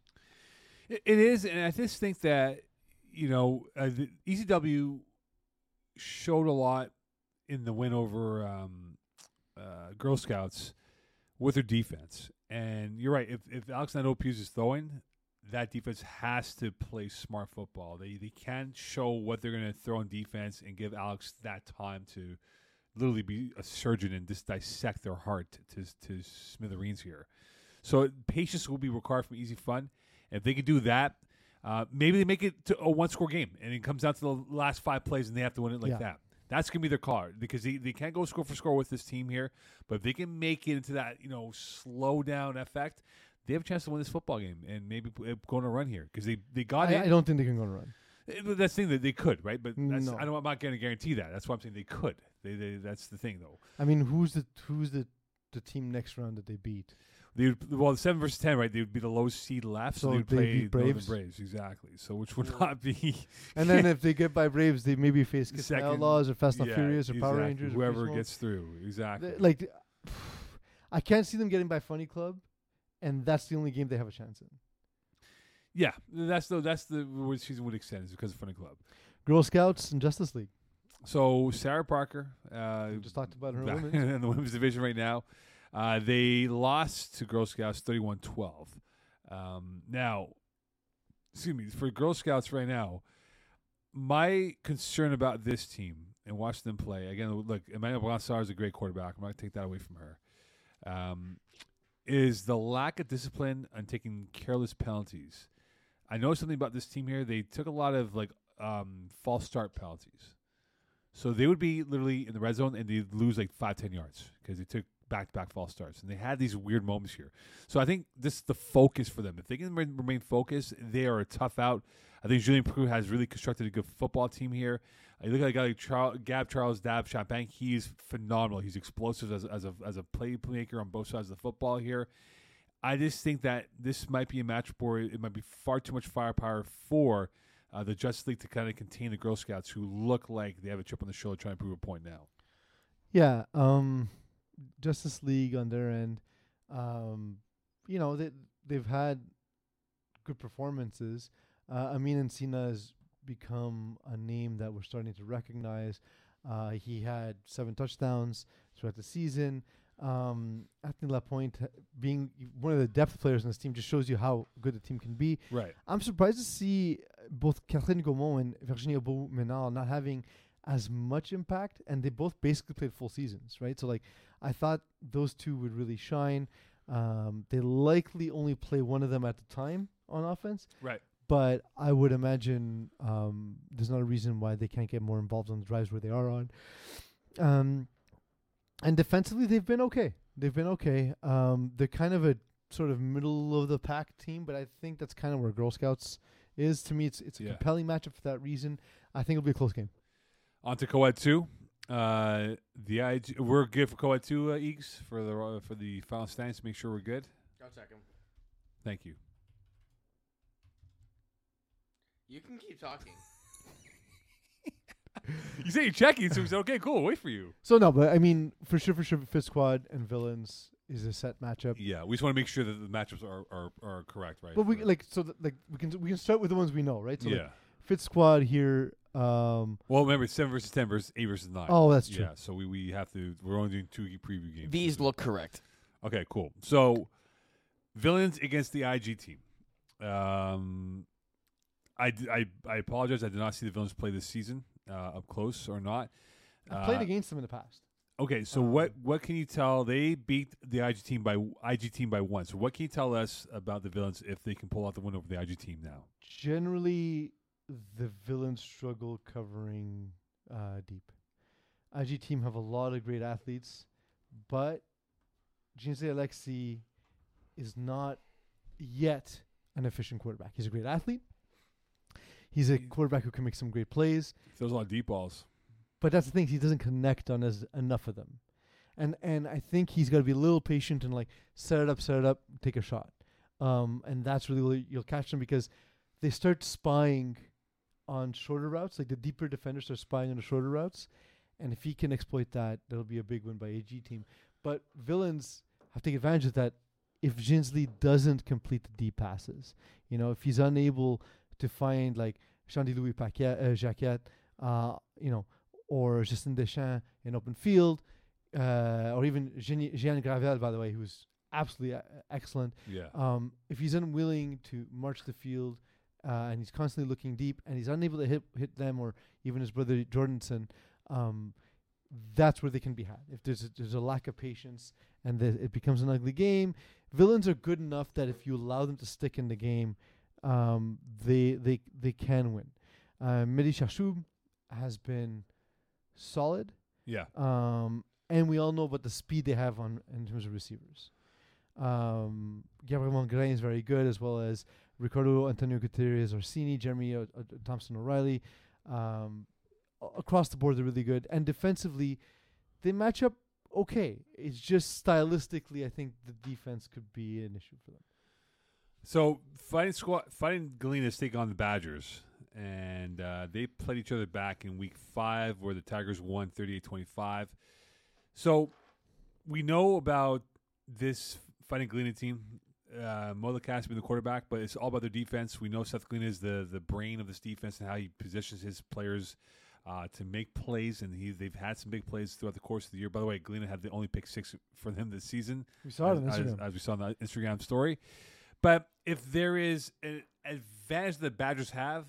Speaker 1: It, it is, and I just think that you know uh, the ECW showed a lot in the win over um, uh, Girl Scouts with their defense. And you're right. If if Alex Nando Pughes is throwing, that defense has to play smart football. They they can't show what they're going to throw in defense and give Alex that time to literally be a surgeon and just dissect their heart to to smithereens here. So patience will be required from Easy Fun. If they can do that, uh, maybe they make it to a one score game and it comes down to the last five plays and they have to win it like
Speaker 2: Yeah.
Speaker 1: that. That's gonna be their card because they, they can't go score for score with this team here. But if they can make it into that you know slow down effect, they have a chance to win this football game and maybe p- uh, go on a run here because they they got
Speaker 2: I,
Speaker 1: it.
Speaker 2: I don't think they can go on a run.
Speaker 1: Eh, but That's the thing that they could right, but that's,
Speaker 2: No.
Speaker 1: I don't, I'm not going to guarantee that. That's why I'm saying they could. They, they that's the thing though.
Speaker 2: I mean, who's the who's the the team next round that they beat?
Speaker 1: They would, well, seven versus ten, right? They would be the lowest seed left, so,
Speaker 2: So
Speaker 1: they'd
Speaker 2: they
Speaker 1: play
Speaker 2: beat
Speaker 1: Northern
Speaker 2: Braves?
Speaker 1: Braves exactly. So which would not be
Speaker 2: And then if they get by Braves, they maybe face Kiss
Speaker 1: Second-
Speaker 2: Outlaws or Fast and
Speaker 1: yeah,
Speaker 2: Furious or Power
Speaker 1: exactly.
Speaker 2: Rangers. or
Speaker 1: Whoever
Speaker 2: Beast Mode.
Speaker 1: gets through, exactly.
Speaker 2: Th- like, th- I can't see them getting by Funny Club, and that's the only game they have a chance in.
Speaker 1: yeah, that's the that's the where the season would extend is because of Funny Club.
Speaker 2: Girl Scouts and Justice League.
Speaker 1: So Sarah Parker, uh,
Speaker 2: We just talked about her
Speaker 1: back
Speaker 2: women.
Speaker 1: in the women's division right now. Uh, they lost to Girl Scouts 31 12. Um, now, excuse me, for Girl Scouts right now, my concern about this team and watching them play again, look, Emmanuel Blansar is a great quarterback. I'm not going to take that away from her. Um, is the lack of discipline on taking careless penalties. I know something about this team here. They took a lot of like um, false start penalties. So they would be literally in the red zone and they'd lose like five, ten yards because they took back to back false starts. And they had these weird moments here. So I think this is the focus for them. If they can re- remain focused, they are a tough out. I think Julian Prue has really constructed a good football team here. I look at a guy like Charles, Gab Charles Dab Chapin. He's phenomenal. He's explosive as, as, a, as a play playmaker on both sides of the football here. I just think that this might be a match for it might be far too much firepower for uh, the Justice League to kind of contain the Girl Scouts, who look like they have a chip on the shoulder trying to prove a point now.
Speaker 2: Yeah, um, Justice League on their end. Um, you know they they've had good performances. Uh, Amin Encina has become a name that we're starting to recognize. Uh, he had seven touchdowns throughout the season. Um, Anthony Lapointe ha- being one of the depth players on this team just shows you how good the team can be.
Speaker 1: Right.
Speaker 2: I'm surprised to see uh, both Catherine Gaumont and Virginia Beau Menal not having as much impact, and they both basically played full seasons, right? So, like, I thought those two would really shine. Um, they likely only play one of them at a time on offense,
Speaker 1: Right.
Speaker 2: but I would imagine um, there's not a reason why they can't get more involved on the drives where they are on. Um, and defensively, they've been okay. They've been okay. Um, they're kind of a sort of middle of the pack team, but I think that's kind of where Girl Scouts is. To me, it's it's a
Speaker 1: Yeah.
Speaker 2: compelling matchup for that reason. I think it'll be a close game.
Speaker 1: On to Coed two. Uh, the IG, we're good for Coed two uh, Eags for the for the final stance. Make sure we're good.
Speaker 3: I'll check him.
Speaker 1: Thank you.
Speaker 3: You can keep talking.
Speaker 1: You say you're checking, so we said, okay, cool, wait for you.
Speaker 2: So no, but I mean, for sure, for sure, Fist Squad and Villains is a set matchup.
Speaker 1: Yeah, we just want to make sure that the matchups are, are, are correct, right?
Speaker 2: But we
Speaker 1: For-
Speaker 2: like so th- like we can we can start with the ones we know, right? So
Speaker 1: yeah.
Speaker 2: like Fit Squad here. Um,
Speaker 1: well, remember, it's seven versus ten versus eight versus nine.
Speaker 2: oh, that's true.
Speaker 1: Yeah, so we, we have to. We're only doing two preview games.
Speaker 3: These look correct.
Speaker 1: Okay, cool. So, villains against the IG team. Um, I, d- I, I apologize. I did not see the villains play this season uh, up close or not.
Speaker 2: I've played
Speaker 1: Uh,
Speaker 2: against them in the past.
Speaker 1: Okay, so
Speaker 2: Um,
Speaker 1: what what can you tell? They beat the IG team by IG team by one. So what can you tell us about the villains if they can pull out the win over the IG team now?
Speaker 2: Generally, the villains struggle covering uh, deep. IG team have a lot of great athletes, but Jinsei Alexi is not yet an efficient quarterback. He's a great athlete. He's a quarterback who can make some great plays.
Speaker 1: There's a lot of deep balls.
Speaker 2: But that's the thing; he doesn't connect on as enough of them, and and I think he's got to be a little patient and like set it up, set it up, take a shot, um, and that's really where you'll catch them because they start spying on shorter routes. Like the deeper defenders are spying on the shorter routes, and if he can exploit that, that'll be a big win by AG team. But villains have to take advantage of that if Jinsley doesn't complete the deep passes. You know, if he's unable to find like Shandy Louis Paquette, uh, Jacquette, uh, you know, or Justin Deschamps in open field, uh, or even Jean Jean Gravel, by the way, who's absolutely uh, excellent.
Speaker 1: Yeah.
Speaker 2: Um, if he's unwilling to march the field uh, and he's constantly looking deep and he's unable to hit, hit them or even his brother Jordanson, um, that's where they can be had. If there's a, there's a lack of patience and th- it becomes an ugly game, villains are good enough that if you allow them to stick in the game, um, they they they can win. Uh, Mehdi Shashub has been solid.
Speaker 1: yeah.
Speaker 2: Um, and we all know about the speed they have on in terms of receivers. Um, Gabriel Mongrain is very good, as well as Ricardo Antonio Gutierrez Orsini, Jeremy o- o- Thompson O'Reilly. Um, a- across the board, they're really good. And defensively, they match up okay. It's just stylistically, I think the defense could be an issue for them.
Speaker 1: So fighting squad, fighting Galenas take on the Badgers, and uh, they played each other back in Week Five, where the Tigers won 38-25. So we know about this fighting Galena team. Uh, Mola has been the quarterback, but it's all about their defense. We know Seth Galena is the the brain of this defense and how he positions his players. Uh, to make plays, and he, they've had some big plays throughout the course of the year. By the way, Galena had the only pick six for them this season
Speaker 2: We saw it on
Speaker 1: as, as-
Speaker 2: Instagram.
Speaker 1: as we saw on the Instagram story. But if there is an advantage that the Badgers have,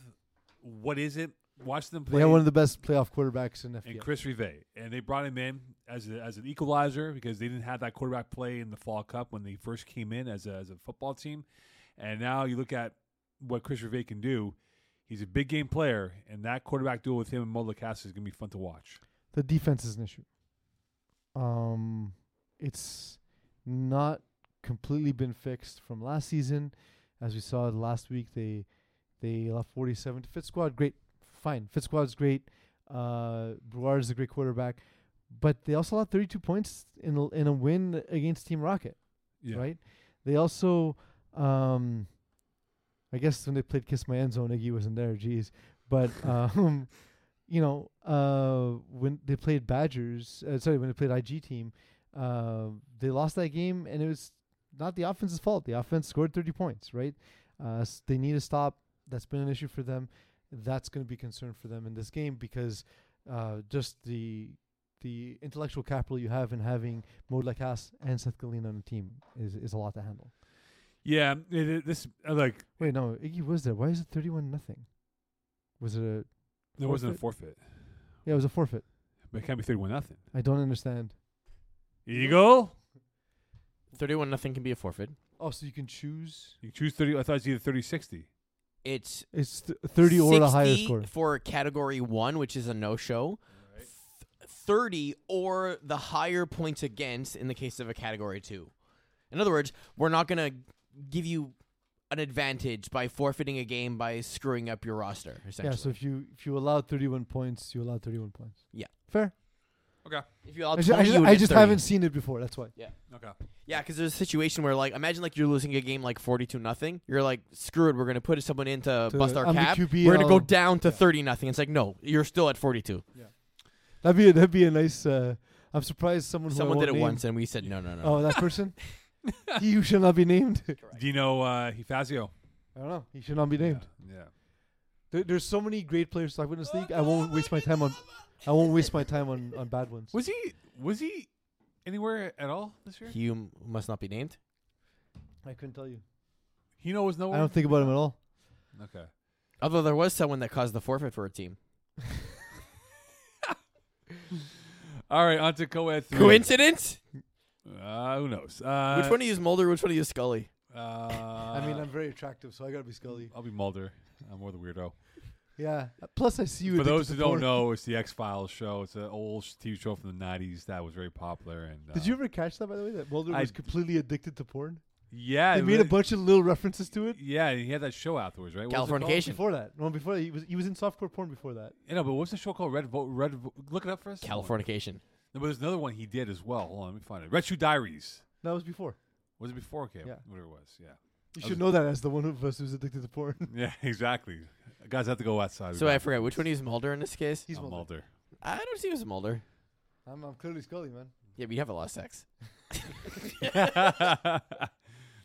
Speaker 1: what is it? Watch them
Speaker 2: They
Speaker 1: play.
Speaker 2: have one of the best playoff quarterbacks in
Speaker 1: and
Speaker 2: FBS.
Speaker 1: Chris Rive, and they brought him in as a, as an equalizer because they didn't have that quarterback play in the Fall Cup when they first came in as a, as a football team. And now you look at what Chris Rive can do. He's a big game player, and that quarterback duel with him and Mo Licassi is going to be fun to watch.
Speaker 2: the defense is an issue. Um, it's not completely been fixed from last season, as we saw last week. They they left 47 to Fit Squad. Great, fine. Fit Squad's great. Uh, Brouard is a great quarterback, but they also allowed 32 points in a, in a win against Team Rocket
Speaker 1: Yeah.
Speaker 2: right? They also, um, I guess when they played "Kiss My End Zone," Iggy wasn't there. Jeez, but um, you know, uh, when they played Badgers, uh, sorry, when they played IG team, uh, they lost that game, and it was not the offense's fault. The offense scored thirty points, right? Uh, s- they need a stop. That's been an issue for them. That's going to be a concern for them in this game because uh, just the the intellectual capital you have in having Mode Lacasse and Seth Galina on the team is, is a lot to handle.
Speaker 1: Yeah, it- it- this uh, like
Speaker 2: Wait, no, Iggy was there. Why is it thirty-one nothing? Was it a?
Speaker 1: there wasn't a forfeit,
Speaker 2: Yeah, it was a forfeit.
Speaker 1: but it can't be thirty-one nothing.
Speaker 2: I don't understand.
Speaker 1: Eagle.
Speaker 3: Thirty-one nothing can be a forfeit.
Speaker 2: Oh, so you can choose.
Speaker 1: You choose 30. I thought it's either 30 60.
Speaker 3: It's
Speaker 2: It's th- thirty or the higher
Speaker 3: 60
Speaker 2: score.
Speaker 3: for category one, which is a no-show. Th- Thirty or the higher points against in the case of a category two. In other words, we're not gonna give you an advantage by forfeiting a game by screwing up your roster. Essentially,
Speaker 2: Yeah, so if you if you allow thirty-one points, you allow thirty-one points.
Speaker 3: Yeah.
Speaker 2: fair.
Speaker 1: Okay.
Speaker 3: If you allow
Speaker 2: I just,
Speaker 3: 20,
Speaker 2: I just,
Speaker 3: you would
Speaker 2: I
Speaker 3: get
Speaker 2: just
Speaker 3: 30.
Speaker 2: haven't seen it before. That's why.
Speaker 1: Okay.
Speaker 3: Yeah, because there's a situation where like imagine like you're losing a game like forty two nothing. You're like, screw it, we're gonna put someone in to,
Speaker 2: To-
Speaker 3: bust our
Speaker 2: I'm the
Speaker 3: cap.
Speaker 2: QB,
Speaker 3: We're gonna go
Speaker 2: I'll-
Speaker 3: down to
Speaker 2: yeah.
Speaker 3: thirty nothing. It's like no, you're still at forty two.
Speaker 2: That'd be a, that'd be a nice. Uh, I'm surprised someone who I
Speaker 3: Someone
Speaker 2: won't
Speaker 3: did it
Speaker 2: name-
Speaker 3: once and we said no, no, no.
Speaker 2: Oh, that person. he who shall not be named.
Speaker 1: Do you know uh, Hifazio?
Speaker 2: I don't know. He should not be named.
Speaker 1: Yeah. yeah.
Speaker 2: There, there's so many great players to talk about in this league. I won't waste my time on. I won't waste my time on, on bad ones.
Speaker 1: Was he was he anywhere at all this year?
Speaker 3: He m- must not be named.
Speaker 2: I couldn't tell you.
Speaker 1: He knows no
Speaker 2: I
Speaker 1: one.
Speaker 2: don't think about him at all.
Speaker 1: okay.
Speaker 3: Although there was someone that caused the forfeit for a team.
Speaker 1: All right, on to co-ed three.
Speaker 3: Coincidence?
Speaker 1: Uh, who knows? Uh,
Speaker 3: which one do you use Mulder? Which one do you use Scully?
Speaker 1: Uh,
Speaker 2: I
Speaker 1: I
Speaker 2: mean, I'm very attractive, so I gotta be Scully.
Speaker 1: I'll be Mulder. I'm more the weirdo.
Speaker 2: Yeah. Plus, I see
Speaker 1: For
Speaker 2: you. addicted
Speaker 1: those who
Speaker 2: to
Speaker 1: don't
Speaker 2: porn.
Speaker 1: know, it's the X Files show. It's an old sh- TV show from the '90s that was very popular. And uh,
Speaker 2: Did you ever catch that, by the way? That Mulder
Speaker 1: I-
Speaker 2: was completely addicted to porn.
Speaker 1: Yeah,
Speaker 2: They
Speaker 1: it
Speaker 2: made a
Speaker 1: was-
Speaker 2: bunch of little references to it.
Speaker 1: Yeah, he had that show afterwards, right? What was it called?
Speaker 3: Californication.
Speaker 2: Before that, no, before that, he was he was in softcore porn. Before that,
Speaker 1: Yeah, no, but what's the show called? Red Vo- Red. Vo- look it up for us.
Speaker 3: Californication.
Speaker 1: No, but there's another one he did as well. Hold on, let me find it. Red Shoe Diaries.
Speaker 2: that was before.
Speaker 1: Was it before? Okay,
Speaker 2: Yeah.
Speaker 1: whatever it was. Yeah.
Speaker 2: You
Speaker 1: I
Speaker 2: should
Speaker 1: was-
Speaker 2: know that as the one of us who's addicted to porn.
Speaker 1: Yeah, exactly. Guys have to go outside.
Speaker 3: So I forgot which one he used Mulder in this case.
Speaker 2: He's
Speaker 1: I'm
Speaker 2: Mulder.
Speaker 1: Mulder.
Speaker 3: I don't see him as Mulder.
Speaker 2: I'm, I'm clearly Scully, man.
Speaker 3: Yeah, but you have a lot of sex.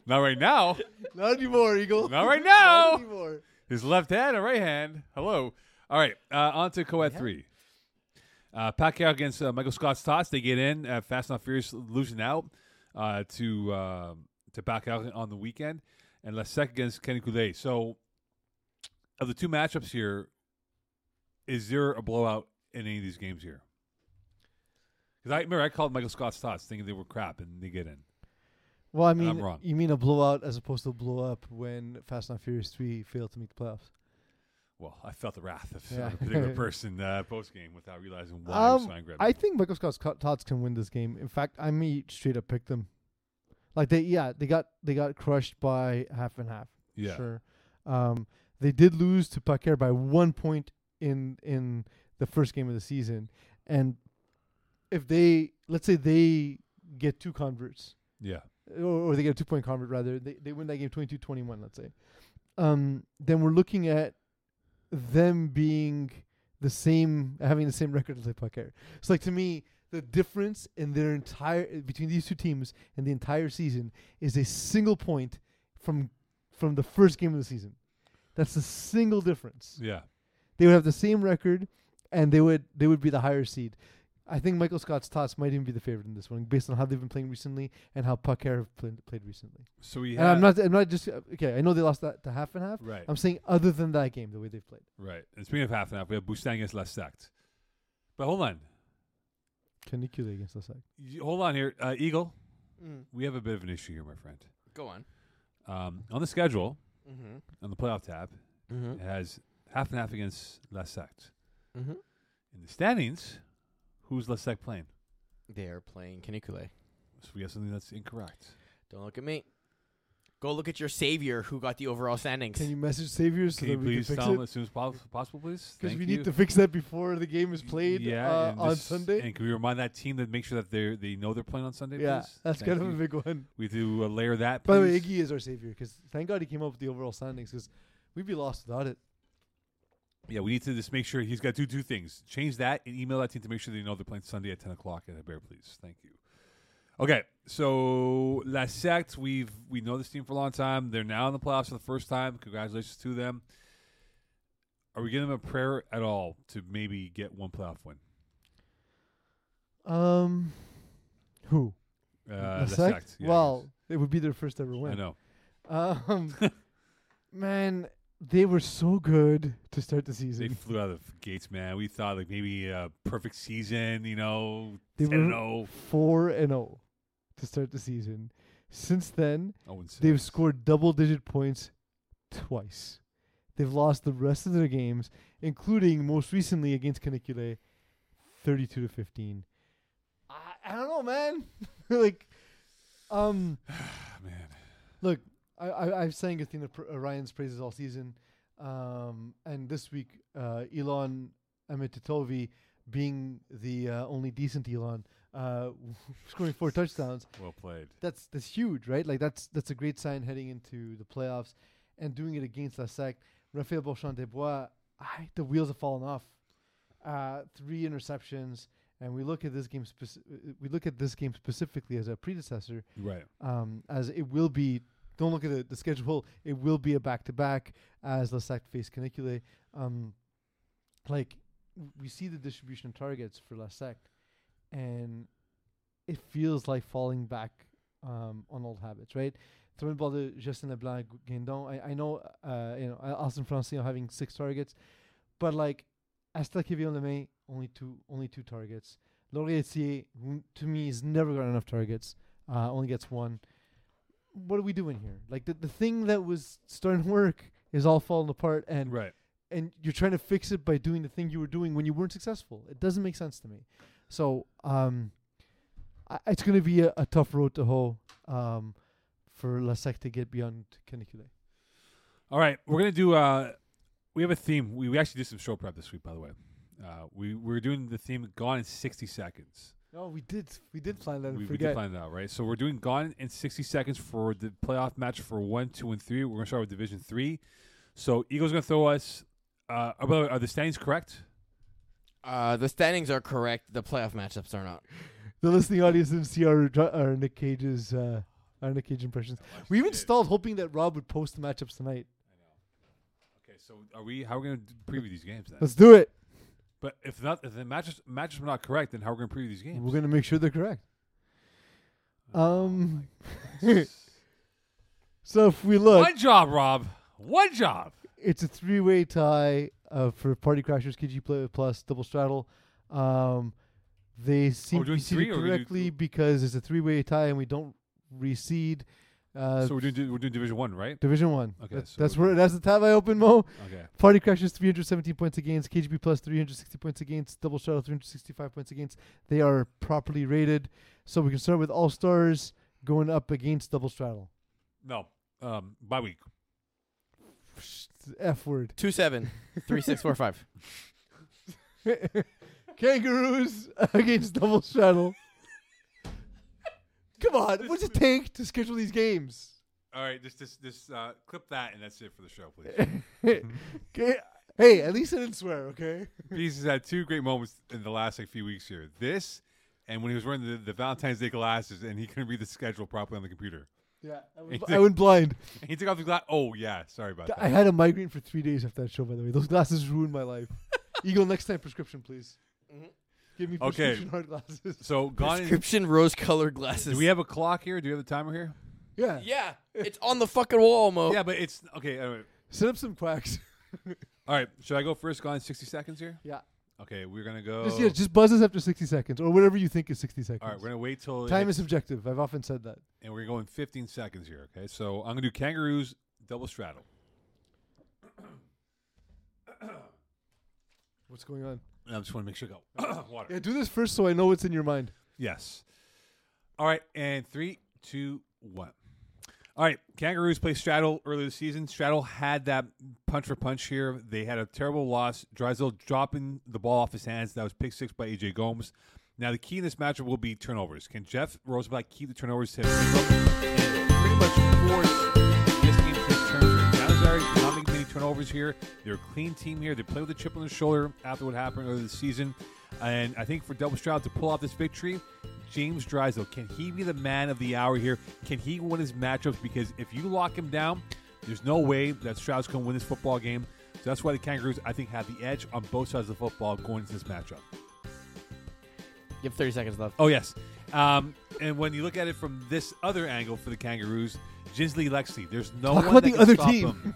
Speaker 1: Not right now.
Speaker 2: Not anymore, Eagle.
Speaker 1: Not right now.
Speaker 2: anymore.
Speaker 1: His left hand and right hand. Hello. All right. Uh, on to co-ed
Speaker 3: Yeah.
Speaker 1: three. Uh, Pacquiao against uh, Michael Scott's Tots. They get in. Uh, Fast and Furious losing out uh, to uh, to Pacquiao on the weekend, and Lasek against Kenny Coulee. So, of the two matchups here, is there a blowout in any of these games here? Because I remember I called Michael Scott's Tots thinking they were crap, and they get in.
Speaker 2: Well, I
Speaker 1: And
Speaker 2: mean,
Speaker 1: I'm wrong.
Speaker 2: you mean a blowout as opposed to a blow up when Fast and Furious three failed to make the playoffs?
Speaker 1: Well, I felt the wrath of
Speaker 2: Yeah.
Speaker 1: a particular person uh, post game without realizing why I was
Speaker 2: Um,
Speaker 1: so angry. at
Speaker 2: I
Speaker 1: him.
Speaker 2: think Michael Scott's Co- Tots can win this game. In fact, I may straight up pick them. Like they, yeah, they got they got crushed by half and half.
Speaker 1: yeah.
Speaker 2: Sure. Um, they did lose to Paquer by one point in in the first game of the season, and if they let's say they get two converts
Speaker 1: Yeah.
Speaker 2: or, or they get a two point convert rather, they they win that game 22-21, Let's say, um, then we're looking at them being the same, having the same record as like Paquer. So like to me. The difference in their entire between these two teams and the entire season is a single point from from the first game of the season. That's the single difference.
Speaker 1: Yeah.
Speaker 2: They would have the same record, and they would they would be the higher seed. I think Michael Scott's Tots might even be the favorite in this one, based on how they've been playing recently and how Pucker have played, played recently.
Speaker 1: So we
Speaker 2: And
Speaker 1: have
Speaker 2: I'm not I'm not just okay. I know they lost that to half and half.
Speaker 1: right,
Speaker 2: I'm saying other than that game, the way they've played.
Speaker 1: right. And speaking of half and half, we have Bustang against Les Sect. But hold on,
Speaker 2: Canicula against us. like.
Speaker 1: You- hold on here, uh, Eagle.
Speaker 3: Mm.
Speaker 1: We have a bit of an issue here, my friend.
Speaker 3: Go on.
Speaker 1: Um, on the schedule,
Speaker 3: Mm-hmm.
Speaker 1: on the playoff tab, it has half and half against Les Sect.
Speaker 3: Mm-hmm.
Speaker 1: In the standings, who's Les Sect playing?
Speaker 3: They are playing Canicule.
Speaker 1: So we have something that's incorrect.
Speaker 3: Don't look at me. Go look at your savior who got the overall standings.
Speaker 2: Can you message Saviors so
Speaker 1: can you
Speaker 2: that we
Speaker 1: please
Speaker 2: can fix
Speaker 1: tell them
Speaker 2: it?
Speaker 1: as soon as pos- possible, please?
Speaker 2: Because
Speaker 1: Thank
Speaker 2: we
Speaker 1: you.
Speaker 2: need to fix that before the game is played
Speaker 1: yeah,
Speaker 2: uh,
Speaker 1: and
Speaker 2: on
Speaker 1: this-
Speaker 2: Sunday.
Speaker 1: And can we remind that team to make sure that they they know they're playing on Sunday?
Speaker 2: Yeah,
Speaker 1: please?
Speaker 2: that's
Speaker 1: Thank
Speaker 2: kind of a
Speaker 1: you.
Speaker 2: big one.
Speaker 1: We do uh, layer that. Please.
Speaker 2: By the way, Iggy is our savior because thank God he came up with the overall standings because we'd be lost without it.
Speaker 1: Yeah, we need to just make sure he's got to do two things: change that and email that team to make sure they know they're playing Sunday at ten o'clock at Bear, please. Thank you. Okay, so La Sect, we've we know this team for a long time. They're now in the playoffs for the first time. Congratulations to them. Are we giving them a prayer at all to maybe get one playoff win?
Speaker 2: Um, who?
Speaker 1: Uh,
Speaker 2: The
Speaker 1: La
Speaker 2: sect?
Speaker 1: Sect, yeah,
Speaker 2: well, it would be their first ever
Speaker 1: yes.
Speaker 2: win.
Speaker 1: I know.
Speaker 2: Um, man, they were so good to start the
Speaker 1: They
Speaker 2: season.
Speaker 1: flew out of the gates, man. We thought like maybe a perfect season, you know,
Speaker 2: They
Speaker 1: 10 and oh. 0.
Speaker 2: were four and zero to start the season. Since then,
Speaker 1: Oh, and six.
Speaker 2: they've scored double-digit points twice. They've lost the rest of their games, including most recently against Canicule, thirty-two to fifteen. I, I don't know, man. like, um.
Speaker 1: man.
Speaker 2: Look, I, I I've sang Athena pr- uh, Ryan's praises all season, um, and this week uh, Elon Amititovi being the uh, only decent Elon, uh, scoring four touchdowns.
Speaker 1: Well played.
Speaker 2: That's that's huge, right? Like that's that's a great sign heading into the playoffs, and doing it against La Sec. Raphael Beauchamp Desbois, I, the wheels have fallen off. Uh, three interceptions, and we look at this game. Speci- uh, we look at this game specifically as a predecessor,
Speaker 1: Right.
Speaker 2: um, as it will be. Don't look at the, the schedule. It will be a back to back as Lasac face Canicule. Um, like w- we see the distribution of targets for Lasac, and it feels like falling back um, on old habits, right? Throwing the ball to Justin Leblanc, Guindon. I, I know, uh, you know, Austin Francino having six targets, but like Astel Kevin LeMay, only two, only two targets. Laurentier, who to me, has never got enough targets uh, only gets one. What are we doing here? Like the, the thing that was starting to work is all falling apart, and
Speaker 1: Right.
Speaker 2: and you're trying to fix it by doing the thing you were doing when you weren't successful. It doesn't make sense to me. So um, I, it's going to be a, a tough road to hoe um, for Lasek to get beyond Canicule.
Speaker 1: All right, we're gonna do. Uh, we have a theme. We, we actually did some show prep this week, by the way. Uh, we we're doing the theme "Gone in 60 Seconds."
Speaker 2: No, we did we did plan that.
Speaker 1: We,
Speaker 2: and
Speaker 1: we did
Speaker 2: forget.
Speaker 1: find it out, right? So we're doing "Gone in 60 Seconds" for the playoff match for one, two, and three. We're gonna start with Division Three. So Eagles gonna throw us. Uh, oh, by the way, are the standings correct?
Speaker 3: Uh, the standings are correct. The playoff matchups are not.
Speaker 2: the listening audience didn't see our, dr- our Nick Cage's uh, our Nick Cage impressions. We even stalled hoping that Rob would post the matchups tonight.
Speaker 1: Okay, so are we? How are we gonna d- preview these games then?
Speaker 2: Let's do it.
Speaker 1: But if not, if the matches matches are not correct, then how are we gonna preview these games? Oh
Speaker 2: We're gonna make sure they're correct. Um, so if we look,
Speaker 1: one job, Rob. One job.
Speaker 2: it's a three-way tie uh, for Party Crashers, KG Play Plus, Double Straddle. Um, they seem
Speaker 1: we're Oh,
Speaker 2: to
Speaker 1: doing
Speaker 2: be seeded
Speaker 1: three, or we're gonna do
Speaker 2: correctly
Speaker 1: two?
Speaker 2: because it's a three-way tie and we don't reseed. Uh,
Speaker 1: so we're doing di- we're doing Division One, right?
Speaker 2: Division One.
Speaker 1: Okay,
Speaker 2: that's,
Speaker 1: so
Speaker 2: that's
Speaker 1: we're-
Speaker 2: where that's the tab I opened, Mo.
Speaker 1: Okay.
Speaker 2: Party Crashers 317 points against, KGB Plus 360 points against, Double Shadow 365 points against. They are properly rated. So we can start with All Stars going up against Double Straddle.
Speaker 1: No. Um, bye week.
Speaker 2: F word.
Speaker 3: Two seven, three six four five.
Speaker 2: Kangaroos against Double Straddle. Come on, what's it take to schedule these games?
Speaker 1: All right, just just just uh, clip that, and that's it for the show, please.
Speaker 2: Okay, Hey, at least I didn't swear, okay?
Speaker 1: Beast has had two great moments in the last like few weeks here. This, and when he was wearing the, the Valentine's Day glasses, and he couldn't read the schedule properly on the computer.
Speaker 2: Yeah, I went, I went blind.
Speaker 1: And he took off the glass. Oh yeah, sorry about
Speaker 2: I
Speaker 1: that.
Speaker 2: had a migraine for three days after that show. By the way, those glasses ruined my life. Eagle, next time prescription, please. Give me
Speaker 1: Okay.
Speaker 2: prescription hard glasses.
Speaker 1: So gone. In,
Speaker 3: Prescription rose colored glasses.
Speaker 1: do we have a clock here? Do we have the timer here?
Speaker 2: Yeah.
Speaker 3: Yeah, it's on the fucking wall, Mo.
Speaker 1: Yeah, but it's okay. All right.
Speaker 2: Set up some quacks.
Speaker 1: All right, should I go first? Gone in sixty seconds here.
Speaker 2: yeah.
Speaker 1: Okay, we're gonna go.
Speaker 2: Just yeah, just buzz us after sixty seconds or whatever you think is sixty seconds.
Speaker 1: Oh. all right, we're gonna wait till it
Speaker 2: Time
Speaker 1: hits-
Speaker 2: is subjective. I've often said that.
Speaker 1: and we're going fifteen seconds here. Okay, so I'm gonna do kangaroos double straddle.
Speaker 2: What's going on?
Speaker 1: And I just want to make sure go water.
Speaker 2: Yeah, do this first so I know what's in your mind.
Speaker 1: Yes. All right, and three, two, one. All right, Kangaroos play Straddle earlier this season. Straddle had that punch for punch here. They had a terrible loss. Drysdale dropping the ball off his hands. That was pick six by AJ Gomes. Now the key in this matchup will be turnovers. Can Jeff Rosenblatt keep the turnovers to himself and pretty much force this team to turn? Nazari did not make many turnovers here. They're a clean team here. They play with a chip on their shoulder after what happened earlier this season. And I think for Double Stroud to pull off this victory, James Drysdale, can he be the man of the hour here? Can he win his matchups? Because if you lock him down, there's no way that Stroud's going to win this football game. So that's why the Kangaroos, I think, have the edge on both sides of the football going into this matchup.
Speaker 3: You have thirty seconds left.
Speaker 1: Oh, yes. Um, and when you look at it from this other angle for the Kangaroos, Ginsley Lexley, there's no
Speaker 2: Talk
Speaker 1: one
Speaker 2: about
Speaker 1: that
Speaker 2: the
Speaker 1: can
Speaker 2: other
Speaker 1: stop
Speaker 2: team.
Speaker 1: him.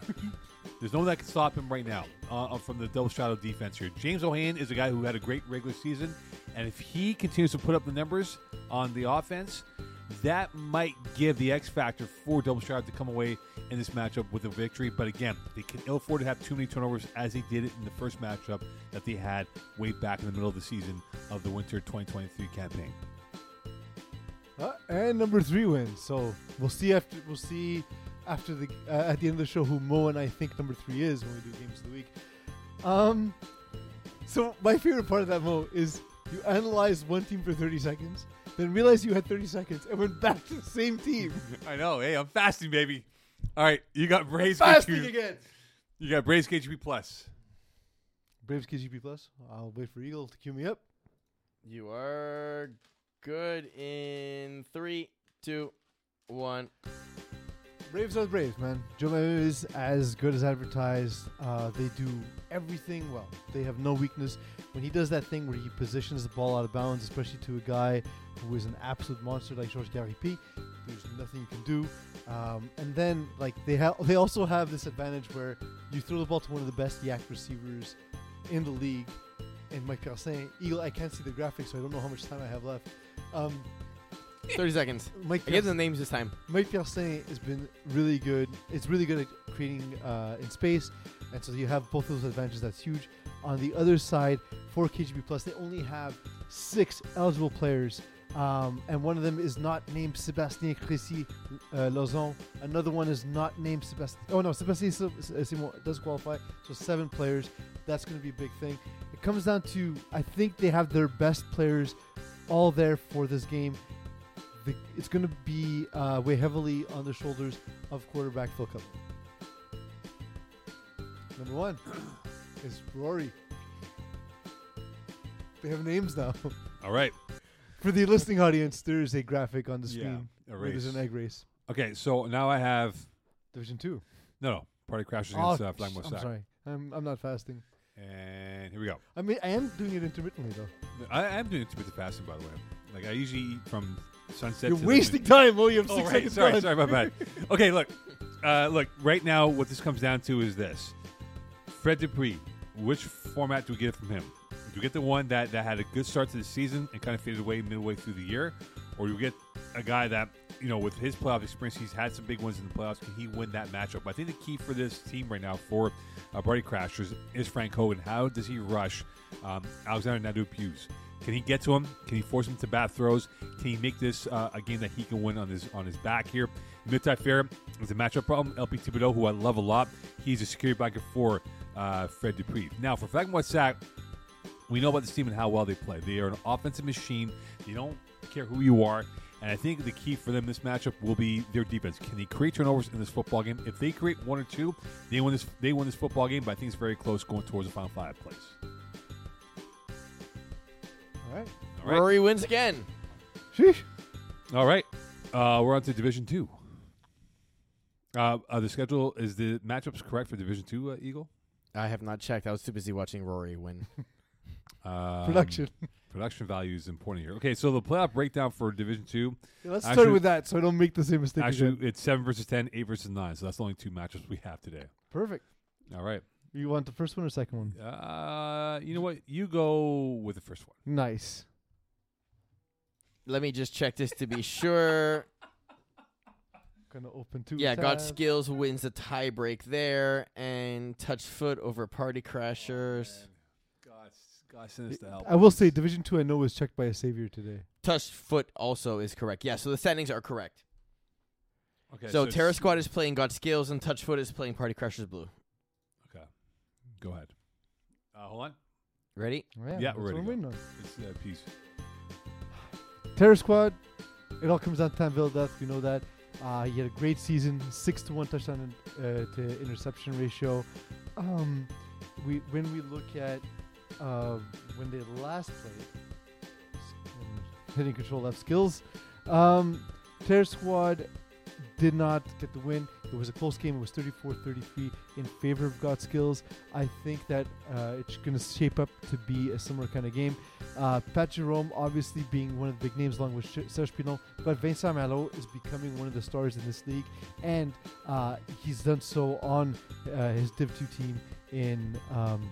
Speaker 1: There's no one that can stop him right now uh, from the double shadow defense here. James O'Han is a guy who had a great regular season, and if he continues to put up the numbers on the offense, that might give the X factor for double shadow to come away in this matchup with a victory. But again, they can ill afford to have too many turnovers as they did it in the first matchup that they had way back in the middle of the season of the winter 2023 campaign.
Speaker 2: Uh, and number three wins. So we'll see after we'll see after the uh, at the end of the show who Mo and I think number three is when we do games of the week. Um, So my favorite part of that mo is you analyzed one team for 30 seconds, then realized you had 30 seconds and went back to the same team.
Speaker 1: I know. Hey, I'm fasting, baby. All right, you got Braves
Speaker 2: Fasting
Speaker 1: KGP.
Speaker 2: again.
Speaker 1: You got Braves KGP plus.
Speaker 2: Braves KGP plus. I'll wait for Eagle to cue me up.
Speaker 3: You are good in three, two, one.
Speaker 2: Braves are the Braves, man. Joe Mayu is as good as advertised. Uh, they do everything well. They have no weakness. When he does that thing where he positions the ball out of bounds, especially to a guy who is an absolute monster like George Gary P, there's nothing you can do. Um, and then, like they have, they also have this advantage where you throw the ball to one of the best yak receivers in the league, and Mike Garcin. Eagle, I can't see the graphics, so I don't know how much time I have left. Um,
Speaker 3: 30 seconds.
Speaker 2: Mike
Speaker 3: I gave them names this time.
Speaker 2: Mike Pierre Saint has been really good. It's really good at creating uh, in space, and so you have both of those advantages. That's huge. On the other side, for KGB Plus, they only have six eligible players, um, and one of them is not named Sébastien Crécy uh, Lozon. Another one is not named Sébastien. Oh no, Sébastien Sil- Simon does qualify, so seven players. That's going to be a big thing. It comes down to I think they have their best players all there for this game the, it's going to be uh, weigh heavily on the shoulders of quarterback Phil Cutler. Number one is Rory. They have names now.
Speaker 1: All right.
Speaker 2: For the listening audience, there is a graphic on the screen
Speaker 1: Yeah, a
Speaker 2: where there's
Speaker 1: race.
Speaker 2: an egg race.
Speaker 1: Okay, so now I have
Speaker 2: Division two.
Speaker 1: no no party crashes
Speaker 2: Oh,
Speaker 1: against uh, Flying
Speaker 2: sh-
Speaker 1: West
Speaker 2: I'm sorry. I'm, I'm not fasting.
Speaker 1: And here we go.
Speaker 2: I mean, I am doing it intermittently though.
Speaker 1: I am doing intermittent fasting, by the way. Like I usually eat from sunset.
Speaker 2: You're
Speaker 1: to the
Speaker 2: wasting time. Oh, you have
Speaker 1: Oh,
Speaker 2: six
Speaker 1: right.
Speaker 2: seconds
Speaker 1: Sorry,
Speaker 2: left.
Speaker 1: sorry, my bad. Okay, look, uh, look. Right now, what this comes down to is this: Fred Dupree. Which format do we get from him? Do we get the one that that had a good start to the season and kind of faded away midway through the year, or do we get a guy that you know with his playoff experience, he's had some big ones in the playoffs? Can he win that matchup? I think the key for this team right now for uh, Party Crashers is Frank Hogan. How does he rush um, Alexander Nadu Hughes? Can he get to him? Can he force him to bad throws? Can he make this uh, a game that he can win on his on his back here? Mutai Fair is a matchup problem. LP Thibodeau, who I love a lot, he's a security blanket for uh, Fred Dupree. Now for Flagmore Sack, we know about this team and how well they play. They are an offensive machine. They don't care who you are. And I think the key for them in this matchup will be their defense. Can they create turnovers in this football game? If they create one or two, they win this. They win this football game. But I think it's very close going towards the final five place.
Speaker 2: All right.
Speaker 1: All right.
Speaker 3: Rory wins again.
Speaker 2: Sheesh.
Speaker 1: All right. Uh, we're on to Division Two. Uh, uh, the schedule is the matchups correct for Division Two, uh, Eagle
Speaker 3: I have not checked. I was too busy watching Rory win.
Speaker 1: um,
Speaker 2: Production.
Speaker 1: Production value is important here. Okay, so the playoff breakdown for Division Two.
Speaker 2: Yeah, let's start
Speaker 1: actually-
Speaker 2: with that so I don't make the same mistake.
Speaker 1: Actually,
Speaker 2: again.
Speaker 1: it's seven versus 10, eight versus nine. So that's the only two matchups we have today.
Speaker 2: perfect.
Speaker 1: All right.
Speaker 2: You want the first one or second one?
Speaker 1: Uh, you know what? You go with the first one.
Speaker 2: Nice.
Speaker 3: Let me just check this to be sure.
Speaker 2: Gonna open two.
Speaker 3: Yeah, God
Speaker 2: tabs.
Speaker 3: Skills wins the tie break there, and Touch Foot over Party Crashers.
Speaker 1: Oh, God, God send us to help.
Speaker 2: I will say Division Two I know was checked by a savior today.
Speaker 3: Touch Foot also is correct. Yeah, so the standings are correct.
Speaker 1: Okay,
Speaker 3: so Terror
Speaker 1: it's-
Speaker 3: Squad is playing God Skills, and Touch Foot is playing Party Crashers Blue.
Speaker 1: Okay. Go ahead. Uh, hold on.
Speaker 3: Ready?
Speaker 1: Yeah,
Speaker 2: that's
Speaker 1: we're
Speaker 2: what
Speaker 1: ready
Speaker 2: I'm
Speaker 1: to
Speaker 2: waiting on.
Speaker 1: It's uh, piece.
Speaker 2: Terror Squad, it all comes down to Tanville Death, we know that. Uh, he had a great season, six to one touchdown and, uh, to interception ratio. Um, we when we look at uh, when they last played, s- um, hitting control left skills, um, Terror Squad did not get the win. It was a close game. It was 34-33 in favor of God Skills. I think that uh, it's going to shape up to be a similar kind of game. Uh, Pat Jerome, obviously being one of the big names, along with Sh- Serge Pinot, but Vincent Malo is becoming one of the stars in this league, and uh, he's done so on uh, his Div 2 team in um,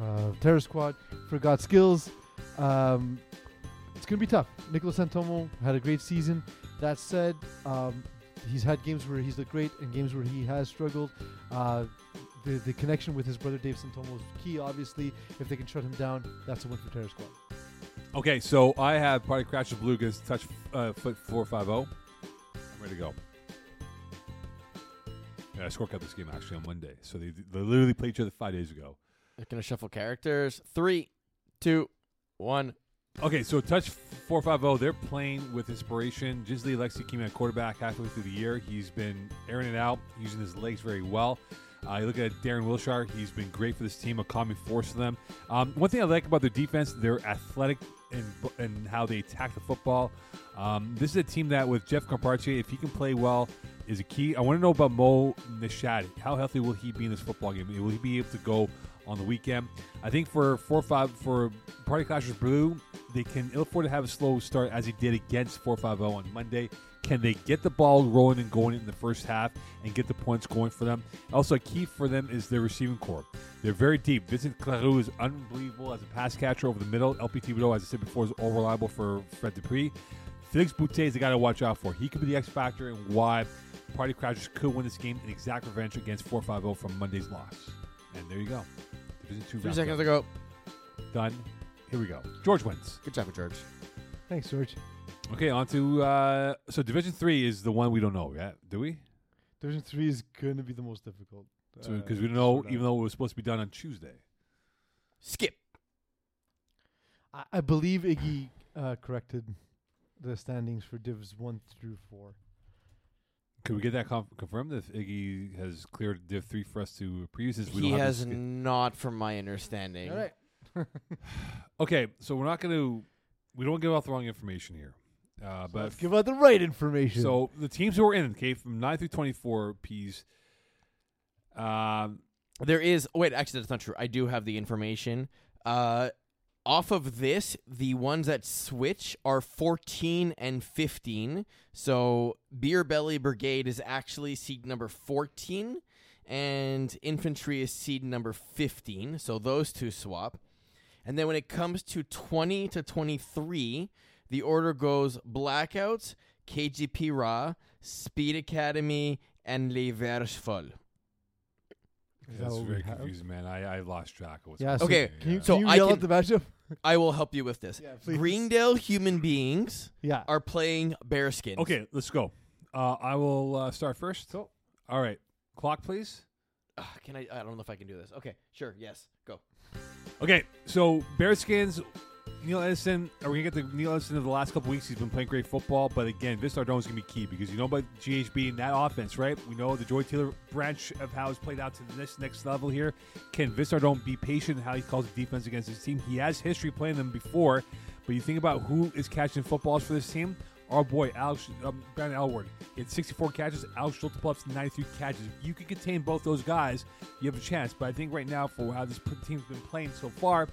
Speaker 2: uh, Terror Squad for God Skills. Um, it's going to be tough. Nicholas Santomo had a great season. That said, um, he's had games where he's looked great and games where he has struggled. Uh, the, the connection with his brother Dave Santomo is key, obviously. If they can shut him down, that's a win for Terror Squad.
Speaker 1: Okay, so I have Party Crasher Blue against Touch uh, Foot 450. I'm ready to go. Yeah, I scorecard this game actually on Monday. So they, they literally played each other five days ago.
Speaker 3: They're gonna shuffle characters. Three, two, one.
Speaker 1: Okay, so touch four five zero. They're playing with inspiration. Ginsley Alexi came in at quarterback halfway through the year. He's been airing it out, using his legs very well. Uh, you look at Darren Wilshire. He's been great for this team, a calming force for them. Um, one thing I like about their defense, they're athletic and and how they attack the football. Um, this is a team that with Jeff Comparche, if he can play well, is a key. I want to know about Mo Nishad. How healthy will he be in this football game? Will he be able to go on the weekend? I think for four five for Party Clashers Blue, they can ill afford to have a slow start as he did against four five zero on Monday. Can they get the ball rolling and going in the first half and get the points going for them? Also, a key for them is their receiving core. They're very deep. Vincent Claroux is unbelievable as a pass catcher over the middle. LP Thibodeau, as I said before, is all reliable for Fred Dupree. Felix Boutte is the guy to watch out for. He could be the X factor and why Party Crashers could win this game in exact revenge against 450 from Monday's loss. And there you go. Division two
Speaker 3: Three
Speaker 1: round
Speaker 3: seconds
Speaker 1: go.
Speaker 3: ago.
Speaker 1: Done. Here we go. George wins.
Speaker 3: Good job, George.
Speaker 2: Thanks, George.
Speaker 1: Okay, on to uh, so Division Three is the one we don't know yet, do we?
Speaker 2: Division three is going to be the most difficult.
Speaker 1: Because
Speaker 2: uh,
Speaker 1: we don't know,
Speaker 2: sort out.
Speaker 1: even though it was supposed to be done on Tuesday.
Speaker 3: Skip.
Speaker 2: I, I believe Iggy uh, corrected the standings for divs one through four.
Speaker 1: Could we get that conf- confirmed if Iggy has cleared Div Three for us to preview? Since we
Speaker 3: He
Speaker 1: don't have
Speaker 3: has
Speaker 1: this-
Speaker 3: not, from my understanding.
Speaker 2: All right.
Speaker 1: Okay, so we're not going to. We don't give out the wrong information here. Uh, but
Speaker 2: Let's give out the right information.
Speaker 1: So the teams who are in, okay, from nine through twenty-four, P's. Um,
Speaker 3: There is. oh, Wait, actually, that's not true. I do have the information. Uh, off of this, the ones that switch are 14 and 15. So Beer Belly Brigade is actually seed number 14, and Infantry is seed number 15. So those two swap. And then when it comes to 20 to 23, the order goes Blackouts, KGP Ra, Speed Academy, and Les Versfol.
Speaker 2: Is that
Speaker 1: that's
Speaker 2: what we
Speaker 1: very
Speaker 2: have?
Speaker 1: confusing, man. I, I lost track of what's going
Speaker 2: Yeah, so
Speaker 1: on
Speaker 3: Okay,
Speaker 1: here,
Speaker 2: Can you,
Speaker 1: yeah.
Speaker 3: so
Speaker 2: can you
Speaker 3: I
Speaker 2: yell
Speaker 3: can-
Speaker 2: out the matchup?
Speaker 3: I will help you with this.
Speaker 2: Yeah, please.
Speaker 3: Greendale human beings
Speaker 2: Yeah.
Speaker 3: are playing bearskins.
Speaker 1: okay, let's go. Uh, I will uh, start first.
Speaker 2: Cool.
Speaker 1: All right, clock, please.
Speaker 3: Ugh, can I? I don't know if I can do this. Okay, sure. Yes, go.
Speaker 1: Okay, so Bearskins, Neil Edison. Are we gonna get the Neil Edison of the last couple weeks? He's been playing great football, but again, Vince Dardone's gonna be key because you know about GHB and that offense, right? We know the Joy Taylor branch of how it's played out to this next level here. Can Vince Dardone be patient in how he calls the defense against his team? He has history playing them before, but you think about who is catching footballs for this team. Our boy Alex um, Brandon Elward he had 64 catches. Alex Schultz 93 catches. If you can contain both those guys, you have a chance. But I think right now, for how this p- team's been playing so far,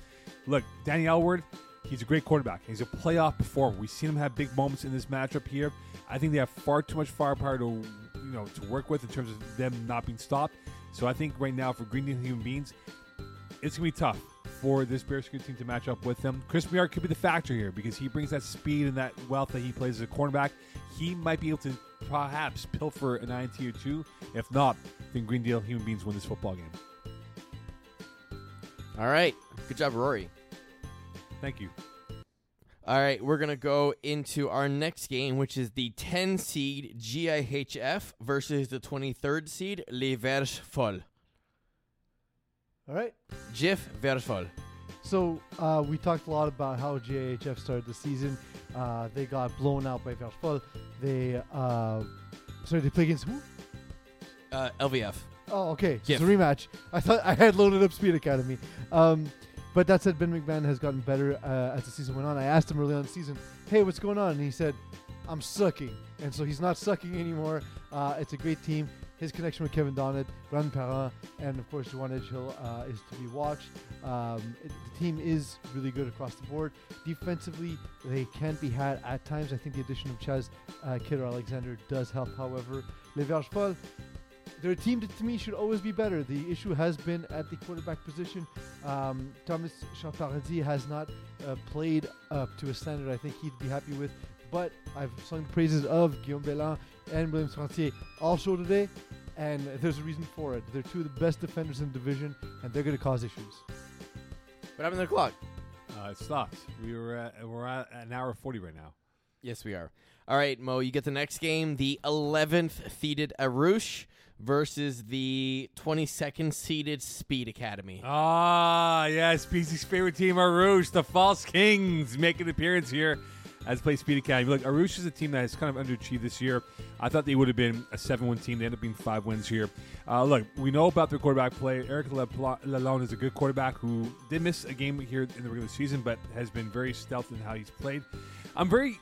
Speaker 1: look, Danny Elward, he's a great quarterback. He's a playoff performer. We've seen him have big moments in this matchup here. I think they have far too much firepower to you know to work with in terms of them not being stopped. So I think right now for Green Deal Human Beings, it's gonna be tough for this Bearskin team to match up with them. Chris Miard could be the factor here because he brings that speed and that wealth that he plays as a cornerback. He might be able to perhaps pilfer an INT or two. If not, then Green Deal Human Beings win this football game.
Speaker 3: All right. Good job, Rory.
Speaker 1: Thank you.
Speaker 3: All right, we're gonna go into our next game, which is the 10 seed GIHF versus the 23rd seed Les Versfol.
Speaker 2: All right.
Speaker 3: GIF Versfol.
Speaker 2: So uh, we talked a lot about how JHF started the season. Uh, they got blown out by Verspal. They uh, sorry, they play against who?
Speaker 3: Uh, LVF.
Speaker 2: Oh, okay.
Speaker 3: Gif.
Speaker 2: It's a rematch. I thought I had loaded up Speed Academy. Um, but that said, Ben McMahon has gotten better uh, as the season went on. I asked him early on in the season, hey, what's going on? And he said, I'm sucking. And so he's not sucking anymore. Uh, it's a great team. His connection with Kevin Donnett, Ron Perrin, and of course, Juan Edgehill uh, is to be watched. Um, it- the team is really good across the board. Defensively, they can be had at times. I think the addition of Chaz uh, Kidder Alexander does help, however. Les Vierges Folles, their team to, to me should always be better. The issue has been at the quarterback position. Um, Thomas Chapardi has not uh, played up to a standard I think he'd be happy with. But I've sung the praises of Guillaume Belin and William Trantier all show today, and there's a reason for it. They're two of the best defenders in the division, and they're going to cause issues.
Speaker 3: What happened to the clock?
Speaker 1: Uh, it stopped. We were at, we're at an hour forty right now.
Speaker 3: Yes, we are. All right, Mo, you get the next game. The 11th seeded Arush versus the 22nd seeded Speed Academy.
Speaker 1: Uh, Ah, yes, PC's favorite team, Arush, the False Kings, make an appearance here as play Speed Academy. Look, Arush is a team that has kind of underachieved this year. I thought they would have been a 7 1 team. They ended up being 5 wins here. Uh, look, we know about their quarterback play. Eric Lepla- Lalonde is a good quarterback who did miss a game here in the regular season, but has been very stealth in how he's played. I'm very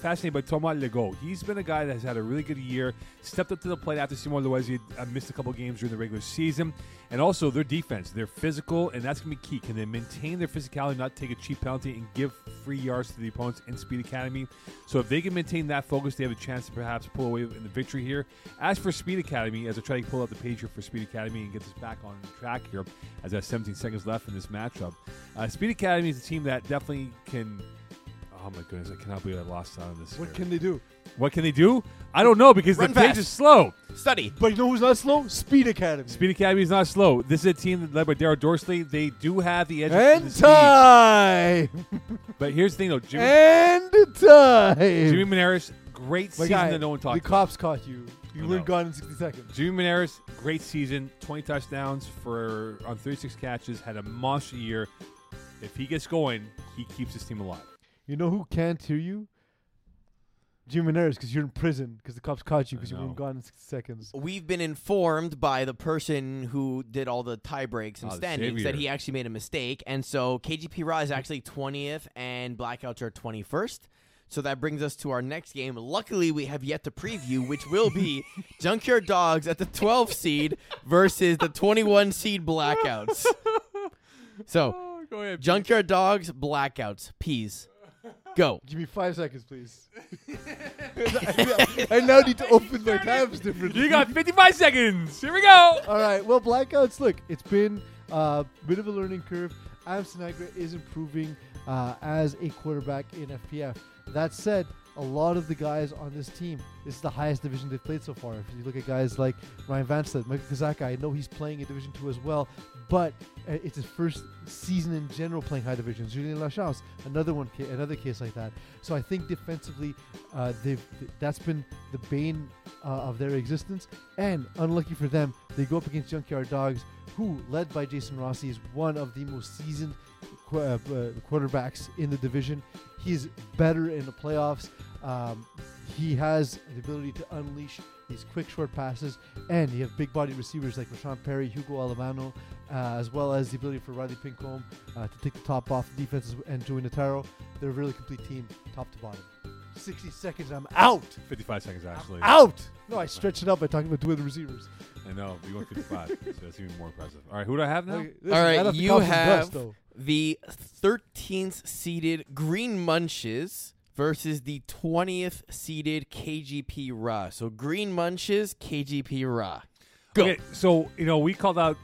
Speaker 1: fascinated by Thomas Legault. He's been a guy that has had a really good year, stepped up to the plate after Simon Loizier uh, missed a couple games during the regular season. And also their defense, they're physical, and that's going to be key. Can they maintain their physicality, not take a cheap penalty, and give free yards to the opponents in Speed Academy? So if they can maintain that focus, they have a chance to perhaps pull away in the victory here. As for Speed Academy, as I try to pull out the page here for Speed Academy and get this back on track here, as I have 17 seconds left in this matchup, uh, Speed Academy is a team that definitely can. Oh my goodness! I cannot believe I lost out on this.
Speaker 2: What
Speaker 1: here.
Speaker 2: can they do?
Speaker 1: What can they do? I don't know because the
Speaker 3: Run
Speaker 1: page
Speaker 3: fast.
Speaker 1: is slow.
Speaker 3: Study.
Speaker 2: But you know who's not slow? Speed Academy.
Speaker 1: Speed Academy is not slow. This is a team that led by Darryl Dorsley. They do have the edge. in the
Speaker 2: and
Speaker 1: speed.
Speaker 2: time.
Speaker 1: But here's the thing, though. Jimmy,
Speaker 2: and time.
Speaker 1: Jimmy Menaris, great
Speaker 2: My
Speaker 1: season
Speaker 2: guy,
Speaker 1: that no one
Speaker 2: The
Speaker 1: talked about.
Speaker 2: cops caught you. You
Speaker 1: I
Speaker 2: would
Speaker 1: know.
Speaker 2: have gone in 60 seconds.
Speaker 1: Jimmy Menaris, great season. 20 touchdowns for on 36 catches. Had a monster year. If he gets going, he keeps his team alive.
Speaker 2: You know who can't hear you? Jimmy Menares, because you're in prison, because the cops caught
Speaker 1: I
Speaker 2: you, because you
Speaker 1: know.
Speaker 2: wouldn't gone in 60 seconds.
Speaker 3: We've been informed by the person who did all the tie breaks and
Speaker 1: Oh, the
Speaker 3: standings
Speaker 1: savior.
Speaker 3: that he actually made a mistake. And so KGP Raw is actually 20th and Blackouts are 21st. So that brings us to our next game. Luckily, we have yet to preview, which will be Junkyard Dogs at the 12 seed versus the 21 seed Blackouts. So,
Speaker 1: Oh, go ahead.
Speaker 3: Junkyard Dogs, Blackouts, Peas. Go.
Speaker 2: Give me five seconds, please. I now need to open my tabs differently.
Speaker 1: You got 55 seconds. Here we go.
Speaker 2: All right. Well, blackouts. Look, it's been a bit of a learning curve. Adam Sinagra is improving uh, as a quarterback in FPF. That said, a lot of the guys on this team, this is the highest division they've played so far. If you look at guys like Ryan Vanstad, Michael Kazaka, I know he's playing in Division Two as well, but uh, it's his first season in general playing high divisions. Julien Lachance, another one, ca- another case like that. So I think defensively, uh, they've th- that's been the bane uh, of their existence. And unlucky for them, they go up against Junkyard Dogs, who, led by Jason Rossi, is one of the most seasoned qu- uh, uh, quarterbacks in the division. He's better in the playoffs. Um, he has the ability to unleash these quick, short passes, and you have big body receivers like Rashawn Perry, Hugo Alemano, uh, as well as the ability for Riley Pincombe uh, to take the top off the defenses and Joey Notaro. They're a really complete team, top to bottom. 60 seconds, I'm out.
Speaker 1: 55 seconds, actually.
Speaker 2: Out. No, I stretched it out by talking about two of the receivers.
Speaker 1: I know. We went 55, so that's even more impressive. All right, who do I have now?
Speaker 2: Okay,
Speaker 3: All right,
Speaker 2: I left the
Speaker 3: you
Speaker 2: cops in
Speaker 3: have-
Speaker 2: dust, though.
Speaker 3: the 13th seeded Green Munches versus the 20th seeded KGP Ra. So Green Munches, KGP Ra. Go.
Speaker 1: Okay, so you know we called out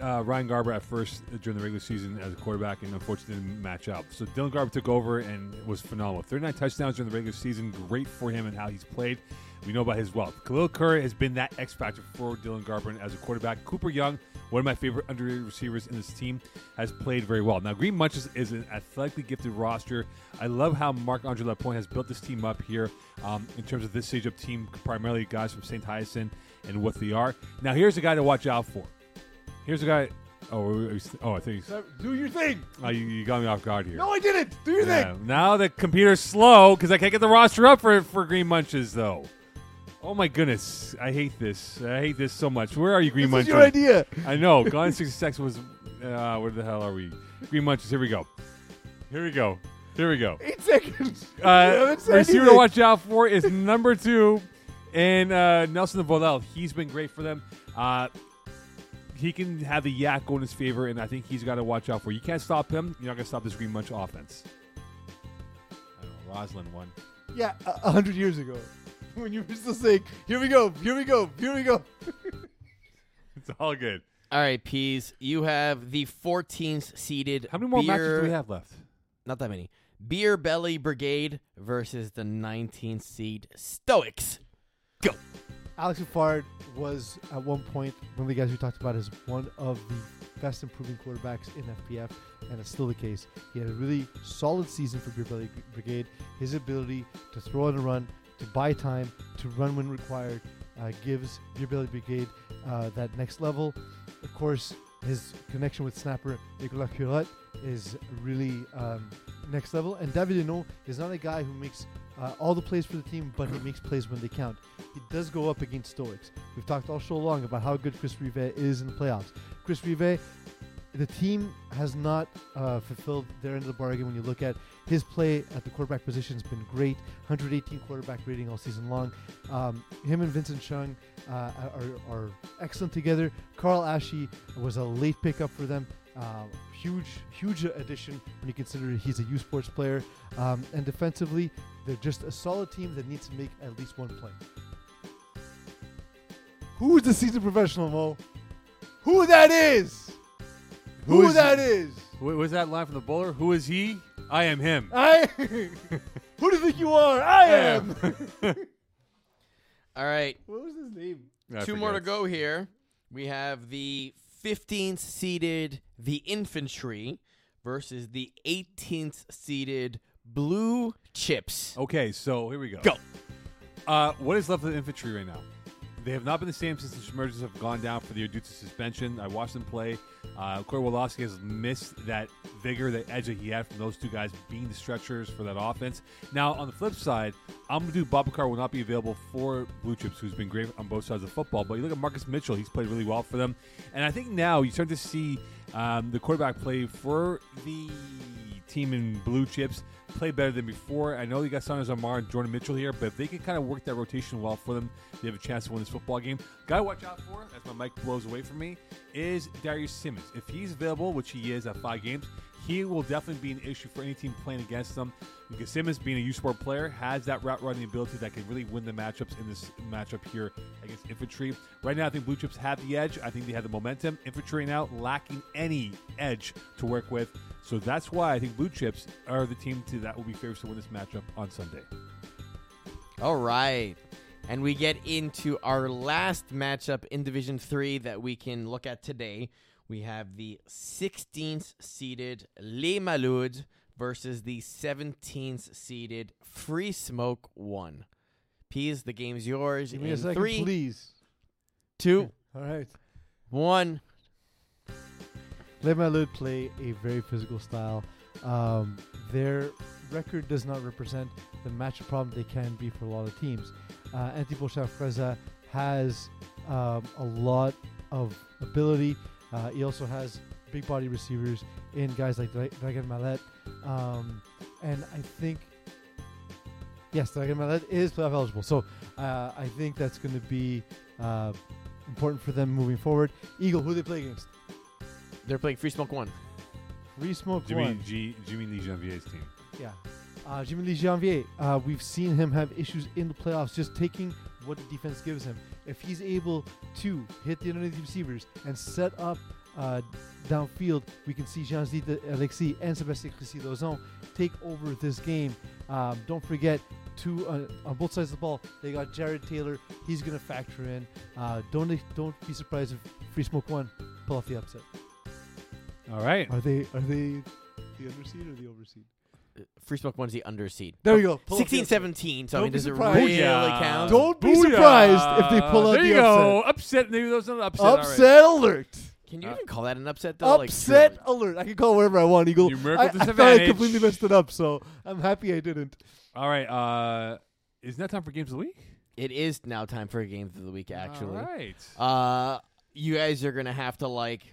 Speaker 1: uh, Ryan Garber at first during the regular season as a quarterback, and unfortunately didn't match up. So Dylan Garber took over and was phenomenal. 39 touchdowns during the regular season, great for him and how he's played. We know about his wealth. Khalil Curry has been that X factor for Dylan Garber as a quarterback. Cooper Young, one of my favorite underrated receivers in this team, has played very well. Now Green Munches is an athletically gifted roster. I love how Mark Andre Lapointe has built this team up here um, in terms of this stage up team, primarily guys from St. Hyacinth and what they are. Now, here's a guy to watch out for. Here's a guy. Oh, are we- are we st- oh, I think he's-
Speaker 2: Do your thing.
Speaker 1: oh, you, you got me off guard here.
Speaker 2: No, I didn't. Do your
Speaker 1: Yeah,
Speaker 2: thing.
Speaker 1: Now the computer's slow because I can't get the roster up for for Green Munches though. Oh my goodness, I hate this. I hate this so much. Where are you, Green
Speaker 2: This is
Speaker 1: Munches?
Speaker 2: your idea.
Speaker 1: I know. Gone in 60 seconds was. Uh, where the hell are we? Green Munches. Here we go. Here we go. Here we go.
Speaker 2: Eight seconds. You
Speaker 1: Uh,
Speaker 2: haven't said
Speaker 1: receiver to
Speaker 2: anything.
Speaker 1: watch out for is number two, and uh, Nelson Volel. He's been great for them. Uh, he can have the yak go in his favor, and I think he's got to watch out for. You can't stop him. You're not going to stop this Green Munch offense. I don't know. Roslyn won.
Speaker 2: Yeah, a a hundred years ago, when you were still saying, "Here we go, here we go, here we go."
Speaker 1: It's all good.
Speaker 3: All right, Peas. You have the 14th seeded.
Speaker 1: How many more matches
Speaker 3: Beer-
Speaker 1: do we have left?
Speaker 3: Not that many. Beer Belly Brigade versus the 19th seed Stoics.
Speaker 2: Alex Fard was at one point one of the guys we talked about as one of the best improving quarterbacks in FPF, and it's still the case. He had a really solid season for Beer Belly Brigade. His ability to throw and run, to buy time, to run when required, uh, gives Beer Belly Brigade uh, that next level. Of course, his connection with snapper Nicolas Curat is really um, next level. And David Hinault is not a guy who makes uh, all the plays for the team, but he makes plays when they count. He does go up against Stoics. We've talked all show long about how good Chris Rivet is in the playoffs. Chris Rivet, the team has not uh, fulfilled their end of the bargain when you look at his play at the quarterback position has been great. 118 quarterback rating all season long. Um, him and Vincent Chung uh, are, are excellent together. Carl Ashe was a late pickup for them. Uh, huge, huge addition when you consider he's a U Sports player. Um, and defensively, they're just a solid team that needs to make at least one play. Who's the season professional, Mo? Who that is? Who,
Speaker 1: is
Speaker 2: that
Speaker 1: he?
Speaker 2: is?
Speaker 1: Wh- was that line from the bowler? Who is he? I am him.
Speaker 2: I. Who do you think you are? I am.
Speaker 3: All right,
Speaker 2: What was his name?
Speaker 1: I
Speaker 3: two more to
Speaker 1: forget.
Speaker 3: go here. We have the 15th seeded the infantry versus the 18th seeded blue
Speaker 2: Oh.
Speaker 3: chips.
Speaker 1: Okay, so here we go.
Speaker 3: Go.
Speaker 1: Uh, what is left of the infantry right now? They have not been the same since the emergence have gone down for the year due to suspension. I watched them play. Uh, Corey Woloski has missed that vigor, that edge that he had from those two guys being the stretchers for that offense. Now, on the flip side, I'm Amadou Babacar will not be available for Blue Chips, who's been great on both sides of football. But you look at Marcus Mitchell, he's played really well for them. And I think now you start to see um, the quarterback play for the team in blue chips play better than before. I know they got Sanders Amar and Jordan Mitchell here, but if they can kind of work that rotation well for them, they have a chance to win this football game. Guy to watch out for, as my mic blows away from me, is Darius Simmons. If he's available, which he is at five games, he will definitely be an issue for any team playing against them. Because Simmons, being a U Sport player, has that route running ability that can really win the matchups in this matchup here against Infantry. Right now, I think Blue Chips have the edge. I think they have the momentum. Infantry now lacking any edge to work with. So that's why I think Blue Chips are the team to that will be favorites to win this matchup on Sunday.
Speaker 3: All right. And we get into our last matchup in Division 3 that we can look at today. We have the 16th seeded Les Malouds versus the 17th seeded Free Smoke 1. Pease, the game's yours.
Speaker 2: Give me a
Speaker 3: in
Speaker 2: second,
Speaker 3: three,
Speaker 2: please.
Speaker 3: two,
Speaker 2: All right.
Speaker 3: one.
Speaker 2: Let Malud play a very physical style. Um, their record does not represent the match problem they can be for a lot of teams. Uh, Antipochan Freza has um, a lot of ability. Uh, he also has big body receivers in guys like Dra- Dragan Malet. Um, and I think, yes, Dragan Malet is playoff eligible. So uh, I think that's going to be uh, important for them moving forward. Eagle, who they play against?
Speaker 3: They're playing Free Smoke 1.
Speaker 2: Free Smoke
Speaker 1: Jimmy
Speaker 2: one.
Speaker 1: G, Jimmy Lee Janvier's team.
Speaker 2: Yeah. Uh, Jimmy Lee Janvier, uh, we've seen him have issues in the playoffs just taking what the defense gives him. If he's able to hit the underneath receivers and set up uh, downfield, we can see jean zide Alexis and Sébastien Crissy Lozon take over this game. Um, don't forget, two uh, on both sides of the ball, they got Jared Taylor. He's going to factor in. Uh, don't don't be surprised if Free Smoke 1 pull off the upset.
Speaker 1: All right.
Speaker 2: Are they are they the underseed or the overseed?
Speaker 3: Free Smoke 1's the underseed.
Speaker 2: There we go. Pull off the
Speaker 3: 16
Speaker 2: upset.
Speaker 3: 17, so I
Speaker 2: Don't
Speaker 3: mean,
Speaker 2: be
Speaker 3: does it
Speaker 2: surprised.
Speaker 3: really
Speaker 1: Booyah.
Speaker 3: count?
Speaker 2: Don't be surprised if they pull out
Speaker 1: there
Speaker 2: the
Speaker 1: you go. Upset. Maybe those not upset. all right.
Speaker 2: Upset alert.
Speaker 3: Can you
Speaker 1: Uh,
Speaker 3: even call that an upset, though? Like,
Speaker 2: Upset
Speaker 3: truly.
Speaker 2: alert. I can call it whatever I want, Eagle.
Speaker 1: Numerical
Speaker 2: I, I thought I
Speaker 1: disadvantage.
Speaker 2: completely messed it up, so I'm happy I didn't.
Speaker 1: All right. Uh, isn't that time for games of the week?
Speaker 3: It is now time for a game of the week, actually.
Speaker 1: All right.
Speaker 3: Uh, you guys are gonna have to like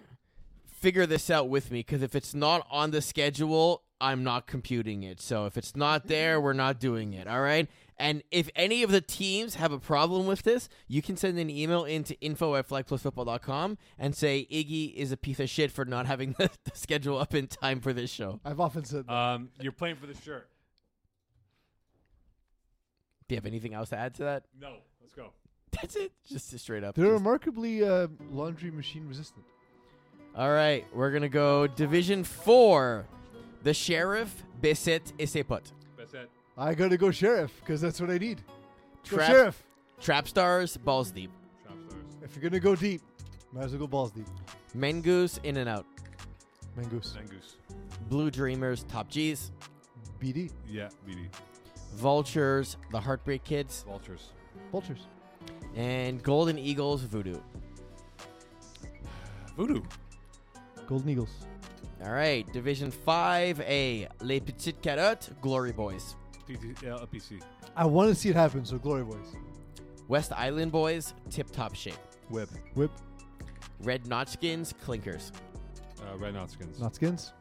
Speaker 3: figure this out with me because if it's not on the schedule, I'm not computing it. So if it's not there, we're not doing it. All right. And if any of the teams have a problem with this, you can send an email into info at flagplusfootball.com and say Iggy is a piece of shit for not having the, the schedule up in time for this show.
Speaker 2: I've often said that.
Speaker 3: Uh,
Speaker 1: Um, you're playing for the shirt.
Speaker 3: Do you have anything else to add to that?
Speaker 1: No. Let's go.
Speaker 3: That's it. Just straight up.
Speaker 2: They're
Speaker 3: Just-
Speaker 2: remarkably uh, laundry machine resistant.
Speaker 3: All right, we're gonna go Division Four. The Sheriff Bissett Iseput.
Speaker 1: That's it.
Speaker 2: I gotta go sheriff because that's what I need. Go
Speaker 3: Trap-
Speaker 2: sheriff.
Speaker 3: Trap Stars Balls Deep.
Speaker 1: Shop stars.
Speaker 2: If you're gonna go deep, might as well go balls deep.
Speaker 3: Mengoose In and Out.
Speaker 2: Mangoose.
Speaker 1: Nangoose.
Speaker 3: Blue Dreamers, Top G's,
Speaker 2: BD.
Speaker 1: Yeah, BD.
Speaker 3: Vultures, The Heartbreak Kids,
Speaker 1: Vultures.
Speaker 2: Vultures.
Speaker 3: and Golden Eagles, Voodoo.
Speaker 1: Voodoo.
Speaker 2: Golden Eagles.
Speaker 3: All right, Division 5A, Les Petites Carottes, Glory Boys,
Speaker 1: PT, yeah, LPC.
Speaker 2: I want to see it happen, so Glory Boys.
Speaker 3: West Island Boys, Tip Top Shape,
Speaker 1: Web.
Speaker 2: Whip.
Speaker 3: Red Notchkins, Clinkers,
Speaker 1: Uh, Red Notskins.
Speaker 2: Not skins.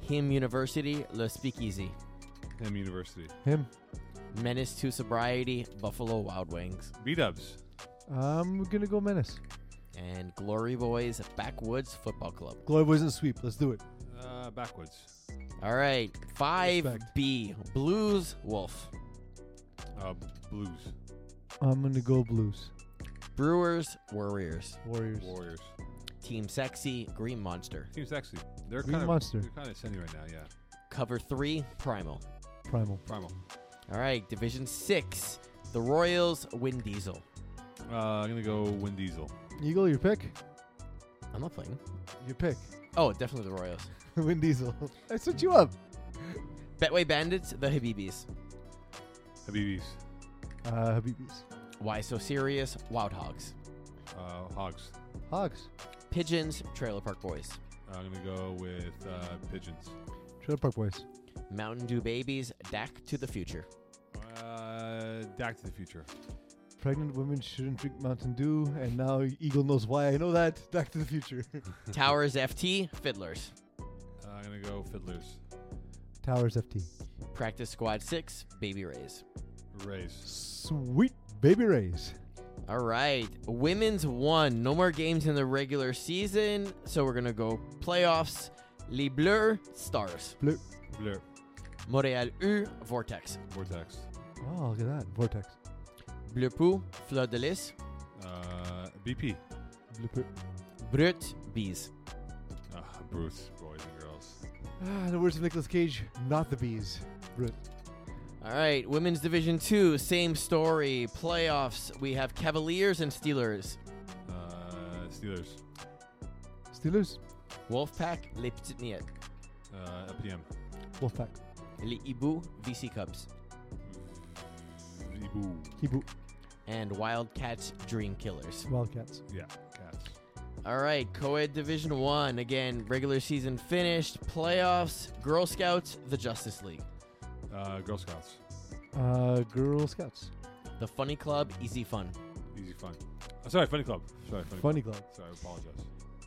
Speaker 3: Him University, Le Speakeasy,
Speaker 1: M University.
Speaker 2: Him.
Speaker 3: Menace to Sobriety, Buffalo Wild Wings,
Speaker 1: B Dubs.
Speaker 2: I'm going to go Menace.
Speaker 3: and Glory Boys, Backwoods Football Club.
Speaker 2: Glory Boys and Sweep. Let's do it.
Speaker 1: Uh, backwards.
Speaker 3: All right, 5B, Blues Wolf,
Speaker 1: Uh, blues.
Speaker 2: I'm going to go Blues.
Speaker 3: Brewers, Warriors,
Speaker 2: Warriors.
Speaker 1: Warriors.
Speaker 3: Team Sexy, Green Monster,
Speaker 1: Team Sexy. They're
Speaker 2: Green
Speaker 1: kind of
Speaker 2: Monster.
Speaker 1: They're kind of sending right now. Yeah.
Speaker 3: Cover 3, Primal.
Speaker 2: Primal.
Speaker 1: Primal.
Speaker 3: All right, Division 6, The Royals, Win Diesel.
Speaker 1: Uh, I'm gonna go Win Diesel.
Speaker 2: Eagle, your pick?
Speaker 3: I'm not playing.
Speaker 2: Your pick.
Speaker 3: Oh, definitely the Royals.
Speaker 2: Win Diesel. I set you up.
Speaker 3: Betway Bandits, the Habibis.
Speaker 1: Habibis.
Speaker 2: Uh, Habibis.
Speaker 3: Why So Serious, Wild Hogs.
Speaker 1: Uh, Hogs.
Speaker 2: Hogs.
Speaker 3: Pigeons, Trailer Park Boys.
Speaker 1: Uh, I'm gonna go with uh, pigeons.
Speaker 2: Trailer Park Boys.
Speaker 3: Mountain Dew Babies, Dak to the Future.
Speaker 1: Uh, Back to the Future.
Speaker 2: Pregnant women shouldn't drink Mountain Dew, and now Eagle knows why. I know that. Back to the Future.
Speaker 3: Towers FT, Fiddlers.
Speaker 1: Uh, I'm gonna go Fiddlers.
Speaker 2: Towers FT.
Speaker 3: Practice Squad 6, Baby Rays.
Speaker 1: Rays.
Speaker 2: Sweet baby rays.
Speaker 3: All right, Women's 1. No more games in the regular season, so we're going to go playoffs. Les Bleus, Stars.
Speaker 2: Blue.
Speaker 1: Blur.
Speaker 3: Montréal U, Vortex.
Speaker 1: Vortex.
Speaker 2: Oh, look at that. Vortex.
Speaker 3: Bleu Pou, Fleur de Lis.
Speaker 1: Uh, BP.
Speaker 2: Blue.
Speaker 3: Brut, Bees.
Speaker 1: Uh, Bruce. Boys and girls.
Speaker 2: Ah, the words of Nicolas Cage, not the bees. Brut.
Speaker 3: All right, Women's Division 2, same story. Playoffs, we have Cavaliers and Steelers.
Speaker 1: Uh, Steelers.
Speaker 2: Steelers.
Speaker 3: Wolfpack, Les Petites Miettes.
Speaker 1: Uh, LPM.
Speaker 2: Wolfpack.
Speaker 3: Les Hiboux, VC Cubs.
Speaker 1: Ibu.
Speaker 2: Hebrew.
Speaker 3: And Wildcats, Dream Killers.
Speaker 2: Wildcats.
Speaker 1: Yeah. Cats.
Speaker 3: All right, Coed Division 1. Again, regular season finished. Playoffs, Girl Scouts, the Justice League.
Speaker 1: Uh, Girl Scouts.
Speaker 2: Uh, Girl Scouts.
Speaker 3: The Funny Club, Easy Fun.
Speaker 1: Easy fun. Oh, sorry, Funny Club. Sorry, Funny,
Speaker 2: Funny Club.
Speaker 1: Club. Sorry, I apologize.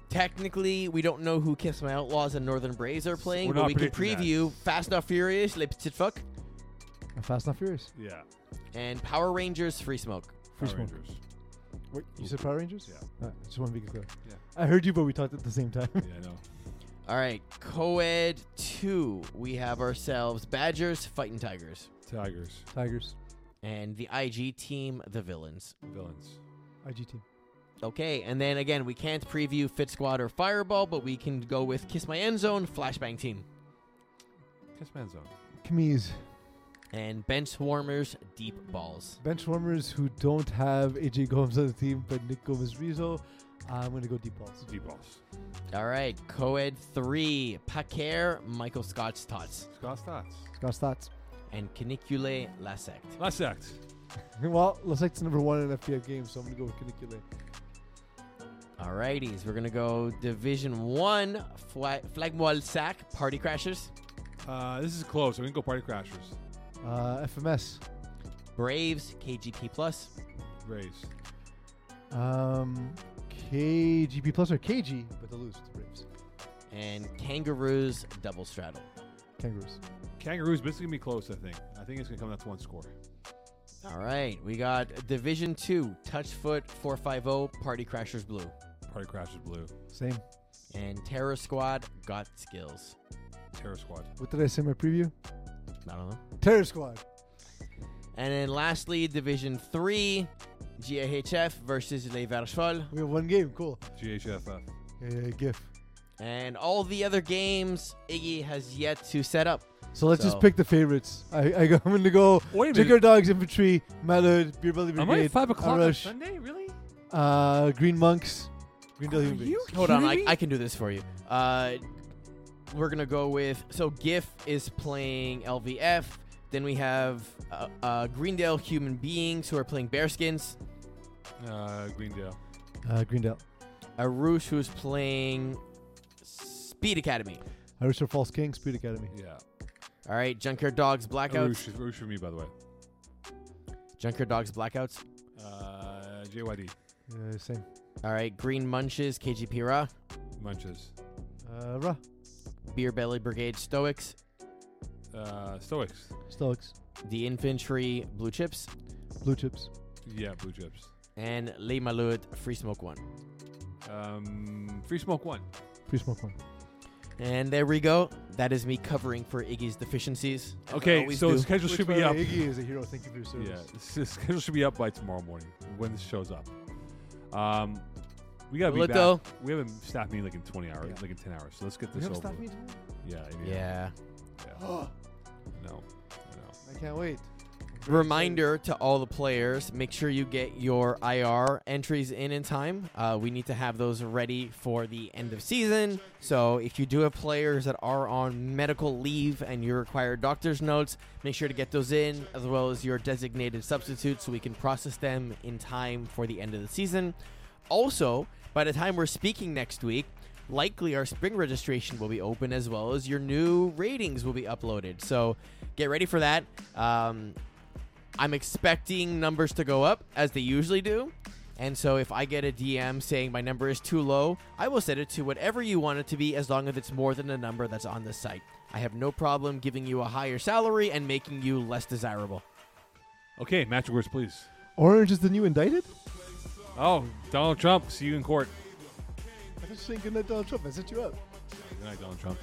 Speaker 3: Technically, we don't know who Kiss My Outlaws and Northern Braves are playing,
Speaker 1: We're
Speaker 3: but
Speaker 1: not
Speaker 3: we can
Speaker 1: predicting that.
Speaker 3: preview Fast Not Furious, Les Petites Fuck,
Speaker 2: Uh, Fast Not Furious.
Speaker 1: Yeah.
Speaker 3: and Power Rangers, Free Smoke.
Speaker 1: Power
Speaker 2: Free Smoke.
Speaker 1: Rangers.
Speaker 2: Wait, you said Power Rangers?
Speaker 1: Yeah.
Speaker 2: Alright, just want to be clear.
Speaker 1: Yeah.
Speaker 2: I heard you, but we talked at the same time.
Speaker 1: Yeah, I know.
Speaker 3: All right, Coed 2. We have ourselves Badgers, Fighting Tigers,
Speaker 1: Tigers.
Speaker 2: Tigers.
Speaker 3: and the IG team, the Villains.
Speaker 1: Villains.
Speaker 2: IG team.
Speaker 3: Okay, and then again, we can't preview Fit Squad or Fireball, but we can go with Kiss My End Zone, Flashbang Team,
Speaker 1: Kiss Man's Zone.
Speaker 2: Camise.
Speaker 3: and Bench Warmers, Deep Balls.
Speaker 2: Benchwarmers who don't have AJ Gomes on the team, but Nick Gomez Rizzo. I'm going to go deep balls.
Speaker 1: Deep balls.
Speaker 3: All right, Coed 3. Paquer, Michael Scott's Tots,
Speaker 1: Scott Stotts.
Speaker 2: Scott Stotts.
Speaker 3: and Canicule, La Secte.
Speaker 1: Last act.
Speaker 2: Well, looks like it's number one in FPF games, so I'm going to go with Canicule.
Speaker 3: All righties, we're going to go Division 1, Fla- Flagmoil Sack, Party Crashers,
Speaker 1: Uh, this is close. I'm gonna go Party Crashers.
Speaker 2: Uh, FMS.
Speaker 3: Braves, KGP Plus,
Speaker 1: Rays.
Speaker 2: Um, KGP plus or KG, but they lose to the Braves.
Speaker 3: and Kangaroos Double Straddle.
Speaker 2: Kangaroos.
Speaker 1: Kangaroos, but it's gonna be close. I think. I think it's gonna come down to one score.
Speaker 3: All right, we got Division 2, Touchfoot 450, Party Crashers Blue,
Speaker 1: Party Crashers blue.
Speaker 2: Same.
Speaker 3: and Terror Squad Got Skills.
Speaker 1: Terror Squad.
Speaker 2: What did I say in my preview?
Speaker 3: I don't know.
Speaker 2: Terror Squad.
Speaker 3: And then lastly, Division 3, GAHF versus Les Verchevals,
Speaker 2: We have one game. Cool.
Speaker 1: GHFF.
Speaker 2: Uh, GIF.
Speaker 3: and all the other games Iggy has yet to set up.
Speaker 2: So let's
Speaker 3: So-
Speaker 2: just pick the favorites. I, I go, I'm going to go
Speaker 1: Wait
Speaker 2: Jigger Dogs Infantry, Mallard, Beer Belly
Speaker 1: Am I
Speaker 2: Brigade,
Speaker 1: at five o'clock on
Speaker 2: Rush,
Speaker 1: Sunday? Really?
Speaker 2: uh, Green Monks, Green Devil Human Beings.
Speaker 3: Hold on,
Speaker 1: Kidding
Speaker 3: I,
Speaker 1: me?
Speaker 3: I can do this for you. Uh, we're gonna go with so GIF is playing LVF. Then we have uh, uh, Greendale Human Beings who are playing Bearskins.
Speaker 1: Uh, Greendale.
Speaker 2: Uh, Greendale.
Speaker 3: Arush who's playing Speed Academy.
Speaker 2: Arusha False King, Speed Academy.
Speaker 1: Yeah.
Speaker 3: All right, Junkyard Dogs Blackouts.
Speaker 1: Arush, Arush for me, by the way.
Speaker 3: Junkyard Dogs Blackouts.
Speaker 1: Uh, JYD.
Speaker 2: Uh, same.
Speaker 3: All right, Green Munches KGP Ra.
Speaker 1: Munches.
Speaker 2: Uh, Ra.
Speaker 3: Beer Belly Brigade Stoics.
Speaker 1: Uh, Stoics.
Speaker 2: Stoics.
Speaker 3: The Infantry Blue Chips.
Speaker 2: Blue Chips.
Speaker 1: Yeah, Blue Chips.
Speaker 3: And Le Malut Free Smoke One.
Speaker 1: Um, Free Smoke 1.
Speaker 2: Free Smoke One.
Speaker 3: And there we go. That is me covering for Iggy's deficiencies. as I
Speaker 1: Okay,
Speaker 3: always
Speaker 1: so
Speaker 3: do.
Speaker 1: the schedule
Speaker 2: Which,
Speaker 1: should
Speaker 2: by
Speaker 1: be
Speaker 2: the
Speaker 1: up.
Speaker 2: way, Iggy is a hero. Thank you for your service.
Speaker 1: Yeah, s- s- schedule should be up by tomorrow morning when this shows up. Um, we gotta
Speaker 3: Will it
Speaker 1: be back.
Speaker 3: though?
Speaker 1: We haven't staff meeting like in twenty hours,
Speaker 2: Yeah.
Speaker 1: like in ten hours. So let's get
Speaker 2: We
Speaker 1: this
Speaker 2: have a
Speaker 1: over.
Speaker 2: staff
Speaker 1: with.
Speaker 2: meeting.
Speaker 1: Yeah, I mean,
Speaker 3: Yeah.
Speaker 1: yeah.
Speaker 2: tomorrow?
Speaker 1: No, I know.
Speaker 2: I can't wait.
Speaker 3: Reminder to all the players: make sure you get your IR entries in in time. Uh, we need to have those ready for the end of season. So if you do have players that are on medical leave and you require doctor's notes, make sure to get those in as well as your designated substitute, so we can process them in time for the end of the season. Also, by the time we're speaking next week, likely our spring registration will be open as well as your new ratings will be uploaded. So get ready for that. Um, I'm expecting numbers to go up as they usually do. And so if I get a DM saying my number is too low, I will set it to whatever you want it to be as long as it's more than the number that's on the site. I have no problem giving you a higher salary and making you less desirable.
Speaker 1: Okay, magic words, please.
Speaker 2: Orange is the new indicted?
Speaker 1: Oh, Donald Trump. See you in court.
Speaker 2: I was just saying goodnight, Donald Trump. I set you up.
Speaker 1: Good night, Donald Trump.